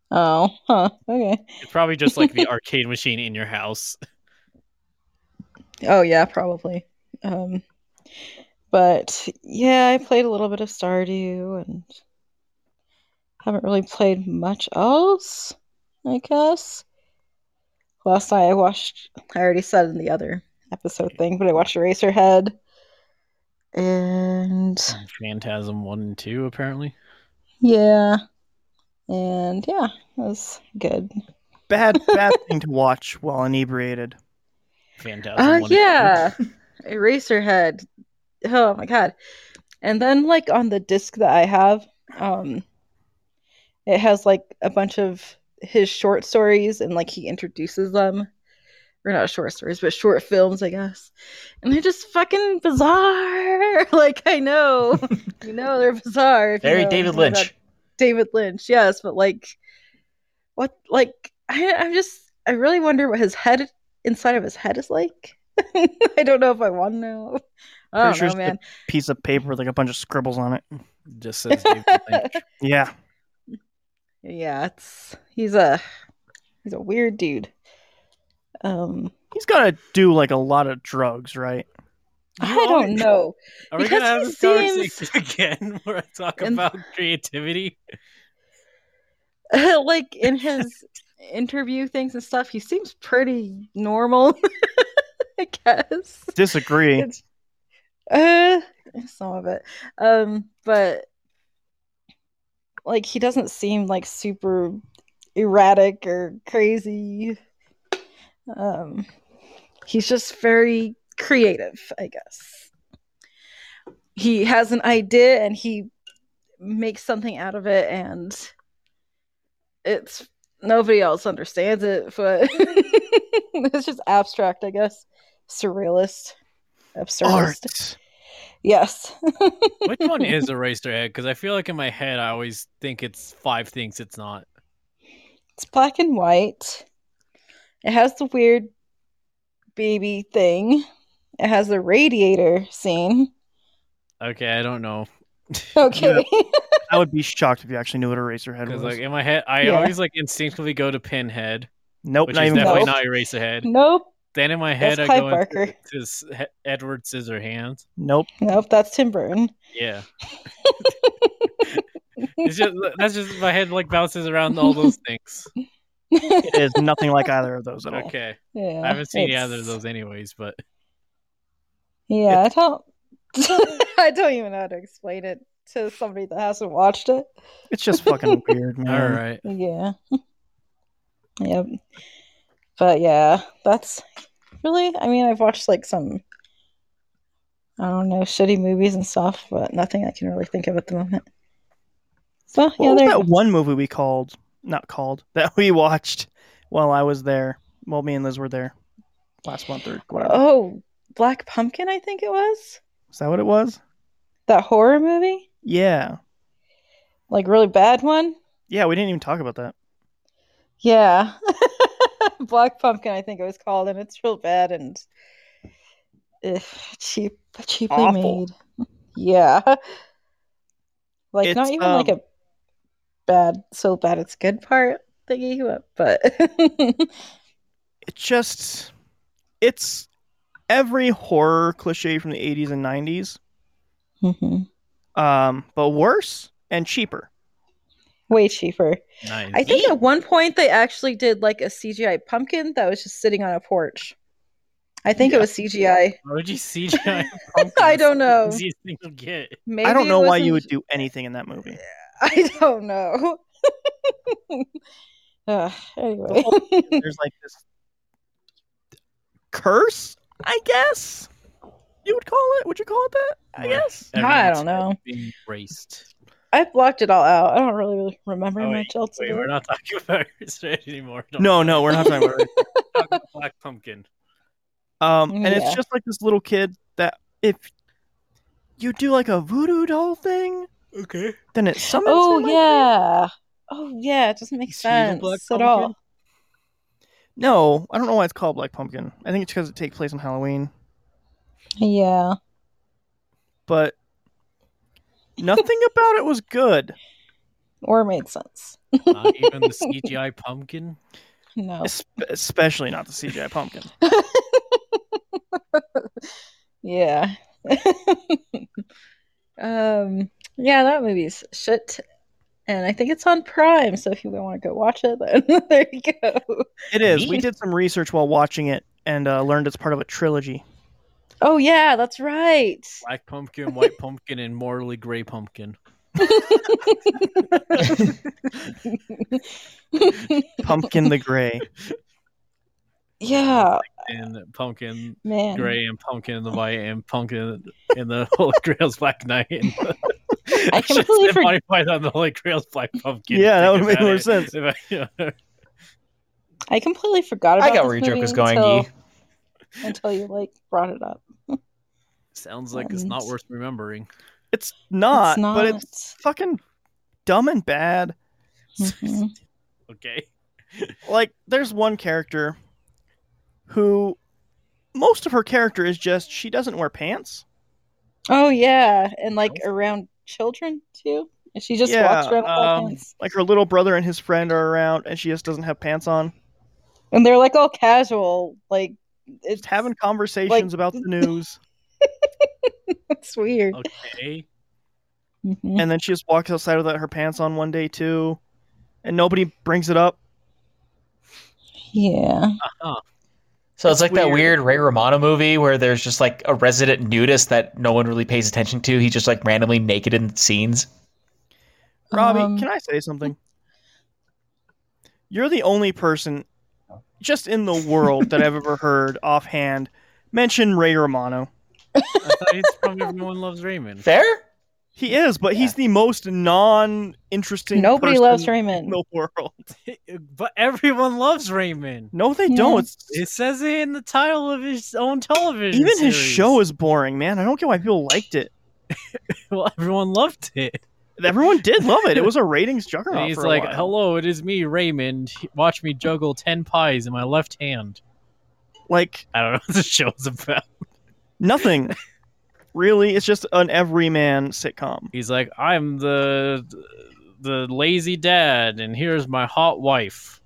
E: oh, huh, okay.
D: It's probably just like the arcade machine in your house.
E: Oh yeah, probably. Um, but yeah, I played a little bit of Stardew and haven't really played much else, I guess. Last night I watched, I already said in the other episode thing, but I watched Eraserhead and
D: Phantasm one and two, apparently.
E: yeah, and yeah, it was good.
B: Bad, bad thing to watch while inebriated.
D: Phantasm
E: Oh,
D: one and
E: yeah. Eraserhead. Oh, my God. And then, like, on the disc that I have, um, it has, like, a bunch of his short stories and, like, he introduces them. Or not short stories, but short films, I guess. And they're just fucking bizarre. Like, I know. you know, they're bizarre. if you
C: Very
E: know
C: David
E: anything about
C: Lynch.
E: David Lynch, yes, but like, what? Like, I, I'm just, I really wonder what his head inside of his head is like. I don't know if I want to know. I don't
B: Pretty sure
E: know, man.
B: it's a piece of paper with like a bunch of scribbles on it.
D: two. Just says David Lynch.
B: Yeah.
E: Yeah, it's he's a he's a weird dude. Um,
B: He's gotta do like a lot of drugs, right?
E: I don't know.
D: Are we
E: Because
D: gonna have
E: he
D: this conversation
E: seems-
D: again where I talk
E: And-
D: about creativity?
E: like in his interview things and stuff, he seems pretty normal. I guess.
B: Disagree.
E: It's- uh, some of it. Um, but like he doesn't seem like super erratic or crazy. Um, he's just very creative, I guess. He has an idea and he makes something out of it, and it's nobody else understands it, but it's just abstract, I guess. Surrealist,
B: Art.
E: absurdist. Yes.
D: Which one is Eraserhead? Because I feel like in my head I always think it's five things it's not.
E: It's black and white. It has the weird baby thing. It has the radiator scene.
D: Okay, I don't know.
E: Okay.
B: I would be shocked if you actually knew what a Eraserhead was.
D: Because like in my head, I
E: Yeah.
D: always like instinctively go to Pinhead,
B: nope,
D: which
B: not
D: is
B: even
D: definitely
B: close.
E: Nope.
D: not Eraserhead.
E: nope.
D: Then in my head,
E: That's
D: I
E: Clive
D: go into
E: Barker.
D: to S- He- Edward Scissorhands.
B: Nope.
E: Nope. That's Tim Burton.
D: Yeah, it's just that's just my head like bounces around all those things.
E: yeah.
B: It is nothing like either of those at all.
D: Okay, I haven't seen either of
E: it's-
D: those anyways, but
E: Yeah, I don't. I don't even know how to explain it to somebody that hasn't watched it.
B: It's just fucking weird, man.
D: all right.
E: Yeah. Yep. But yeah, that's really, I mean, I've watched like some, I don't know, shitty movies and stuff, but nothing I can really think of at the moment. So
B: What
E: yeah,
B: was
E: there
B: that one movie we called? Not called that we watched while I was there. Well, me and Liz were there last month or whatever.
E: Oh, Black Pumpkin, I think it was.
B: Is that what it was?
E: That horror movie?
B: Yeah,
E: Like really bad one?
B: yeah. We didn't even talk about that.
E: Yeah. Black Pumpkin, I think it was called, and it's real bad and ugh, cheap, cheaply
B: Awful.
E: made. Yeah. Like
B: It's,
E: not even like
B: um,
E: a bad, so bad it's good part thingy, but, but
B: It just it's every horror cliche from the 80s and 90s,
E: Mhm.
B: um, but worse and cheaper.
E: Way cheaper.
D: Nice.
E: I think at one point they actually did like a CGI pumpkin that was just sitting on a porch. I think it was CGI.
D: Why you CGI?
E: I don't know.
D: Easiest thing to get.
E: Maybe
B: I don't
E: it
B: know why you would
E: wasn't-
B: do anything in that movie.
E: I don't know. Ugh, anyway,
B: There's like this curse, I guess. You would call it? Would you call it that? I
D: Right.
B: guess.
E: I don't
D: Everyone's
E: know.
D: Being raced.
E: I blocked it all out. I don't really remember
D: Oh,
E: much else.
D: Wait,
E: of
D: we're
E: it.
D: not talking about Resident anymore. Don't
B: No, no, we're not talking about. race.
D: talk about Black Pumpkin.
B: Um, and
E: Yeah.
B: it's just like this little kid that if you do like a voodoo doll thing,
D: Okay.
B: then it summons.
E: Oh
B: him, I
E: yeah, oh yeah. It doesn't make
D: Is he the Black
E: sense at all.
D: Pumpkin?
B: No, I don't know why it's called Black Pumpkin. I think it's because it takes place on Halloween.
E: Yeah,
B: But nothing about it was good,
E: or made sense.
D: Not even the CGI pumpkin.
E: No.
B: es- especially not the CGI pumpkin.
E: Yeah. um. Yeah, that movie's shit, and I think it's on Prime. So if you want to go watch it, then there you go.
B: It is. We
E: Neat.
B: did some research while watching it and uh, learned it's part of a trilogy.
E: Oh yeah, that's right.
D: Black pumpkin, white pumpkin, and mortally gray pumpkin.
B: Pumpkin the Gray.
E: yeah,
D: And pumpkin
E: man.
D: gray and pumpkin in the white and pumpkin in the Holy Grail's Black Knight. And
E: I completely
D: Shit,
E: forg-
D: Monty Python, the Holy Grail's Black Pumpkin.
B: Yeah, that
D: Think
B: would make
D: about
B: more
D: it.
B: sense.
D: If I-
E: I completely forgot about.
C: I got
E: this
C: where your joke
E: movie
C: was going,
E: until,
C: Yi.
E: until you like brought it up.
D: Sounds like it's not worth remembering.
B: It's not,
E: it's not.
B: Ah, but it's fucking dumb and bad.
E: Mhm.
D: Okay.
B: Like, there's one character who most of her character is just she doesn't wear pants.
E: Oh yeah, and like around children too. And she just
B: Yeah,
E: walks around with black
B: um,
E: pants.
B: Like her little brother and his friend are around, and she just doesn't have pants on.
E: and they're like all casual. Like it's
B: Just having conversations about the news,
E: it's weird.
D: Okay.
E: Mhm.
B: and then she just walks outside without her pants on one day too, and nobody brings it up.
E: Yeah.
C: So it's,
B: It's
C: like that
B: weird.
C: weird Ray Romano movie where there's just like a resident nudist that no one really pays attention to. He's just like randomly naked in scenes.
B: Robbie,
E: Um,
B: can I say something? You're the only person just in the world that I've ever heard offhand mention Ray Romano.
D: I thought he's from Everyone Loves Raymond.
C: Fair?
B: He is, but he's the most non-interesting.
E: Nobody
B: person
E: loves
B: in
E: Raymond.
B: the world.
D: But everyone loves Raymond.
B: No, they
E: Yeah.
B: don't. It's-
D: It says it in the title of his own television.
B: even his
D: series.
B: show is boring, man. I don't get why people liked it.
D: Well, everyone loved it.
B: Everyone did love it. It was a ratings juggernaut.
D: And he's
B: for a
D: like,
B: while.
D: "Hello, it is me, Raymond. Watch me juggle ten pies in my left hand."
B: like
D: I don't know what the show's about.
B: nothing. really, it's just an everyman sitcom.
D: He's like, "I'm the the lazy dad, and here's my hot wife."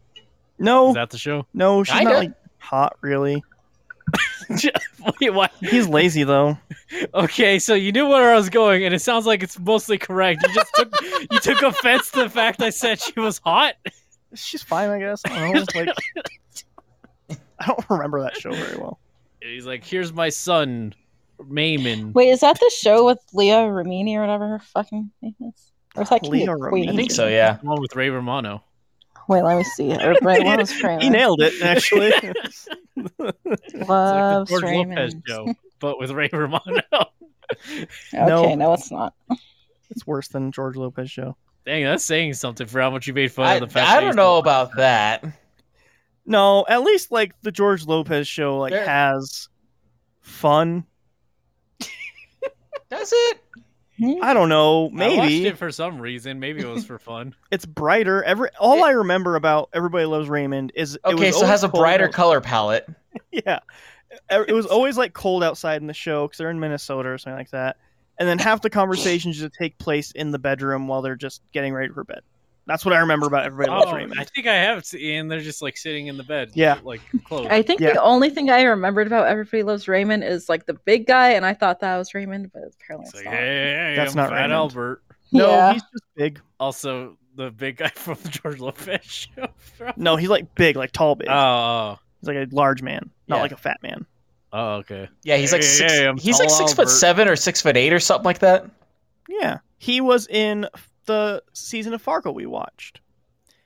B: No,
E: Oh.
D: Is that the show?
B: no, she's
C: Kinda.
B: not like hot. Really,
D: Wait, what?
B: he's lazy though.
D: Okay, so you knew where I was going, and it sounds like it's mostly correct. You just took you took offense to the fact I said she was hot.
B: She's fine, I guess. I don't know, like, I don't remember that show very well.
D: And he's like, "Here's my son, Maimon."
E: Wait, is that the show with Leah Ramini or whatever her fucking name is? Or is that Leah
B: Leah
E: Ramini?
B: Remini?
C: I think so, yeah.
D: The one with Ray Romano.
E: Wait, let me see. Everybody loves
B: He
E: Raymond.
B: nailed it, actually.
D: It's like
E: Loves
D: the George Lopez
E: Raymond.
D: show, but with Ray Romano.
E: Okay, no. it's not.
B: it's worse than George Lopez show.
D: Dang, that's saying something for how much you made fun
C: I,
D: of the fact.
C: I
D: that
C: don't
D: he's
C: know
D: not-
C: about that.
B: No, at least like the George Lopez show like
C: There-
B: has fun.
C: Does it?
E: Hmm?
B: I don't know,
D: I watched
B: maybe
D: it for some reason. Maybe it was for fun.
B: it's brighter. Every all
C: It-
B: I remember about Everybody Loves Raymond is it was
C: Okay, so it
B: always
C: has a
B: cold
C: brighter
B: out-
C: color palette.
B: Yeah, E, it it was always like cold outside in the show because they're in Minnesota or something like that. And then half the conversations just take place in the bedroom while they're just getting ready for bed. That's what I remember about everybody loves
D: Oh,
B: Raymond.
D: I think I have seen. They're just like sitting in the bed.
B: Yeah.
D: like clothes.
E: I think
B: Yeah.
E: the only thing I remembered about Everybody Loves Raymond is like the big guy, and I thought that was Raymond, but apparently
D: It's like,
E: it's not.
D: hey,
B: That's
D: I'm
B: not
D: Fat
B: Raymond.
D: Albert.
B: No,
E: Yeah.
B: he's just big.
D: Also, the big guy from the George Lopez show.
B: No, he's like big, like tall big.
D: Oh,
B: he's like a large man, not
C: Yeah.
B: like a fat man.
D: oh, okay.
C: Yeah, he's like
D: Hey,
C: six,
D: hey, I'm
C: he's like
D: tall
C: six
D: Albert.
C: foot seven or six foot eight or something like that.
B: Yeah, he was in the season of Fargo we watched.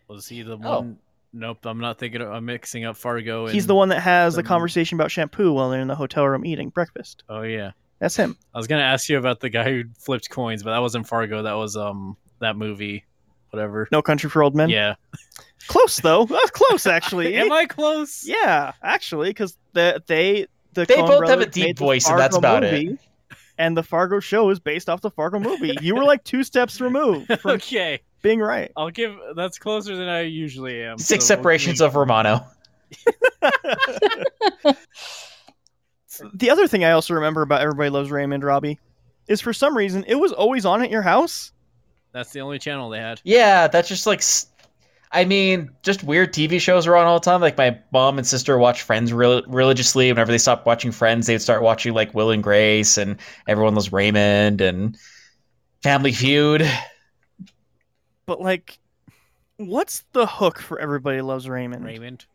D: Was he the
C: Oh.
D: one? Nope, I'm not thinking. Of, I'm mixing up Fargo. Oh, And,
B: He's the one that has the
D: the-
B: conversation about shampoo while they're in the hotel room eating breakfast.
D: Oh yeah,
B: That's him.
D: I was gonna ask you about the guy who flipped coins, but that wasn't Fargo. That was um that movie, whatever.
B: No Country for Old Men.
D: Yeah.
B: Close though. That's close actually.
D: Am I close?
B: Yeah, actually, because the, they the
C: They
B: Coen
C: both have a
B: brothers
C: deep
B: made the
C: voice, and that's
B: Fargo
C: about it.
B: movie, And the Fargo show is based off the Fargo movie. You were like two steps removed from
D: Okay,
B: being right.
D: I'll give. That's closer than I usually am.
C: Six
D: so we'll
C: separations
D: keep-
C: of Romano.
B: The other thing I also remember about Everybody Loves Raymond Robbie is for some reason it was always on at your house.
D: That's the only channel they had.
C: Yeah, that's just like. s- I mean, just weird TV shows were on all the time. Like my mom and sister watched Friends rel- religiously. Whenever they stopped watching Friends, they'd start watching like Will and Grace and Everyone Loves Raymond and Family Feud.
B: But like, what's the hook for Everybody Loves Raymond?
D: Raymond.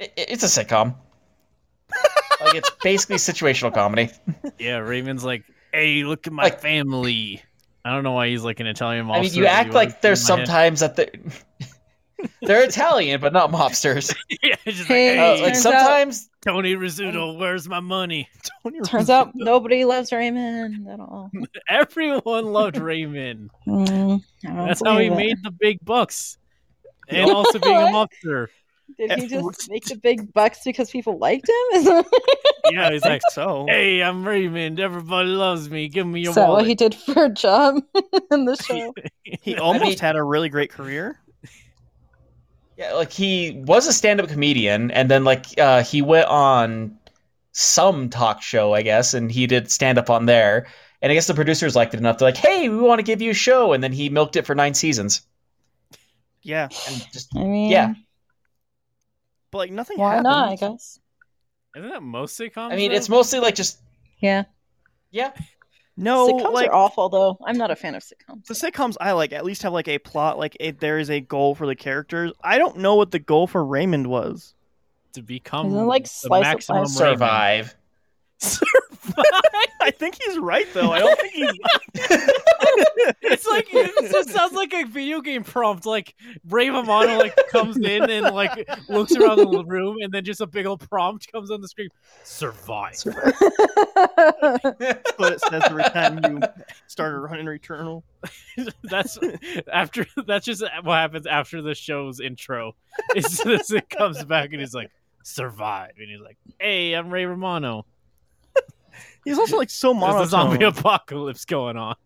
C: I- it's a sitcom. like it's basically situational comedy.
D: Yeah, Raymond's like, hey, look at my
C: Like-
D: family. I don't know why he's like an Italian mobster.
C: I mean, you act like there's sometimes that they're, they're Italian, but not mobsters.
D: yeah, just like,
E: Hey,
C: Uh,
D: hey,
C: like
E: Turns
C: sometimes,
D: Tony Rizzuto, where's my money?
B: Tony
E: Turns out nobody loves Raymond at all.
D: Everyone loved Raymond.
E: Mm, I don't
D: That's how he
E: believe it.
D: made the big bucks, and also being a mobster.
E: Did he
B: Everyone's-
E: just make the big bucks because people liked him? Is that
D: Yeah, he's
B: I
D: like,
B: think so.
D: hey, I'm Raymond. Everybody loves me. Give me your
E: what
D: wallet.
E: he did for a job in the show?
B: He almost
C: mean-
B: had a really great career.
C: yeah, like he was a stand-up comedian, and then like uh, he went on some talk show, I guess, and he did stand-up on there. And I guess the producers liked it enough. They're like, "Hey, we want to give you a show," and then he milked it for nine seasons.
B: Yeah,
C: And just
E: I mean,
C: Yeah.
B: but like nothing.
E: why
B: happened.
E: not? I guess.
D: Isn't that most sitcoms?
C: I mean,
D: though?
C: it's mostly like just
E: Yeah.
C: yeah,
B: No,
E: sitcoms
B: like
E: are awful, though. I'm not a fan of sitcoms.
B: the sitcoms I like at least have like a plot, like a, there is a goal for the characters. I don't know what the goal for Raymond was.
D: to become
E: Isn't it like
D: the
E: slice of
D: maximum
E: life?
D: Raymond.
C: survive.
B: I think he's right though. I don't think he's.
D: It's like it just sounds like a video game prompt. Like Brave Amano like comes in and like looks around the room, and then just a big old prompt comes on the screen. Survive.
B: what it says every time you start a run in Returnal.
D: that's after. That's just what happens after the show's intro. It's just, it comes back and he's like, "Survive," and he's like, "Hey, I'm Ray Romano."
B: He's also like so
D: There's a zombie
B: monotone.
D: apocalypse going on.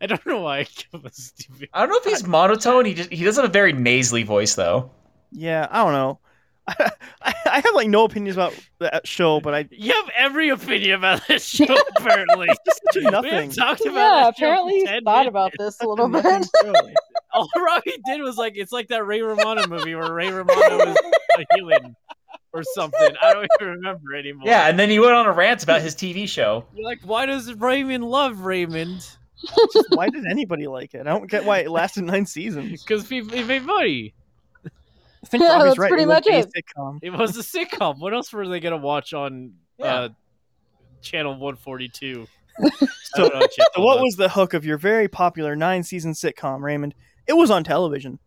D: I don't know why I give a stupid.
C: I don't know if he's monotone. He just he does have a very nasally voice though.
B: Yeah, I don't know. I, I have like no opinions about that show, but I
D: You have every opinion about this show, apparently.
B: do
D: We haven't
B: nothing.
D: talked about
E: yeah,
D: this show
E: apparently
D: for
E: you
D: 10
E: thought
D: minutes.
E: about this a little
B: Nothing
E: bit.
B: show.
D: All Robbie did was like, it's like that Ray Romano movie where Ray Romano was a human or something. I don't even remember anymore.
C: Yeah, and then he went on a rant about his TV show.
D: You're like, why does Raymond love Raymond?
B: Just why did anybody like it? I don't get why it lasted nine seasons.
D: Because he he made money.
B: I think
E: Yeah,
B: Robbie's
E: that's
B: right.
E: pretty
B: it was
E: much
B: a
E: it.
B: Sitcom.
D: It was a sitcom. What else were they gonna watch on uh, channel 142? I
B: So
D: don't know, channel
B: So what
D: 142.
B: was the hook of your very popular nine season sitcom, Raymond? It was on television.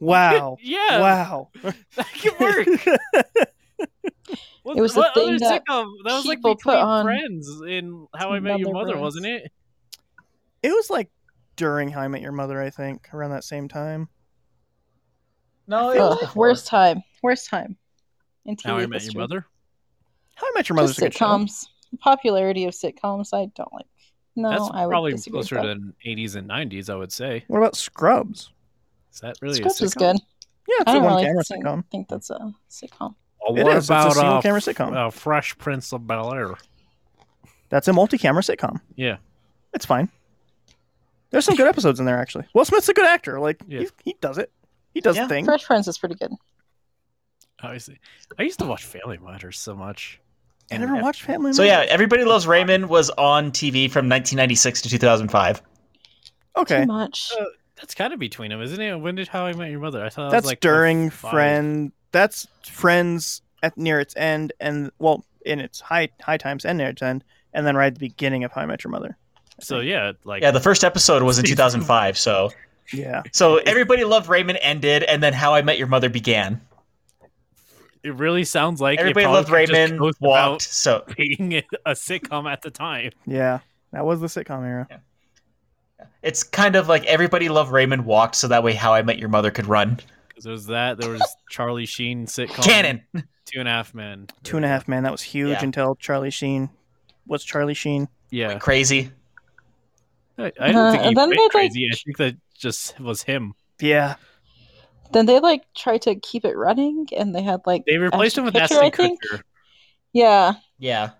B: Wow.
D: Yeah,
B: Wow.
D: that could work. What,
E: It was a
D: what
E: thing
D: other
E: that
D: sitcom? That was like
E: people put
D: between
E: on
D: Friends in How I
E: to
D: Met Your
E: Mother
D: Mother,
E: Friends.
D: wasn't it?
B: It was like during How I Met Your Mother, I think, around that same time.
C: No, it was
E: Ugh,
C: before.
E: worst time. Worst time. In TV
D: How I Met Your
E: history.
D: Mother.
B: How I Met Your Mother's
E: Just
B: a good show.
E: sitcoms. The popularity of sitcoms, I don't like. No,
D: That's
E: I would
D: probably
E: disagree with
D: closer
E: that.
D: to the 80s and 90s, I would say.
B: What about Scrubs?
D: Is that really
E: Scrubs
D: a
E: is
D: sitcom?
E: good.
B: Yeah, it's
E: I
B: a
E: don't
B: one
E: really
B: camera
E: think,
B: sitcom.
E: think that's a sitcom.
D: Or
B: It is.
D: what
B: It's a
D: about uh,
B: single-camera
D: f-
B: sitcom.
D: Uh, Fresh Prince of Bel Air?
B: That's a multi camera sitcom.
D: Yeah.
B: It's fine. There's some good episodes in there actually. Will Smith's a good actor. Like
D: Yeah.
B: he, he does it. He does
C: Yeah.
B: things.
E: Fresh Prince is pretty good.
D: Obviously, I used to watch Family Matters so much.
B: I never watched Family.
C: So
B: Man.
C: yeah, Everybody Loves Raymond was on TV from 1996 to 2005.
B: Okay.
E: Too much.
D: Uh, That's kind of between them, isn't it? When did How I Met Your Mother? I thought that
B: That's
D: was like
B: during
D: five.
B: friend. That's Friends at near its end, and well, in its high high times and near its end, and then right at the beginning of How I Met Your Mother.
D: So yeah, like
C: Yeah, the first episode was in 2005. So
B: Yeah.
C: so Everybody Loved Raymond ended, and then How I Met Your Mother began.
D: it really sounds like it
C: Everybody
D: probably
C: Loved
D: just
C: Raymond
D: goes
C: walked.
D: about
C: So
D: being a sitcom at the time.
B: Yeah. That was the sitcom era.
C: it's kind of like Everybody Loved Raymond walked, so that way How I Met Your Mother could run.
D: 'Cause There was that. There was Charlie Sheen sitcom.
C: Canon.
D: Two and a half men.
B: Two and a half man. That was huge
C: Yeah.
B: until Charlie Sheen. What's Charlie Sheen?
D: Yeah,
C: Crazy.
D: I, I don't
E: Uh,
D: think he
E: and then
D: went
E: they, like-
D: crazy. I think that just was him.
B: Yeah.
E: Then they like tried to keep it running, and they had like
D: They replaced him with
E: Ashton
D: Ashton
E: Kutcher, I think?
D: Kutcher.
E: yeah,
C: Yeah.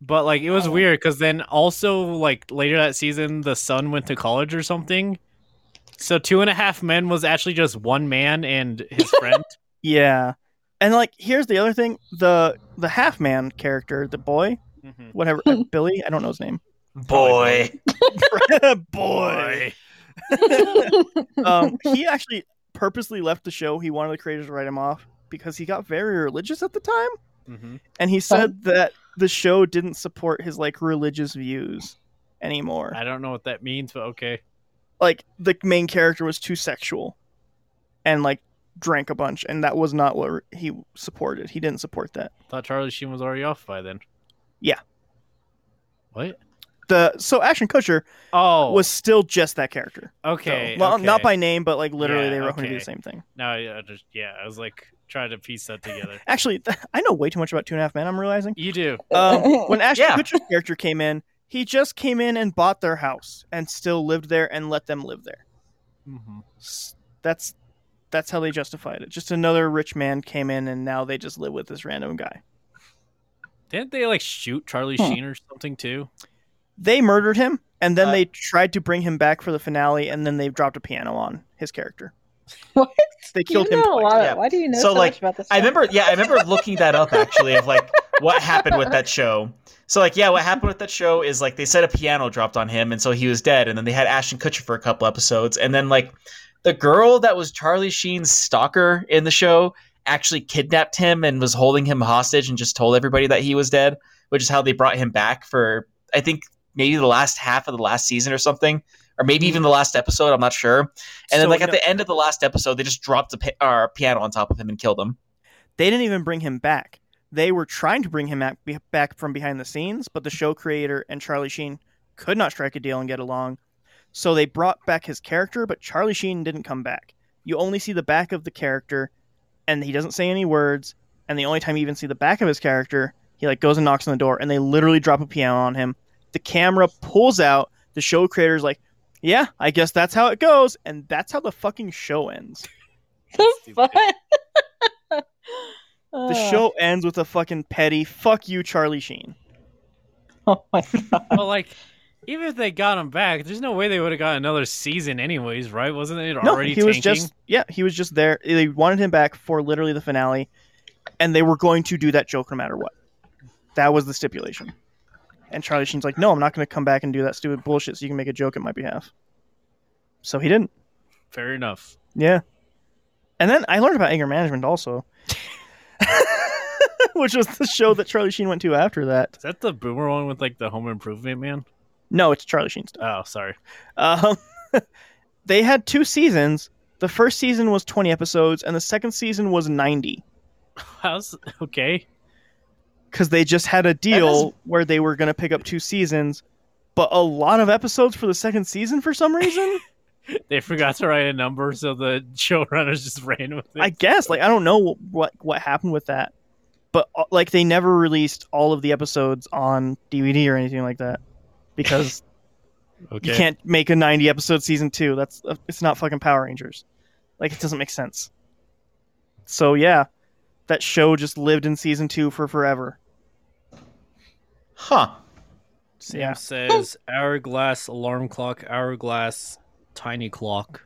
D: But like it was
E: Oh.
D: weird because then also like later that season, the son went to college or something. So two and a half men was actually just one man and his friend.
B: Yeah. And like here's the other thing, the the half man character, the boy,
D: Mhm.
B: whatever uh, Billy, I don't know his name.
C: Boy.
B: boy. um, he actually purposely left the show. He wanted the creators to write him off because he got very religious at the time,
D: Mhm.
B: and he said that the show didn't support his like religious views anymore.
D: I don't know what that means, but okay.
B: Like the main character was too sexual, and like drank a bunch, and that was not what he supported. He didn't support that.
D: Thought Charlie Sheen was already off by then.
B: Yeah.
D: What?
B: The so Ashton Kutcher
D: Oh,
B: was still just that character. So,
D: okay.
B: well,
D: okay.
B: not by name, but like literally,
D: Yeah,
B: they were going to do
D: okay.
B: the same thing.
D: No, I I just yeah. I was like trying to piece that together.
B: Actually, I know way too much about Two and a Half Men. I'm realizing.
D: you do.
B: um, when Ashton
C: Yeah.
B: Kutcher's character came in, he just came in and bought their house and still lived there and let them live there.
D: hmm
B: S- That's that's how they justified it. Just another rich man came in and now they just live with this random guy.
D: Didn't they like shoot Charlie
E: Hmm.
D: Sheen or something too?
B: They murdered him and then
C: Uh,
B: they tried to bring him back for the finale and then they dropped a piano on his character.
E: What?
B: They killed
E: you
B: him
E: know a
B: twice.
E: lot.
C: Yeah.
E: Why do you know
C: So,
E: so,
C: like,
E: much about this?
C: I
E: show?
C: remember, yeah, I remember looking that up actually of like what happened with that show. So like, yeah, what happened with that show is like they said a piano dropped on him, and so he was dead. And then they had Ashton Kutcher for a couple episodes, and then like the girl that was Charlie Sheen's stalker in the show actually kidnapped him and was holding him hostage, and just told everybody that he was dead, which is how they brought him back for I think maybe the last half of the last season or something, or maybe even the last episode. I'm not sure. And
B: So,
C: then like at
B: no-
C: the end of the last episode, they just dropped a pi- uh, piano on top of him and killed him.
B: they didn't even bring him back. They were trying to bring him back, back from behind the scenes, but the show creator and Charlie Sheen could not strike a deal and get along. So they brought back his character, but Charlie Sheen didn't come back. You only see the back of the character, and he doesn't say any words. And the only time you even see the back of his character, he like goes and knocks on the door, and they literally drop a piano on him. The camera pulls out. The show creator's like, "Yeah, I guess that's how it goes," and that's how the fucking show ends.
E: the
D: Stupid.
E: fuck.
B: The
E: Ugh.
B: show ends with a fucking petty "fuck you, Charlie Sheen."
E: Oh my god.
D: Well, like even if they got him back, there's no way they would have got another season anyways, right? Wasn't it
B: No,
D: already
B: he was
D: tanking?
B: just yeah, he was just there. They wanted him back for literally the finale, and they were going to do that joke no matter what. That was the stipulation. And Charlie Sheen's like, "No, I'm not going to come back and do that stupid bullshit. So you can make a joke at my behalf." So he didn't.
D: fair enough.
B: Yeah. And then I learned about anger management also, which was the show that Charlie Sheen went to after that.
D: Is that the boomer one with like the home improvement man?
B: No, it's Charlie Sheen's.
D: Oh, sorry.
B: Um, they had two seasons. The first season was 20 episodes, and the second season was 90
D: How's okay?
B: because they just had a deal where they were going to pick up two seasons, but a lot of episodes for the second season for some reason.
D: They forgot to write a number, so the showrunners just ran with it.
B: I guess like I don't know what what happened with that, but uh, like they never released all of the episodes on DVD or anything like that because
D: okay.
B: you can't make a 90 episode season two that's uh, it's not fucking power rangers like it doesn't make sense so yeah that show just lived in season two for forever
C: Huh.
D: Sam
B: Yeah.
D: says hourglass alarm clock hourglass tiny clock.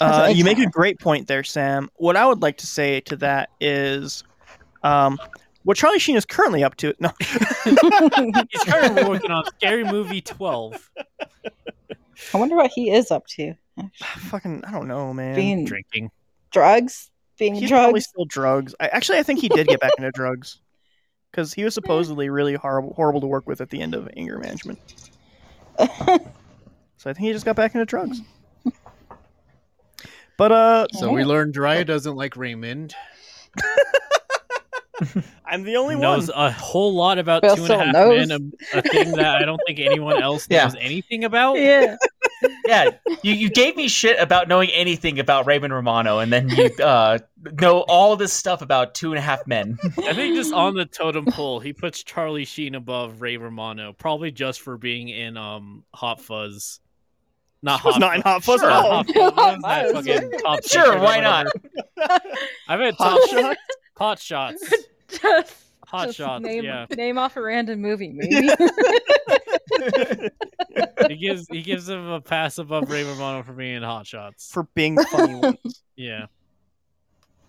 B: Uh,
E: That's
B: you make a
E: excellent.
B: great point there, Sam. What I would like to say to that is, um, what Charlie Sheen is currently up to. No,
D: He's currently working on Scary Movie 12.
E: I wonder what he is up to.
B: fucking, I don't know, man.
D: Hmm.
E: Being
D: Drinking.
E: drugs, being
B: He's probably
E: drugs.
B: still drugs. I, actually, I think he did get back into drugs because he was supposedly really horrible, horrible to work with at the end of anger management. So I think he just got back into drugs. But uh,
D: So we learned Drya doesn't like Raymond.
B: I'm the only
D: knows
B: one.
D: a whole lot about
E: Bill
D: Two and
E: still
D: a Half
E: knows.
D: Men, a, a thing that I don't think anyone else
C: Yeah.
D: knows anything about.
E: yeah.
C: yeah, you, you gave me shit about knowing anything about Raymond Romano, and then you uh, know all this stuff about Two and a Half Men.
D: I think just on the totem pole, he puts Charlie Sheen above Ray Romano, probably just for being in um Hot Fuzz. Not
B: He was
D: Hot
B: not in Hot Fuzz
D: Sure,
B: at all.
D: Hot Fuzz. What was
E: Hot
D: that
E: Fuzz.
D: fucking top
C: Sure,
D: Secret or
C: why not?
D: whatever? I've had
B: Hot
D: top
B: shot.
D: hot shots.
E: Just,
D: Hot
E: just
D: shots.
E: Name,
D: Yeah,
E: name off a random movie, maybe.
D: he gives he gives him a pass above Ray Romano for being in hot shots.
B: for being funny. ones.
D: yeah,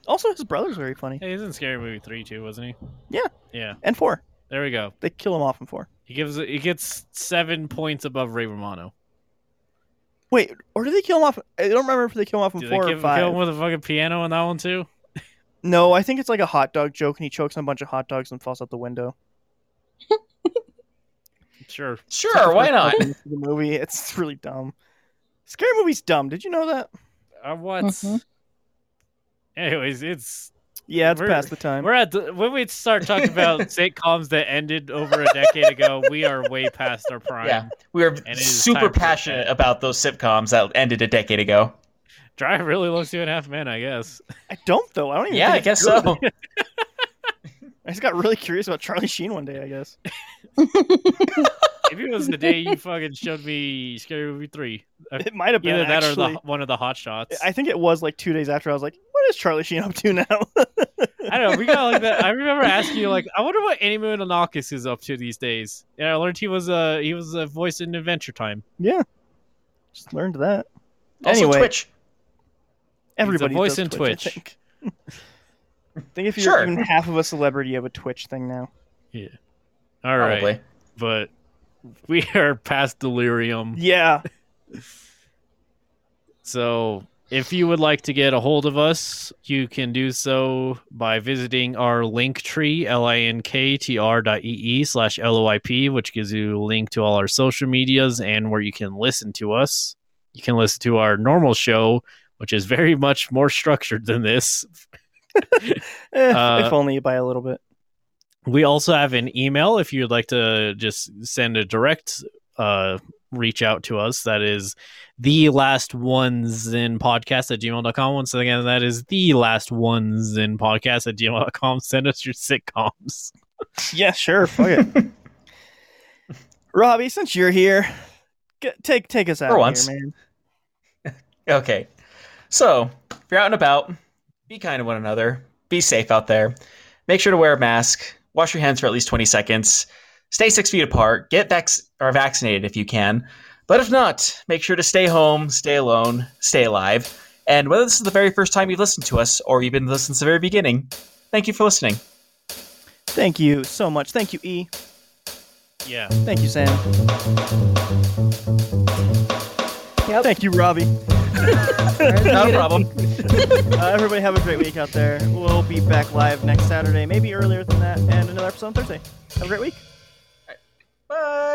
B: Also, his brother's very funny.
D: hey, he's in Scary Movie three too, wasn't he?
B: Yeah.
D: yeah.
B: And four,
D: There we go.
B: they kill him off in four.
D: He gives he gets seven points above Ray Romano.
B: Wait, or did they kill him off? I don't remember if they kill him off in
D: Do they
B: four
D: give
B: or
D: him,
B: five.
D: kill him with a fucking piano in that one too?
B: No, I think it's like a hot dog joke, and he chokes on a bunch of hot dogs and falls out the window.
D: Sure.
C: Sure, why not?
B: The movie, it's really dumb. Scary movie's dumb. Did you know that?
D: Uh, what?
E: Mhm.
D: Anyways, it's
B: Yeah, it's
D: We're-
B: past the time.
D: we're at the, when we start talking about sitcoms that ended over a decade ago. We are way past our prime.
C: Yeah. We are
D: it is
C: super
D: time for
C: passionate
D: that.
C: about those sitcoms that ended a decade ago.
D: Drive really loves two and a half men, I guess.
B: I don't though. I don't even.
C: Yeah, I
B: think it's
C: guess
B: good.
C: so.
B: I just got really curious about Charlie Sheen one day. I guess.
D: If it was the day you fucking showed me Scary Movie three,
B: It might have been
D: either that
B: actually.
D: or the one of the hot shots.
B: I think it was like two days after. I was like, "What is Charlie Sheen up to now?"
D: I don't know. We got like that. I remember asking you, like, I wonder what Animu Anakis is up to these days. And I learned he was a he was a voice in Adventure Time.
B: yeah, just learned that.
C: Also,
B: Anyway.
C: Twitch.
B: Everybody
D: voice
B: does
D: in
B: Twitch. I
D: Twitch.
B: think. I think if you're
C: Sure.
B: even half of a celebrity, you have a Twitch thing now.
D: All right,
C: Probably.
D: but we are past delirium.
B: Yeah,
D: So if you would like to get a hold of us, you can do so by visiting our link tree, L-I-N-K-T-R dot E-E slash L-O-I-P, which gives you a link to all our social medias and where you can listen to us. You can listen to our normal show, which is very much more structured than this.
B: Eh,
D: Uh,
B: if only by a little bit.
D: We also have an email if you'd like to just send a direct uh, reach out to us. That is the last ones in podcast at gmail.com. Once again, that is the last ones in podcast at gmail.com. Send us your sitcoms.
B: Yeah, sure. Fuck it. Robbie, since you're here, g- take take us out
C: For
B: of
C: once.
B: here, man.
C: Okay. So, if you're out and about, be kind to one another. Be safe out there. Make sure to wear a mask. Wash your hands for at least 20 seconds. Stay six feet apart. Get vac- or vaccinated if you can. But if not, make sure to stay home, stay alone, stay alive. And whether this is the very first time you've listened to us or you've been listening since the very beginning, thank you for listening.
B: Thank you so much. Thank you, E.
D: Yeah.
B: Thank you, Sam.
E: Yep.
B: Thank you, Robbie.
C: Not a problem.
B: Uh, everybody, have a great week out there. We'll be back live next Saturday, maybe earlier than that, and another episode on Thursday. Have a great week.
C: Bye.